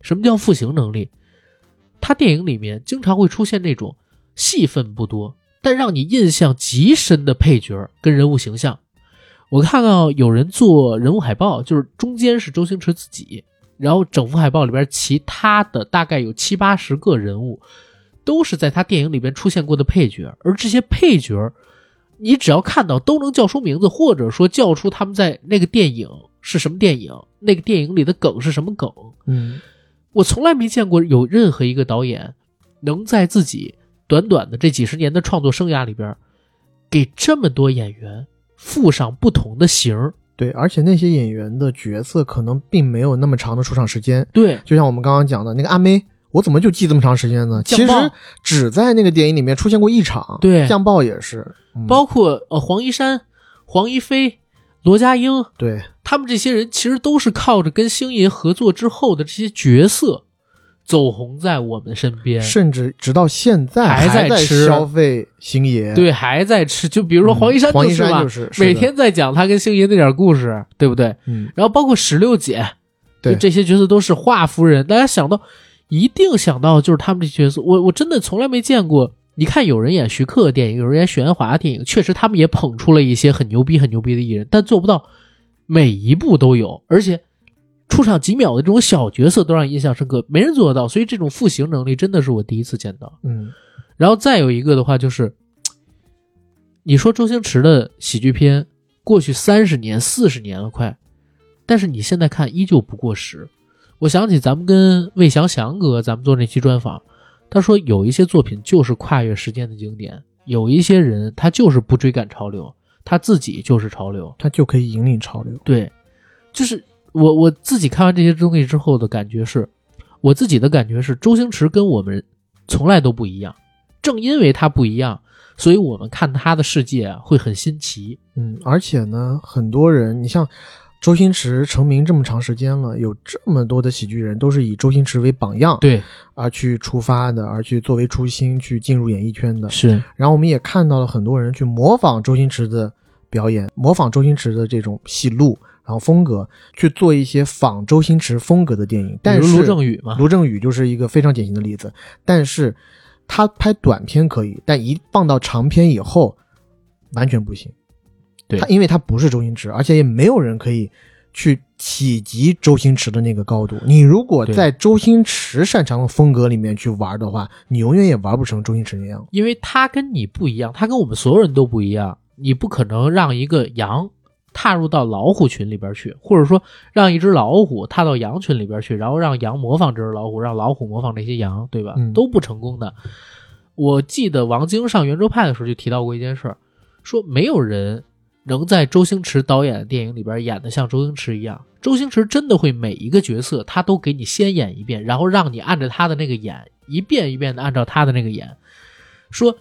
什么叫复形能力？他电影里面经常会出现那种戏份不多，但让你印象极深的配角跟人物形象。我看到有人做人物海报，就是中间是周星驰自己，然后整幅海报里边其他的大概有七八十个人物，都是在他电影里边出现过的配角，而这些配角，你只要看到都能叫出名字，或者说叫出他们在那个电影是什么电影，那个电影里的梗是什么梗。
嗯，
我从来没见过有任何一个导演能在自己短短的这几十年的创作生涯里边，给这么多演员附上不同的型儿。
对，而且那些演员的角色可能并没有那么长的出场时间。
对，
就像我们刚刚讲的那个阿妹，我怎么就记这么长时间呢？其
酱
实
爆
只在那个电影里面出现过一场。
对
酱爆也是。嗯
包括呃黄一山、黄一飞、罗家英，
对，
他们这些人其实都是靠着跟星爷合作之后的这些角色走红在我们身边，
甚至直到现在
还在
在
吃
消费星爷。
对，还在吃。就比如说黄一
嗯
山
黄一
是
山
嘛，
就是是的
每天在讲他跟星爷那点故事，对不对？
嗯。
然后包括石榴姐，
对
就这些角色都是华夫人，大家想到一定想到就是他们这些角色。我我真的从来没见过。你看，有人演徐克的电影，有人演许鞍华的电影，确实他们也捧出了一些很牛逼、很牛逼的艺人，但做不到每一部都有，而且出场几秒的这种小角色都让你印象深刻，没人做得到。所以这种复形能力真的是我第一次见到。
嗯，
然后再有一个的话就是，你说周星驰的喜剧片过去三十年、四十年了快，但是你现在看依旧不过时。我想起咱们跟魏翔翔哥咱们做那期专访，他说有一些作品就是跨越时间的经典，有一些人他就是不追赶潮流，他自己就是潮流。
他就可以引领潮流。
对，就是我我自己看完这些东西之后的感觉是，我自己的感觉是，周星驰跟我们从来都不一样，正因为他不一样，所以我们看他的世界啊会很新奇。
嗯，而且呢，很多人，你像周星驰成名这么长时间了，有这么多的喜剧人都是以周星驰为榜样，
对，
而去出发的，而去作为初心去进入演艺圈的。
是，
然后我们也看到了很多人去模仿周星驰的表演，模仿周星驰的这种戏路。然后风格去做一些仿周星驰风格的电影，但
比
是
如卢正雨嘛
卢正雨就是一个非常典型的例子。但是他拍短片可以，但一放到长片以后，完全不行。
对
他因为他不是周星驰，而且也没有人可以去企及周星驰的那个高度。你如果
对
在周星驰擅长的风格里面去玩的话，你永远也玩不成周星驰那样。
因为他跟你不一样，他跟我们所有人都不一样，你不可能让一个羊踏入到老虎群里边去，或者说让一只老虎踏到羊群里边去，然后让羊模仿这只老虎，让老虎模仿这些羊，对吧？
嗯
都不成功的。我记得王晶上圆桌派的时候就提到过一件事儿，说没有人能在周星驰导演的电影里边演得像周星驰一样。周星驰真的会每一个角色他都给你先演一遍，然后让你按着他的那个演，一遍一遍的按照他的那个演。说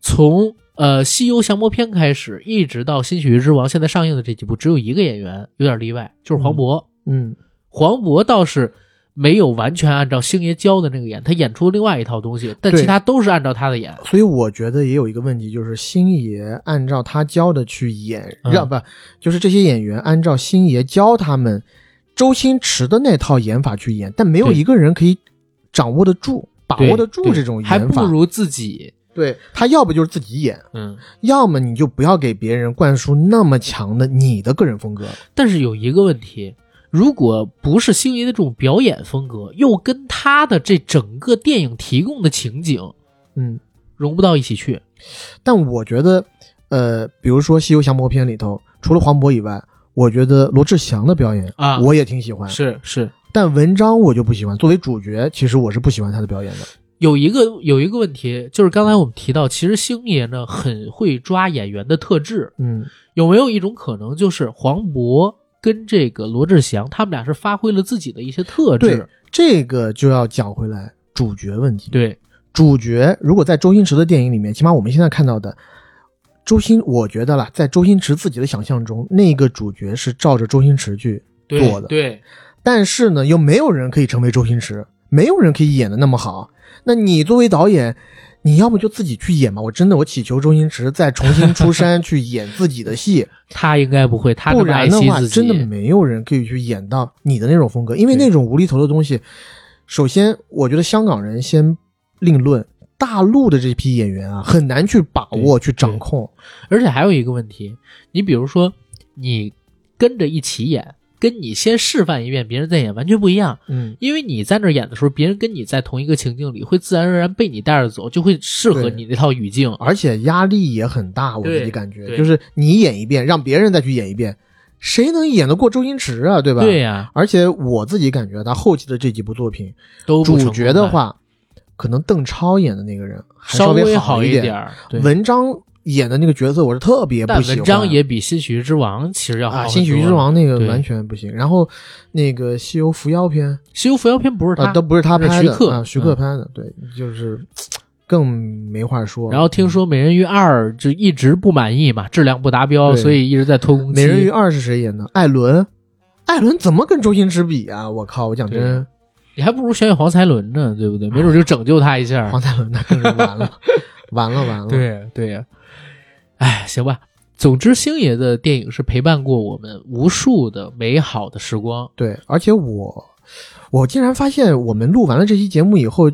从呃《西游降魔篇》开始，一直到《新喜剧之王》，现在上映的这几部，只有一个演员有点例外，就是黄渤。
嗯，
黄渤倒是没有完全按照星爷教的那个演，他演出另外一套东西，但
对
其他都是按照他的演。
所以我觉得也有一个问题，就是星爷按照他教的去演，
嗯
让、不就是这些演员按照星爷教他们周星驰的那套演法去演，但没有
对
一个人可以掌握得住、把握得
对
住
对
这种演法，
还不如自己。
对他要不就是自己演，
嗯，
要么你就不要给别人灌输那么强的你的个人风格。
但是有一个问题，如果不是星爷的这种表演风格，又跟他的这整个电影提供的情景
嗯，
融不到一起去。
但我觉得，呃，比如说《西游降魔篇》里头，除了黄渤以外，我觉得罗志祥的表演
啊
我也挺喜欢。，
是是，
但文章我就不喜欢。作为主角，其实我是不喜欢他的表演的。
有一个有一个问题，就是刚才我们提到，其实星爷呢很会抓演员的特质。
嗯，
有没有一种可能，就是黄渤跟这个罗志祥，他们俩是发挥了自己的一些特
对
质？，
这个就要讲回来主角问题。
对，
主角如果在周星驰的电影里面，起码我们现在看到的。周星，我觉得啦，在周星驰自己的想象中，那个主角是照着周星驰去做的。
对，
但是呢，又没有人可以成为周星驰，没有人可以演的那么好。那你作为导演，你要不就自己去演吧，我真的我祈求周星驰再重新出山去演自己的戏。
他应该不会，他
不
那么爱
然的
惜
话，
自己，
真的没有人可以去演到你的那种风格，因为那种无厘头的东西，首先我觉得香港人先另论，大陆的这批演员啊很难去把握去掌控，
而且还有一个问题，你比如说，你跟着一起演，跟你先示范一遍，别人再演完全不一样。
嗯，
因为你在那儿演的时候，别人跟你在同一个情境里，会自然而然被你带着走，就会适合
对
你那套语境。
而且压力也很大，我自
对
己感觉
对
就是你演一遍，让别人再去演一遍。谁能演得过周星驰啊？对吧？
对呀
而且我自己感觉他后期的这几部作品，
都不成
主
功
角的话，可能邓超演的那个人还
稍微
微
好一
一
点儿对
文章演的那个角色，我是特别不
但
喜欢。
文章也比《新喜剧之王》其实要好
啊，《
很多
新喜剧之王》那个
对
完全不行。然后那个《西游伏妖篇》，《啊
西游伏妖篇》不是他
都不是他
那
拍
是
的，
徐克嗯
啊，徐克拍的，对，就是更没话说。
然后听说《美人鱼二》就一直不满意嘛，质量不达标，
对
所以一直在拖工
《
期。
美人鱼二》是谁演的？艾伦，艾伦怎么跟周星驰比啊？我靠，我讲
对
真，
你还不如选选黄才伦呢，对不对？没准就拯救他一下。黄
哎才伦那更是完 了，完了，完了。
对对呀，哎，行吧。总之，星爷的电影是陪伴过我们无数的美好的时光。
对，而且我我竟然发现，我们录完了这期节目以后，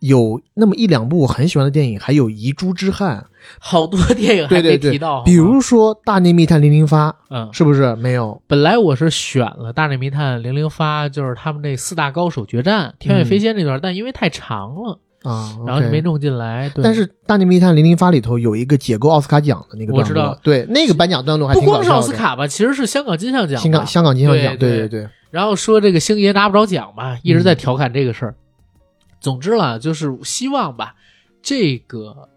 有那么一两部我很喜欢的电影，还有《遗珠之憾》，
好多电影
对
还
对
没
对
提到
比如说《大内密探零零发》，
嗯
是不是没有？
本来我是选了《呃大内密探零零发》，就是他们那四大高手决战、天外飞仙那段，但因为太长了
啊，
然后就
OK
没弄进来。对
但是《大内密探零零发》里头有一个解构奥斯卡奖的那个段落，
我知道
对那个颁奖段落还
不
挺搞
光是
笑的
奥斯，卡吧，其实是香港金像奖吧，
香港香港金像奖，
对
对
对。
对，
然后说这个星爷拿不着奖吧，一直在调侃这个事儿。总之啦，就是希望吧，这个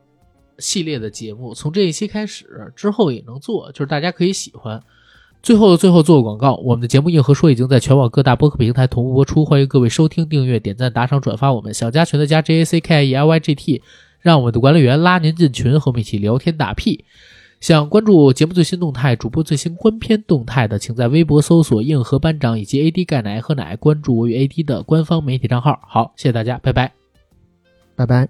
系列的节目从这一期开始之后也能做，就是大家可以喜欢。最后，最后做个广告，我们的节目《硬核说》已经在全网各大播客平台同步播出，欢迎各位收听、订阅、点赞、打赏、转发我们。小加群的加 J A C K I E L Y G T，让我们的管理员拉您进群，和我们一起聊天打屁。想关注节目最新动态、主播最新观片动态的，请在微博搜索“硬核班长”以及 “AD 钙奶喝奶”，关注我与 AD 的官方媒体账号。好，谢谢大家，拜拜。
拜拜。